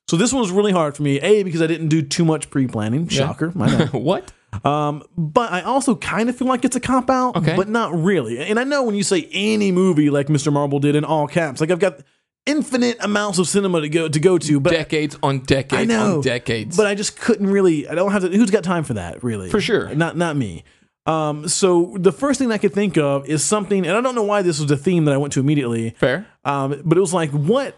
Speaker 2: So this one was really hard for me. A because I didn't do too much pre-planning. Shocker, my bad.
Speaker 3: what?
Speaker 2: Um, but I also kind of feel like it's a cop out,
Speaker 3: Okay.
Speaker 2: but not really. And I know when you say any movie like Mr. Marble did in all caps, like I've got infinite amounts of cinema to go to go to, but
Speaker 3: decades on decades
Speaker 2: I know
Speaker 3: on decades.
Speaker 2: But I just couldn't really. I don't have to. Who's got time for that? Really,
Speaker 3: For sure.
Speaker 2: Not not me. Um, so the first thing I could think of is something, and I don't know why this was the theme that I went to immediately.
Speaker 3: Fair.
Speaker 2: Um, but it was like, what?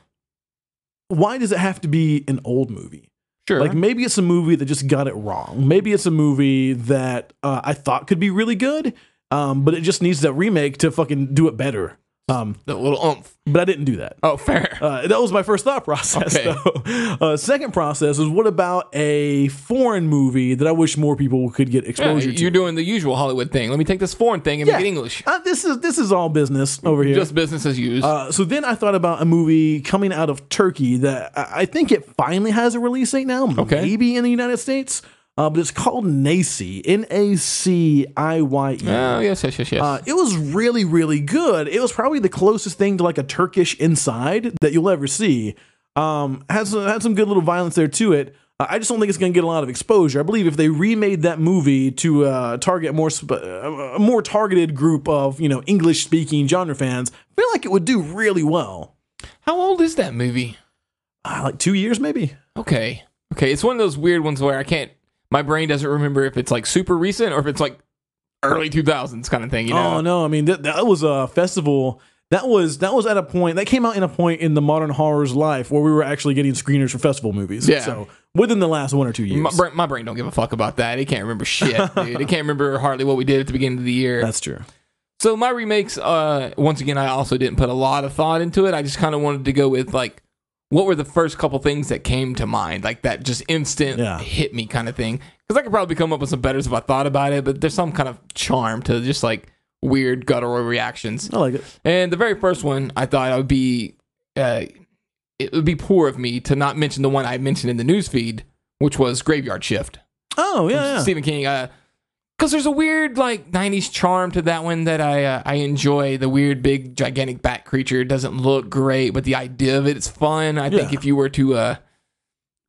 Speaker 2: Why does it have to be an old movie?
Speaker 3: Sure.
Speaker 2: Like maybe it's a movie that just got it wrong. Maybe it's a movie that uh, I thought could be really good, um, but it just needs that remake to fucking do it better. Um,
Speaker 3: the little oomph.
Speaker 2: but I didn't do that.
Speaker 3: Oh, fair.
Speaker 2: Uh, that was my first thought process.
Speaker 3: Okay.
Speaker 2: Though. Uh, second process is what about a foreign movie that I wish more people could get
Speaker 3: Yeah,
Speaker 2: exposure to?
Speaker 3: you're doing the usual Hollywood thing. Let me take this foreign thing and
Speaker 2: Yeah.
Speaker 3: make it English.
Speaker 2: Uh, this is this is all business over here.
Speaker 3: Just business as used.
Speaker 2: Uh, so then I thought about a movie coming out of Turkey that I I think it finally has a release date now,
Speaker 3: Okay.
Speaker 2: maybe in the United States, uh, but it's called Nacy, N A C I Y E.
Speaker 3: oh yes, yes, yes, yes.
Speaker 2: Uh, it was really, really good. It was probably the closest thing to like a Turkish inside that you'll ever see. Um, had some had some good little violence there to it. Uh, I just don't think it's going to get a lot of exposure. I believe if they remade that movie to uh, target more sp- uh, a more targeted group of you know English speaking genre fans, I feel like it would do really well.
Speaker 3: How old is that movie?
Speaker 2: Uh, like two years maybe.
Speaker 3: Okay. Okay. It's one of those weird ones where I can't. My brain doesn't remember if it's like super recent or if it's like early 2000s kind of thing. You know.
Speaker 2: Oh no! I mean that that was a festival. That was that was at a point that came out in a point in the modern horror's life where we were actually getting screeners for festival movies.
Speaker 3: Yeah.
Speaker 2: So within the last one or two years,
Speaker 3: My brain, my brain don't give a fuck about that. It can't remember shit, dude. It can't remember hardly what we did at the beginning of the year.
Speaker 2: that's true.
Speaker 3: So my remakes, uh, once again, I also didn't put a lot of thought into it. I just kind of wanted to go with like, what were the first couple things that came to mind, like that just instant
Speaker 2: Yeah.
Speaker 3: hit me kind of thing. Because I could probably come up with some betters if I thought about it, but there's some kind of charm to just like weird guttural reactions.
Speaker 2: I like it.
Speaker 3: And the very first one, I thought I would be, uh, it would be poor of me to not mention the one I mentioned in the newsfeed, which was Graveyard Shift.
Speaker 2: Oh yeah, yeah.
Speaker 3: Stephen King. Uh, because there's a weird like '90s charm to that one that I uh, I enjoy. The weird big gigantic bat creature It doesn't look great, but the idea of it it's fun. I think
Speaker 2: Yeah.
Speaker 3: if you were to uh,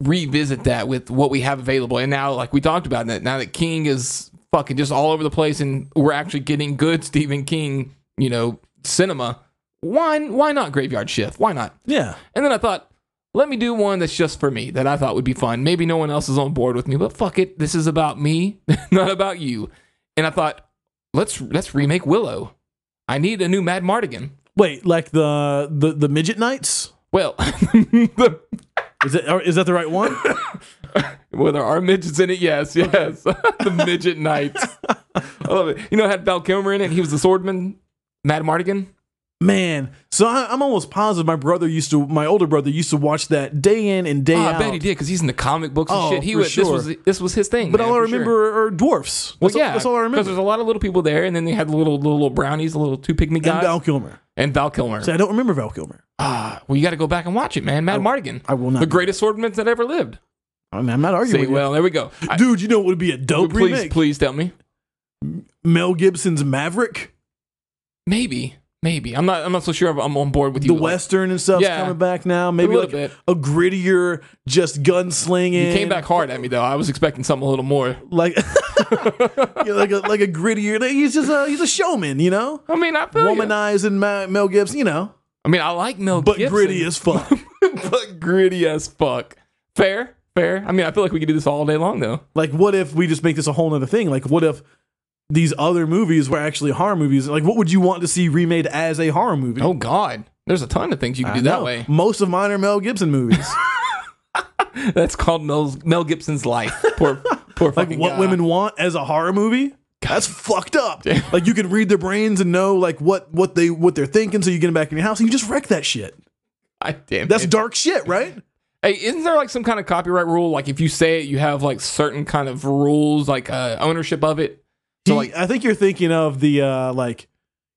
Speaker 3: revisit that with what we have available, and now like we talked about that, now that King is fucking just all over the place, and we're actually getting good Stephen King, you know, cinema. Why why not Graveyard Shift? Why not?
Speaker 2: yeah.
Speaker 3: And then I thought, let me do one that's just for me that I thought would be fun. Maybe no one else is on board with me, but fuck it, this is about me, not about you. And I thought, let's let's remake Willow. I need a new Mad Mardigan.
Speaker 2: Wait, like the the the midget knights?
Speaker 3: Well, the,
Speaker 2: Is it or is that the right one?
Speaker 3: well, there are midgets in it. Yes, yes, the midget knights. I love it. You know, it had Val Kilmer in it. He was the swordman, Mad Mardigan.
Speaker 2: Man, so I, I'm almost positive my brother used to, my older brother used to watch that day in and day
Speaker 3: Oh, I
Speaker 2: out.
Speaker 3: bet he did because he's in the comic books and
Speaker 2: Oh,
Speaker 3: shit. He
Speaker 2: for
Speaker 3: was
Speaker 2: sure.
Speaker 3: this was this was his thing.
Speaker 2: But
Speaker 3: man,
Speaker 2: all I
Speaker 3: for sure.
Speaker 2: remember are dwarfs.
Speaker 3: Well,
Speaker 2: That's
Speaker 3: yeah,
Speaker 2: all, that's all I
Speaker 3: Because
Speaker 2: remember.
Speaker 3: there's a lot of little people there, and then they had the little little, little brownies, the little two pygmy guys,
Speaker 2: And Val Kilmer.
Speaker 3: and Val Kilmer.
Speaker 2: See, I don't remember Val Kilmer.
Speaker 3: Ah, well, you got to go back and watch it, man. Matt Mardigan,
Speaker 2: I will not
Speaker 3: the
Speaker 2: do
Speaker 3: greatest swordman that ever lived.
Speaker 2: I mean, I'm not arguing.
Speaker 3: See,
Speaker 2: with you.
Speaker 3: well, there we go. I-
Speaker 2: Dude, you know what would be a dope
Speaker 3: please,
Speaker 2: remake?
Speaker 3: please tell me.
Speaker 2: Mel Gibson's Maverick,
Speaker 3: Maybe, maybe. I'm not. I'm not so sure. if I'm on board with you.
Speaker 2: the
Speaker 3: Like,
Speaker 2: Western and stuff's
Speaker 3: Yeah.
Speaker 2: coming back now. Maybe
Speaker 3: little
Speaker 2: like
Speaker 3: bit.
Speaker 2: a grittier, just gunslinging.
Speaker 3: You came back hard at me though. I was expecting something a little more.
Speaker 2: like, you know, like a like a grittier. like, He's just a he's a showman, you know.
Speaker 3: I mean, I feel you.
Speaker 2: Womanizing Ma- Mel Gibson, you know,
Speaker 3: I mean, I like Mel,
Speaker 2: but
Speaker 3: Gibson,
Speaker 2: gritty as fuck.
Speaker 3: but gritty as fuck. Fair, fair. I mean, I feel like we could do this all day long though.
Speaker 2: like, what if we just make this a whole nother thing? Like, what if these other movies were actually horror movies? Like, what would you want to see remade as a horror movie?
Speaker 3: Oh God, there's a ton of things you can
Speaker 2: I
Speaker 3: do that
Speaker 2: know.
Speaker 3: way.
Speaker 2: Most of mine are Mel Gibson movies.
Speaker 3: That's called Mel's, Mel Gibson's life. Poor, poor
Speaker 2: like
Speaker 3: fucking
Speaker 2: what
Speaker 3: guy.
Speaker 2: women want as a horror movie. That's fucked up. Like you can read their brains and know like what what they what they're thinking, so you get them back in your house and you just wreck that shit.
Speaker 3: I, damn,
Speaker 2: That's
Speaker 3: it.
Speaker 2: dark shit, right?
Speaker 3: Hey, isn't there like some kind of copyright rule? Like if you say it, you have like certain kind of rules, like uh, ownership of it.
Speaker 2: He-
Speaker 3: So like,
Speaker 2: I think you're thinking of the uh, like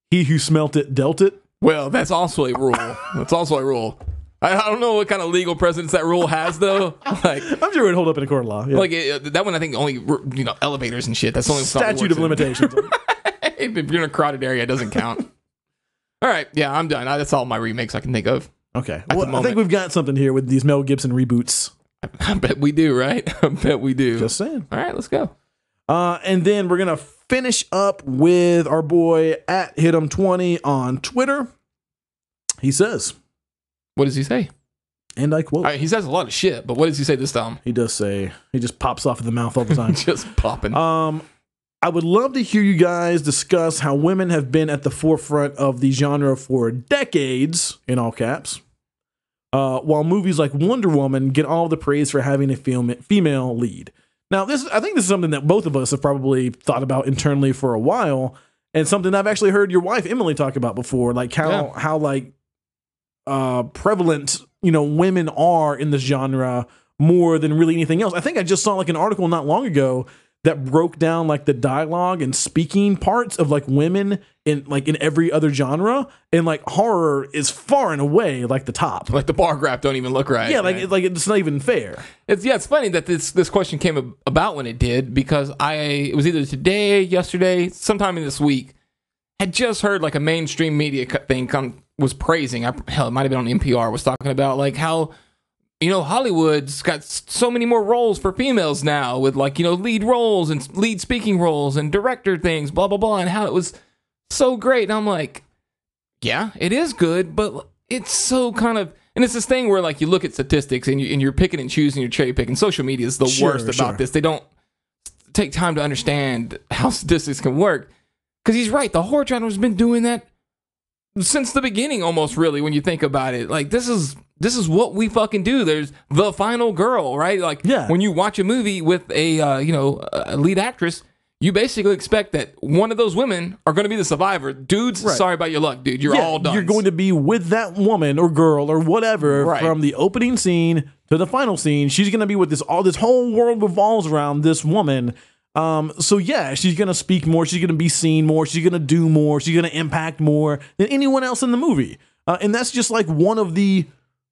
Speaker 2: he who smelt it dealt it.
Speaker 3: well, that's also a rule. That's also a rule. I, I don't know what kind of legal precedence that rule has though. Like,
Speaker 2: I'm sure it would hold up in a court of law. Yeah.
Speaker 3: like it, uh, that one, I think only you know elevators and shit. That's the only something it
Speaker 2: statute of
Speaker 3: works in.
Speaker 2: limitations.
Speaker 3: if you're in a crowded area, it doesn't count. all right, yeah, I'm done. I, that's all my remakes I can think of.
Speaker 2: okay,
Speaker 3: the
Speaker 2: well, I
Speaker 3: moment.
Speaker 2: think we've got something here with these Mel Gibson reboots.
Speaker 3: I bet we do, right? I bet we do.
Speaker 2: Just saying.
Speaker 3: all right, let's go.
Speaker 2: Uh, and then we're gonna finish up with our boy at hitum 20 on Twitter. He says,
Speaker 3: What does he say?
Speaker 2: and I quote,
Speaker 3: All right, he says a lot of shit, but what does he say this time?
Speaker 2: he does say he just pops off of the mouth all the time.
Speaker 3: Just popping.
Speaker 2: Um, I would love to hear you guys discuss how women have been at the forefront of the genre for decades, in all caps, uh, while movies like Wonder Woman get all the praise for having a fem- female lead. Now, this I think this is something that both of us have probably thought about internally for a while, and something I've actually heard your wife Emily talk about before, like how
Speaker 3: Yeah.
Speaker 2: how like uh, prevalent you know women are in this genre more than really anything else. I think I just saw like an article not long ago that broke down like the dialogue and speaking parts of like women in like in every other genre, and like horror is far and away like the top.
Speaker 3: like the bar graph don't even look right.
Speaker 2: Yeah, like
Speaker 3: right?
Speaker 2: it's like it's not even fair.
Speaker 3: It's yeah, it's funny that this this question came ab- about when it did because I it was either today, yesterday, sometime in this week. Had just heard like a mainstream media co- thing come was praising. I, hell, it might have been on NPR. Was talking about like how you know Hollywood's got s- so many more roles for females now with like you know lead roles and s- lead speaking roles and director things, blah blah blah, and how it was so great. And I'm like, yeah, it is good, but it's so kind of and it's this thing where like you look at statistics and you and you're picking and choosing, you're cherry picking. Social media is the
Speaker 2: Sure,
Speaker 3: worst about
Speaker 2: sure.
Speaker 3: this. They don't take time to understand how statistics can work. Because he's right, the horror genre has been doing that since the beginning, almost really. When you think about it, like this is this is what we fucking do. There's the final girl, right? Like
Speaker 2: Yeah.
Speaker 3: when you watch a movie with a uh, you know a lead actress. You basically expect that one of those women are going to be the survivor. Dudes,
Speaker 2: Right.
Speaker 3: sorry about your luck, dude. You're
Speaker 2: Yeah,
Speaker 3: all done.
Speaker 2: You're going to be with that woman or girl or whatever
Speaker 3: Right.
Speaker 2: from the opening scene to the final scene. She's going to be with this all this whole world revolves around this woman. Um, so yeah, she's going to speak more. She's going to be seen more. She's going to do more. She's going to impact more than anyone else in the movie. Uh, and that's just like one of the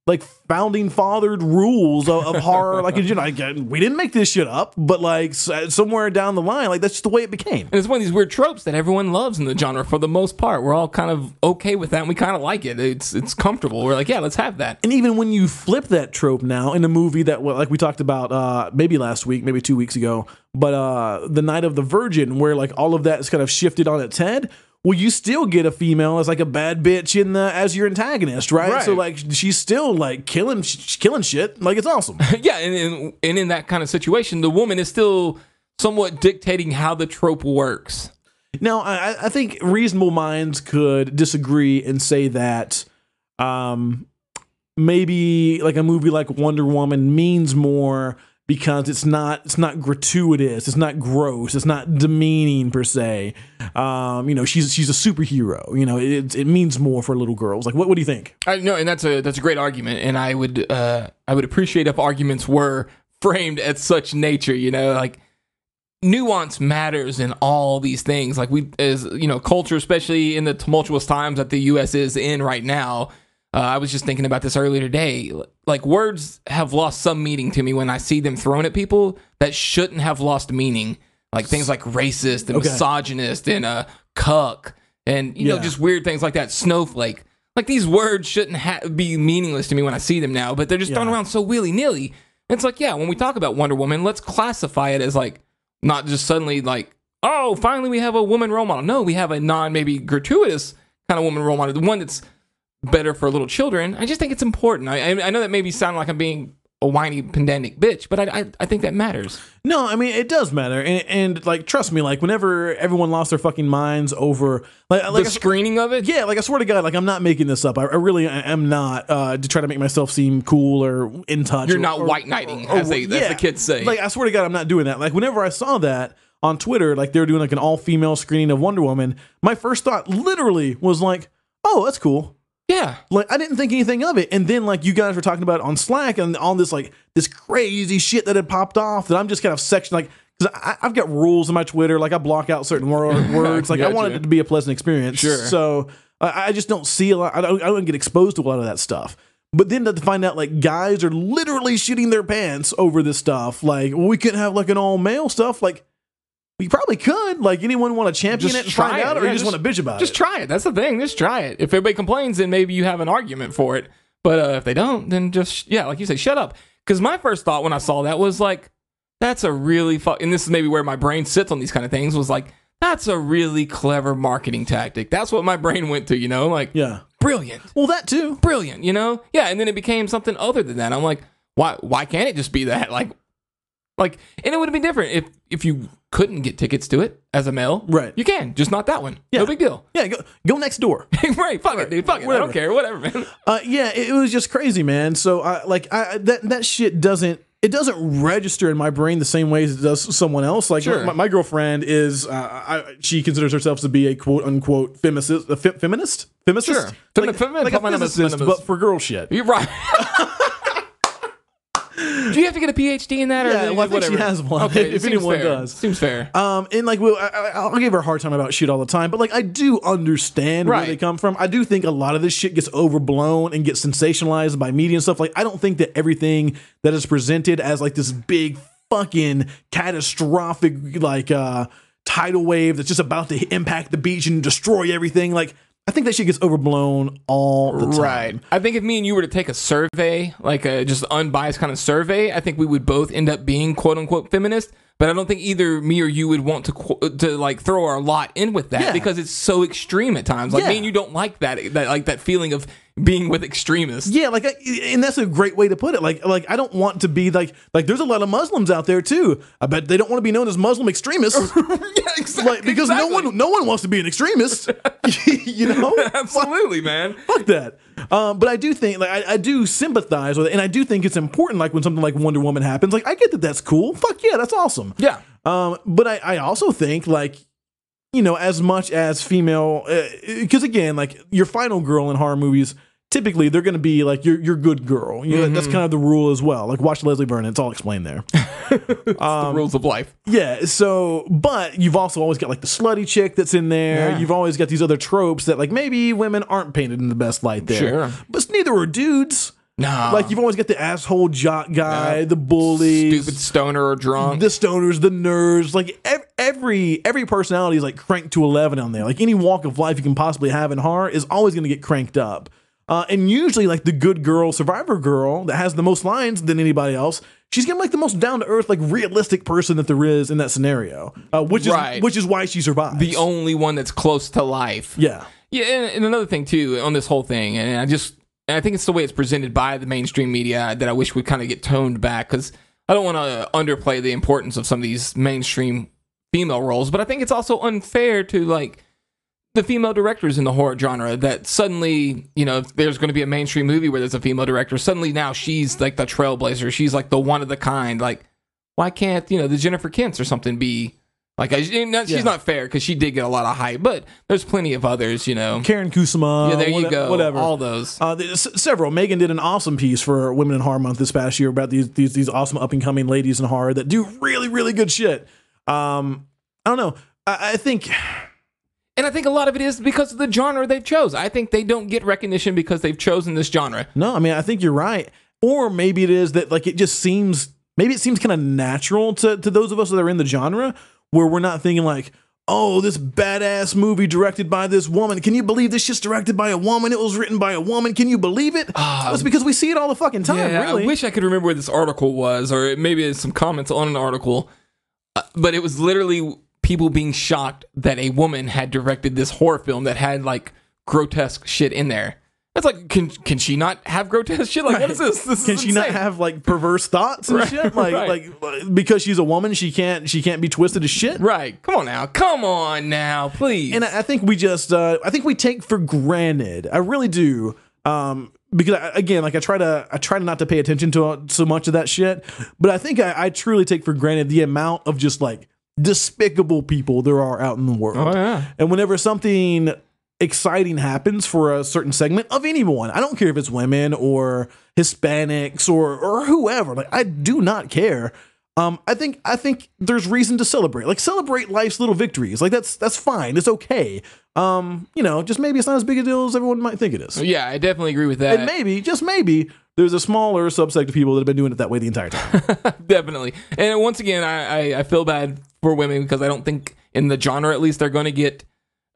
Speaker 2: like founding fathered rules of, of horror. like you know, like, uh, we didn't make this shit up, but like s- somewhere down the line, like that's just the way it became.
Speaker 3: And it's one of these weird tropes that everyone loves in the genre for the most part. We're all kind of okay with that and we kind of like it. It's it's comfortable. We're like, yeah, let's have that.
Speaker 2: and even when you flip that trope now in a movie that well, like we talked about uh maybe last week maybe two weeks ago but uh the night of the virgin where like all of that is kind of shifted on its head well you still get a female as like a bad bitch in the as your antagonist right,
Speaker 3: Right.
Speaker 2: so like she's still like killing she's killing shit like it's awesome
Speaker 3: yeah, and, and and in that kind of situation, the woman is still somewhat dictating how the trope works.
Speaker 2: Now, I, I- I think reasonable minds could disagree and say that um, maybe like a movie like Wonder Woman means more because it's not it's not gratuitous, it's not gross, it's not demeaning per se. Um, you know, she's she's a superhero. You know, it it means more for little girls. Like, what what do you think?
Speaker 3: I know, and that's a that's a great argument, and I would uh, I would appreciate if arguments were framed at such nature. You know, like nuance matters in all these things. Like we, as you know, culture, especially in the tumultuous times that the U.S. is in right now. Uh, I was just thinking about this earlier today. Like words have lost some meaning to me when I see them thrown at people that shouldn't have lost meaning. Like things like racist and
Speaker 2: Okay.
Speaker 3: misogynist and uh, cuck and you know
Speaker 2: Yeah.
Speaker 3: just weird things like that. Snowflake. Like these words shouldn't ha- be meaningless to me when I see them now, but they're just thrown
Speaker 2: Yeah.
Speaker 3: around so willy nilly. It's like, yeah, when we talk about Wonder Woman, let's classify it as like not just suddenly like, oh, finally we have a woman role model. No, we have a non maybe gratuitous kind of woman role model, the one that's better for little children. I just think it's important. I I, I know that maybe sound like I'm being a whiny pedantic bitch, but I I, I think that matters.
Speaker 2: No, I mean it does matter, and, and like trust me, like whenever everyone lost their fucking minds over like like
Speaker 3: the screening of it,
Speaker 2: Yeah, like I swear to God, like I'm not making this up. I, I really I am not uh, to try to make myself seem cool or in touch.
Speaker 3: You're
Speaker 2: or-
Speaker 3: not
Speaker 2: or-
Speaker 3: white knighting, as, they, as the kids say.
Speaker 2: Like I swear to God, I'm not doing that. Like whenever I saw that on Twitter, like they were doing like an all female screening of Wonder Woman, my first thought literally was like, "Oh, that's cool."
Speaker 3: Yeah.
Speaker 2: Like I didn't think anything of it, and then like you guys were talking about it on Slack and on this like this crazy shit that had popped off that I'm just kind of section like because I've got rules in my Twitter like I block out certain wor- words like I wanted
Speaker 3: Gotcha.
Speaker 2: it to be a pleasant experience.
Speaker 3: Sure.
Speaker 2: So I, I just don't see a lot. I don't, I don't get exposed to a lot of that stuff. But then to find out like guys are literally shitting their pants over this stuff. Like well, we couldn't have like an all male stuff. Like we probably could. Like anyone want to champion
Speaker 3: Just
Speaker 2: it and find
Speaker 3: try it.
Speaker 2: out, or
Speaker 3: Yeah,
Speaker 2: you just,
Speaker 3: just-
Speaker 2: want to bitch about
Speaker 3: Just
Speaker 2: it.
Speaker 3: try it. That's the thing. Just try it. If everybody complains, then maybe you have an argument for it. But uh, if they don't, then just yeah, like you say, shut up. Because my first thought when I saw that was like, that's a really fu- and this is maybe where my brain sits on these kind of things was like, that's a really clever marketing tactic. That's what my brain went to, you know, like
Speaker 2: yeah.
Speaker 3: brilliant,
Speaker 2: Well, that too.
Speaker 3: brilliant, you know, yeah. And then it became something other than that. I'm like, why? Why can't it just be that? Like, like, and it would have been different if if you couldn't get tickets to it as a male,
Speaker 2: Right.
Speaker 3: You can, just not that one.
Speaker 2: Yeah.
Speaker 3: No big deal.
Speaker 2: Yeah, go, go next door.
Speaker 3: right, fuck it, dude. Fuck it. I
Speaker 2: Whatever.
Speaker 3: don't care. Whatever, man.
Speaker 2: Uh, yeah, it, it was just crazy, man. So I like I I- that that shit doesn't it doesn't register in my brain the same way as it does someone else. Like
Speaker 3: Sure.
Speaker 2: my, my girlfriend is, uh, I, she considers herself to be a quote unquote feminist, a fe- feminist, feminist,
Speaker 3: Sure. Femi-
Speaker 2: like,
Speaker 3: feminist,
Speaker 2: like a
Speaker 3: feminist,
Speaker 2: physicist,
Speaker 3: feminist.
Speaker 2: but for girl shit.
Speaker 3: You're right. Do you have to get a PhD in that? Or
Speaker 2: Yeah, well, I think
Speaker 3: whatever?
Speaker 2: she has one, if
Speaker 3: seems
Speaker 2: anyone
Speaker 3: fair.
Speaker 2: does.
Speaker 3: seems fair.
Speaker 2: Um, and like, well, I, I- I'll give her a hard time about shit all the time, but like, I do understand where
Speaker 3: Right.
Speaker 2: they come from. I do think a lot of this shit gets overblown and gets sensationalized by media and stuff. Like, I don't think that everything that is presented as like this big fucking catastrophic like uh tidal wave that's just about to hit- impact the beach and destroy everything. Like, I think that shit gets overblown all the time.
Speaker 3: Right. I think if me and you were to take a survey, like a just unbiased kind of survey, I think we would both end up being quote unquote feminist. But I don't think either me or you would want to qu- to like throw our lot in with that
Speaker 2: Yeah.
Speaker 3: because it's so extreme at times. Like
Speaker 2: Yeah.
Speaker 3: me and you don't like that that like that feeling of being with extremists.
Speaker 2: Yeah, like, I, and that's a great way to put it. Like, like I don't want to be like, like. There's a lot of Muslims out there too. I bet they don't want to be known as Muslim extremists.
Speaker 3: exactly.
Speaker 2: like because no one no one wants to be an extremist you know
Speaker 3: Absolutely, man.
Speaker 2: fuck that um, but i do think like I, I do sympathize with it and i do think it's important like when something like wonder woman happens like i get that that's cool fuck yeah that's awesome
Speaker 3: Yeah.
Speaker 2: um, but I, I also think like you know as much as female because again like your final girl in horror movies typically they're going to be like your your good girl you know that's kind of the rule as well like watch leslie Vernon it's all explained there Um,
Speaker 3: the rules of life.
Speaker 2: Yeah, so but you've also always got like the slutty chick that's in there.
Speaker 3: Yeah.
Speaker 2: You've always got these other tropes that like maybe women aren't painted in the best light there.
Speaker 3: Sure.
Speaker 2: But neither are dudes.
Speaker 3: No.
Speaker 2: Like you've always got the asshole jock guy, the bully,
Speaker 3: stupid stoner or drunk.
Speaker 2: the stoners, the nerds. Like ev- every every personality is like cranked to eleven on there. Like any walk of life you can possibly have in horror is always going to get cranked up. Uh, and usually, like the good girl, survivor girl that has the most lines than anybody else, she's gonna like the most down to earth, like realistic person that there is in that scenario. Uh, which
Speaker 3: Right.
Speaker 2: is which is why she survives.
Speaker 3: the only one that's close to life.
Speaker 2: yeah,
Speaker 3: Yeah, and, and another thing too on this whole thing, and I just and I think it's the way it's presented by the mainstream media that I wish would kind of get toned back because I don't want to underplay the importance of some of these mainstream female roles, but I think it's also unfair to like the female directors in the horror genre that suddenly you know if there's going to be a mainstream movie where there's a female director suddenly now she's like the trailblazer she's like the one of the kind like why can't you know the jennifer kentz or something be like I, and that- she's
Speaker 2: Yeah.
Speaker 3: not fair because she did get a lot of hype but there's plenty of others you know
Speaker 2: Karen Kusama.
Speaker 3: yeah there you
Speaker 2: uh, whate-
Speaker 3: go
Speaker 2: Whatever.
Speaker 3: all those
Speaker 2: Uh, there's s- several. Megan did an awesome piece for Women in Horror Month this past year about these these these awesome up and coming ladies in horror that do really really good shit. Um, I don't know. I, I think
Speaker 3: and i think a lot of it is because of the genre they've chose i think they don't get recognition because they've chosen this genre
Speaker 2: no. I mean, I think you're right. Or maybe it is that like it just seems maybe it seems kind of natural to to those of us that are in the genre where we're not thinking like. Oh, this badass movie directed by this woman. Can you believe this shit's directed by a woman? It was written by a woman. Can you believe it? That's because we see it all the fucking time,
Speaker 3: Ah. Yeah,
Speaker 2: really.
Speaker 3: I wish I could remember where this article was, or maybe it's some comments on an article. Uh, but it was literally people being shocked that a woman had directed this horror film that had like grotesque shit in there. That's like, can can she not have grotesque shit? Like, what is this? This
Speaker 2: can
Speaker 3: is
Speaker 2: she not
Speaker 3: insane.
Speaker 2: have like perverse thoughts and
Speaker 3: Right,
Speaker 2: shit? Like,
Speaker 3: right.
Speaker 2: like like, because she's a woman, she can't she can't be twisted as shit.
Speaker 3: Right? Come on now, come on now, please.
Speaker 2: And I, I think we just uh, I think we take for granted. I really do. Um, because I, again, like I try to I try to not to pay attention to uh, so much of that shit, but I think I, I truly take for granted the amount of just like despicable people there are out in the world.
Speaker 3: Oh, yeah.
Speaker 2: And whenever something exciting happens for a certain segment of anyone. I don't care if it's women or Hispanics or or whoever. Like I do not care. Um, I think I think there's reason to celebrate. Like celebrate life's little victories. Like that's that's fine. It's okay. Um, you know, just maybe it's not as big a deal as everyone might think it is.
Speaker 3: Yeah, I definitely agree with that.
Speaker 2: And maybe, just maybe, there's a smaller subsect of people that have been doing it that way the entire time.
Speaker 3: definitely. And once again, I, I, I feel bad for women because I don't think in the genre at least they're going to get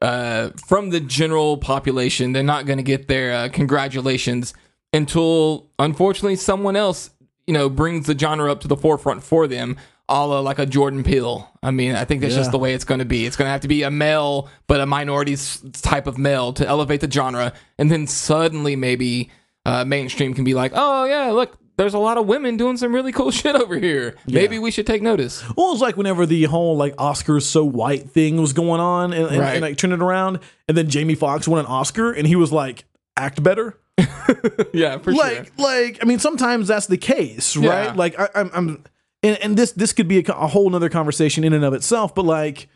Speaker 3: uh, from the general population. They're not going to get their uh, congratulations until unfortunately someone else you know brings the genre up to the forefront for them. A la like a Jordan Peele. I mean, I think that's
Speaker 2: Yeah.
Speaker 3: just the way it's going to be. It's going to have to be a male, but a minority s- type of male to elevate the genre. And then suddenly, maybe uh, mainstream can be like, oh, yeah, look, there's a lot of women doing some really cool shit over here. Maybe we should take notice.
Speaker 2: well, it was like whenever the whole like Oscars so white thing was going on, and, and,
Speaker 3: Right.
Speaker 2: and like turned it around, and then Jamie Foxx won an Oscar, and he was like, act better.
Speaker 3: Yeah, for
Speaker 2: like like i mean sometimes that's the case right
Speaker 3: Yeah.
Speaker 2: like I, i'm i'm and, and this this could be a, co- a whole nother conversation in and of itself but like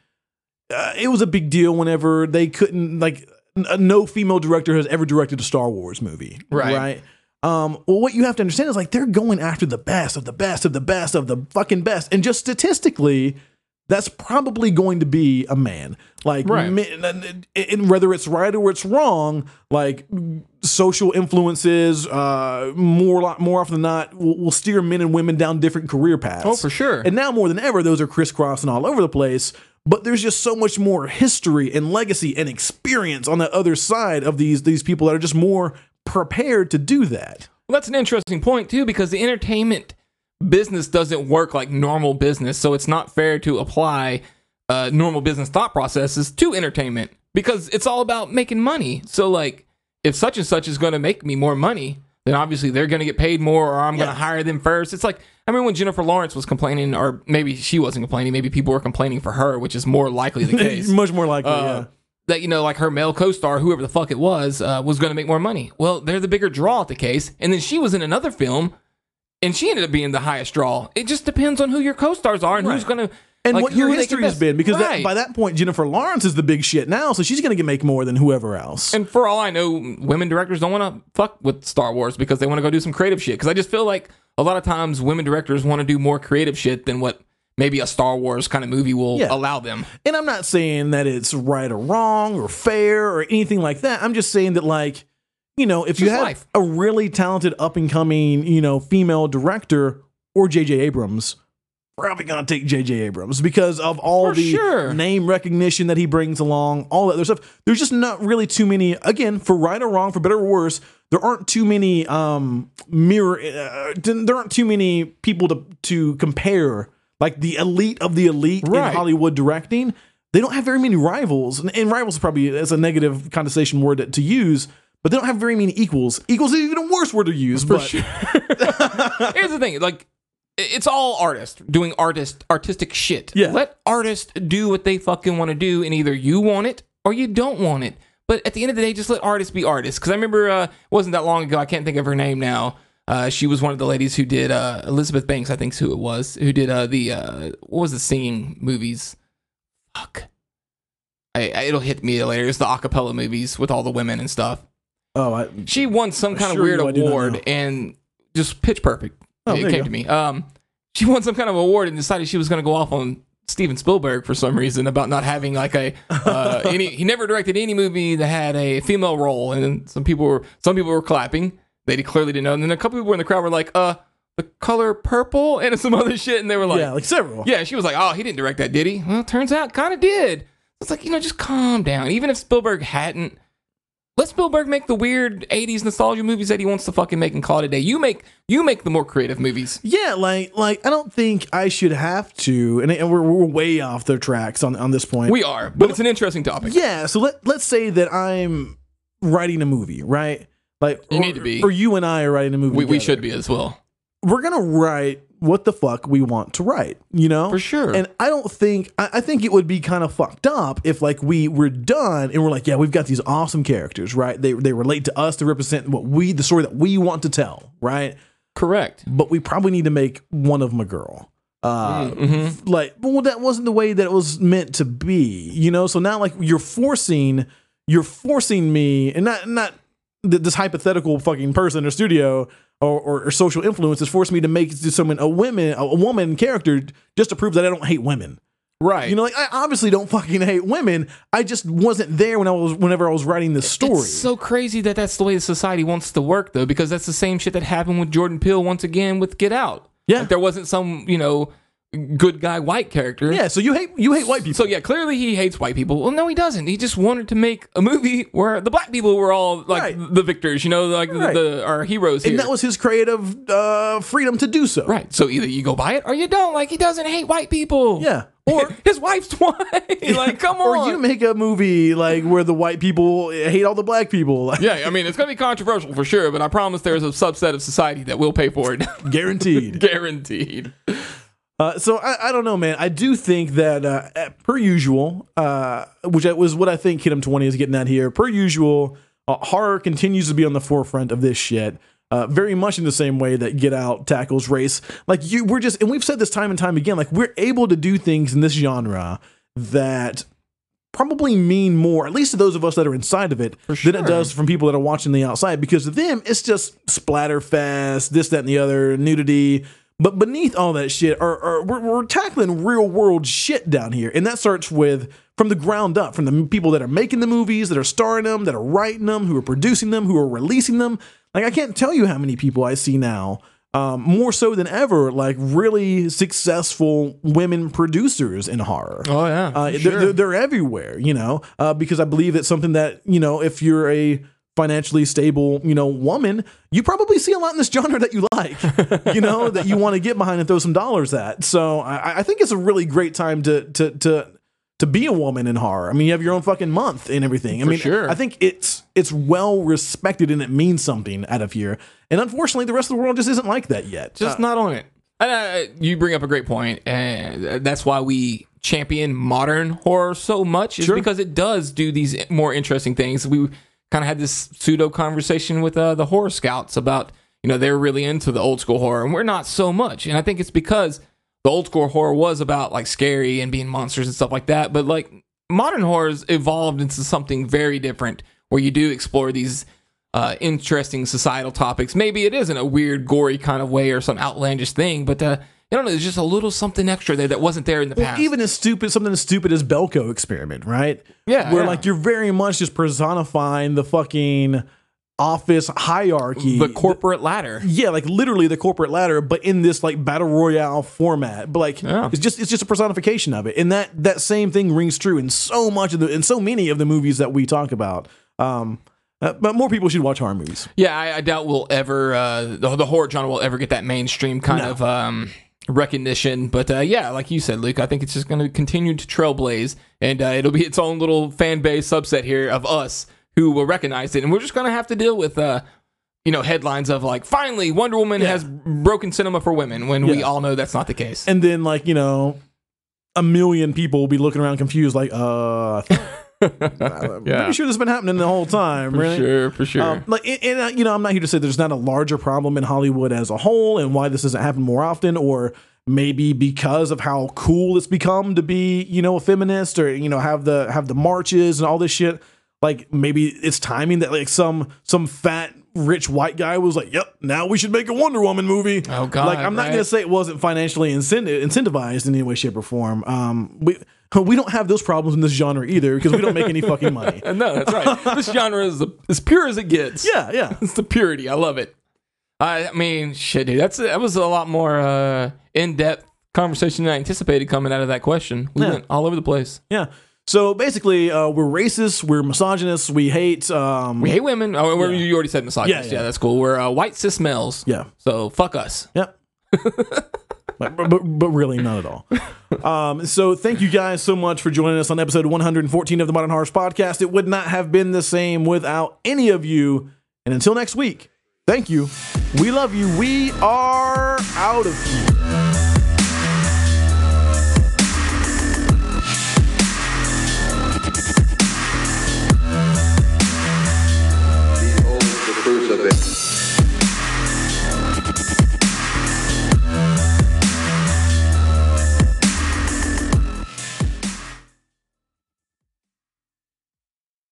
Speaker 2: uh, it was a big deal whenever they couldn't like n- uh, no female director has ever directed a star wars movie
Speaker 3: Right.
Speaker 2: right um, well, what you have to understand is like they're going after the best of the best of the best of the fucking best, and just statistically, that's probably going to be a man. Like,
Speaker 3: Right.
Speaker 2: mi- and, and- and whether it's right or it's wrong, like social influences, uh, more lot more often than not, will, will steer men and women down different career paths.
Speaker 3: Oh, for sure.
Speaker 2: And now more than ever, those are crisscrossing all over the place. But there's just so much more history and legacy and experience on the other side of these these people that are just more prepared to do that.
Speaker 3: Well, that's an interesting point too, because the entertainment business doesn't work like normal business, so it's not fair to apply uh, normal business thought processes to entertainment because it's all about making money. So, like, if such and such is going to make me more money, then obviously they're going to get paid more, or I'm going to hire them first. It's like I remember when Jennifer Lawrence was complaining, or maybe she wasn't complaining, maybe people were complaining for her, which is more likely the case.
Speaker 2: Much more likely.
Speaker 3: uh, that you know, like her male co-star, whoever the fuck it was, uh, was going to make more money. Well, they're the bigger draw at the case, and then she was in another film, and she ended up being the highest draw. It just depends on who your co-stars are and who's going to
Speaker 2: and what your history has been, because that, by that point, Jennifer Lawrence is the big shit now, so she's going to get make more than whoever else.
Speaker 3: And for all I know, women directors don't want to fuck with Star Wars because they want to go do some creative shit. Because I just feel like a lot of times women directors want to do more creative shit than what maybe a Star Wars kind of movie will
Speaker 2: Yeah.
Speaker 3: allow them.
Speaker 2: And I'm not saying that it's right or wrong or fair or anything like that. I'm just saying that, like, you know, if you
Speaker 3: just
Speaker 2: have
Speaker 3: life.
Speaker 2: a really talented up and coming, you know, female director or J.J. Abrams, probably gonna take J.J. Abrams because of all
Speaker 3: For
Speaker 2: the
Speaker 3: sure.
Speaker 2: name recognition that he brings along, all that other stuff. There's just not really too many. Again, for right or wrong, for better or worse, there aren't too many um mirror. Uh, there aren't too many people to to compare. Like the elite of the elite
Speaker 3: Right.
Speaker 2: in Hollywood directing, they don't have very many rivals, and, and rivals probably is a negative connotation word to, to use. But they don't have very many equals. Equals is even a worse word to use. but
Speaker 3: Here's the thing, like i- it's all artists doing artist artistic shit.
Speaker 2: Yeah.
Speaker 3: Let artists do what they fucking want to do, and either you want it or you don't want it. But at the end of the day, just let artists be artists. Because I remember uh, it wasn't that long ago. I can't think of her name now. Uh, she was one of the ladies who did uh, Elizabeth Banks, I think's who it was, who did uh, the uh, what was the singing movies? Fuck, I, I, it'll hit me later. It's the acapella movies with all the women and stuff.
Speaker 2: oh, I,
Speaker 3: She won some kind
Speaker 2: assure
Speaker 3: of weird
Speaker 2: you I do not know.
Speaker 3: award and just pitch perfect.
Speaker 2: Oh,
Speaker 3: it
Speaker 2: there you
Speaker 3: came
Speaker 2: go.
Speaker 3: to me. Um, she won some kind of award and decided she was going to go off on Steven Spielberg for some reason about not having like a uh, any. He never directed any movie that had a female role, and then some people were some people were clapping. They clearly didn't know, and then a couple people in the crowd were like, "Uh, the color purple," and some other shit, and they were like,
Speaker 2: yeah, like several.
Speaker 3: yeah, she was like, "Oh, he didn't direct that, did he?" Well, turns out, kind of did. It's like you know, just calm down. Even if Spielberg hadn't, let Spielberg make the weird '80s nostalgia movies that he wants to fucking make and call it a day. You make you make the more creative movies.
Speaker 2: Yeah, like like I don't think I should have to, and, and we're, we're way off their tracks on on this point.
Speaker 3: We are, but it's an interesting topic.
Speaker 2: yeah, so let let's say that I'm writing a movie, right? Like
Speaker 3: You
Speaker 2: or,
Speaker 3: need to be.
Speaker 2: or you and I are writing a movie.
Speaker 3: we, we
Speaker 2: together.
Speaker 3: should be as well.
Speaker 2: We're gonna write what the fuck we want to write, you know,
Speaker 3: For sure.
Speaker 2: And I don't think I, I think it would be kind of fucked up if like we were done and we're like, yeah, we've got these awesome characters, right? They they relate to us to represent what we the story that we want to tell, right?
Speaker 3: Correct.
Speaker 2: but we probably need to make one of them a girl. Uh,
Speaker 3: Mm-hmm.
Speaker 2: f- Like, well, that wasn't the way that it was meant to be, you know. So now, like, you're forcing you're forcing me, and not not th- this hypothetical fucking person or studio or, or, or social influence is forcing me to make to someone a women a woman character just to prove that I don't hate women.
Speaker 3: Right.
Speaker 2: You know, like I obviously don't fucking hate women. I just wasn't there when I was whenever I was writing this story.
Speaker 3: It's so crazy that that's the way society wants to work, though, because that's the same shit that happened with Jordan Peele once again with Get Out.
Speaker 2: Yeah.
Speaker 3: Like, there wasn't some, you know, good guy white character.
Speaker 2: yeah, so you hate you hate white people.
Speaker 3: So, yeah, clearly he hates white people. Well, no, he doesn't. He just wanted to make a movie where the black people were all, like,
Speaker 2: Right.
Speaker 3: the victors, you know, like
Speaker 2: Right.
Speaker 3: the, the our heroes here.
Speaker 2: and that was his creative uh, freedom to do so.
Speaker 3: right. So either you go buy it or you don't. Like, he doesn't hate white people.
Speaker 2: Yeah. Or
Speaker 3: His wife's white. like, come
Speaker 2: or
Speaker 3: on.
Speaker 2: you make a movie like where the white people hate all the black people. Like,
Speaker 3: yeah, I mean, it's going to be controversial for sure, but I promise there's a subset of society that will pay for it.
Speaker 2: Guaranteed.
Speaker 3: Guaranteed.
Speaker 2: Uh, so I, I don't know, man. I do think that uh, at- per usual, uh, which I- was what I think Kingdom Twenty is getting at here. Per usual, uh, horror continues to be on the forefront of this shit. Uh, very much in the same way that Get Out tackles race. Like you, we're just, and we've said this time and time again. Like we're able to do things in this genre that probably mean more, at least to those of us that are inside of it, than
Speaker 3: sure.
Speaker 2: it does from people that are watching the outside. Because to them, it's just splatterfest, this, that, and the other, nudity. But beneath all that shit, are, are we're, we're tackling real world shit down here, and that starts with from the ground up, from the people that are making the movies, that are starring them, that are writing them, who are producing them, who are releasing them. Like I can't tell you how many people I see now um, more so than ever, like really successful women producers in horror.
Speaker 3: Oh, yeah,
Speaker 2: uh,
Speaker 3: for
Speaker 2: they're, they're,
Speaker 3: sure.
Speaker 2: they're everywhere, you know, uh, because I believe it's something that you know, if you're a financially stable, you know, woman, you probably see a lot in this genre that you like, you know, that you want to get behind and throw some dollars at. So I, I think it's a really great time to to to to be a woman in horror. I mean, you have your own fucking month and everything. I mean,
Speaker 3: sure.
Speaker 2: I think it's it's well respected and it means something out of here. And unfortunately, the rest of the world just isn't like that yet.
Speaker 3: just not on it. And uh, you bring up a great point, and uh, that's why we champion modern horror so much is because it does do these more interesting things. We kind of had this pseudo conversation with uh, the horror scouts about you know they're really into the old school horror, and we're not so much. And I think it's because the old school horror was about like scary and being monsters and stuff like that, but like modern horror's evolved into something very different where you do explore these uh, interesting societal topics. Maybe it isn't a weird, gory kind of way or some outlandish thing, but uh, I don't know. There's just a little something extra there that wasn't there in the past.
Speaker 2: even as stupid something as stupid as Belko experiment, right?
Speaker 3: Yeah,
Speaker 2: Where
Speaker 3: yeah.
Speaker 2: like you're very much just personifying the fucking office hierarchy.
Speaker 3: the corporate ladder.
Speaker 2: yeah, like literally the corporate ladder, but in this like battle royale format. But like
Speaker 3: Yeah.
Speaker 2: it's just it's just a personification of it. And that that same thing rings true in so much of the in so many of the movies that we talk about. Um uh, but more people should watch horror movies.
Speaker 3: Yeah, I, I doubt we'll ever uh, the, the horror genre will ever get that mainstream kind of um, recognition. But uh, yeah, like you said, Luke, I think it's just going to continue to trailblaze, and uh, it'll be its own little fan base subset here of us who will recognize it, and we're just going to have to deal with. Uh, you know, headlines of like, finally, Wonder Woman has broken cinema for women, when we
Speaker 2: Yeah.
Speaker 3: all know that's not the case.
Speaker 2: And then like, you know, a million people will be looking around confused like, uh pretty sure this has been happening the whole time,
Speaker 3: for
Speaker 2: right?
Speaker 3: sure, for sure.
Speaker 2: Um, like, and, and, uh, you know, I'm not here to say there's not a larger problem in Hollywood as a whole and why this doesn't happen more often, or maybe because of how cool it's become to be, you know, a feminist or you know have the have the marches and all this shit. Like maybe it's timing that like some some fat rich white guy was like, "Yep, now we should make a Wonder Woman movie."
Speaker 3: Oh, God,
Speaker 2: Like I'm not
Speaker 3: right?
Speaker 2: gonna say it wasn't financially incentive, incentivized in any way, shape, or form. Um, we we don't have those problems in this genre either because we don't make any fucking money.
Speaker 3: no, that's right. this genre is the, as pure as it gets.
Speaker 2: Yeah, yeah.
Speaker 3: it's the purity. I love it. I, I mean, shit, dude. That's that was a lot more uh, in depth conversation than I anticipated coming out of that question. We went all over the place.
Speaker 2: Yeah. So basically, uh, we're racist, we're misogynists, we hate. Um,
Speaker 3: We hate women. Oh, we're- you already said
Speaker 2: Yeah,
Speaker 3: misogynist. Yeah,
Speaker 2: yeah.
Speaker 3: that's cool. We're uh, white cis males.
Speaker 2: Yeah.
Speaker 3: So fuck us.
Speaker 2: yeah. but, but, but really, not at all. Um, so thank you guys so much for joining us on episode 114 of the Modern Horrors Podcast. It would not have been the same without any of you. And until next week, thank you. We love you. We are out of here.
Speaker 1: Behold the fruits of it.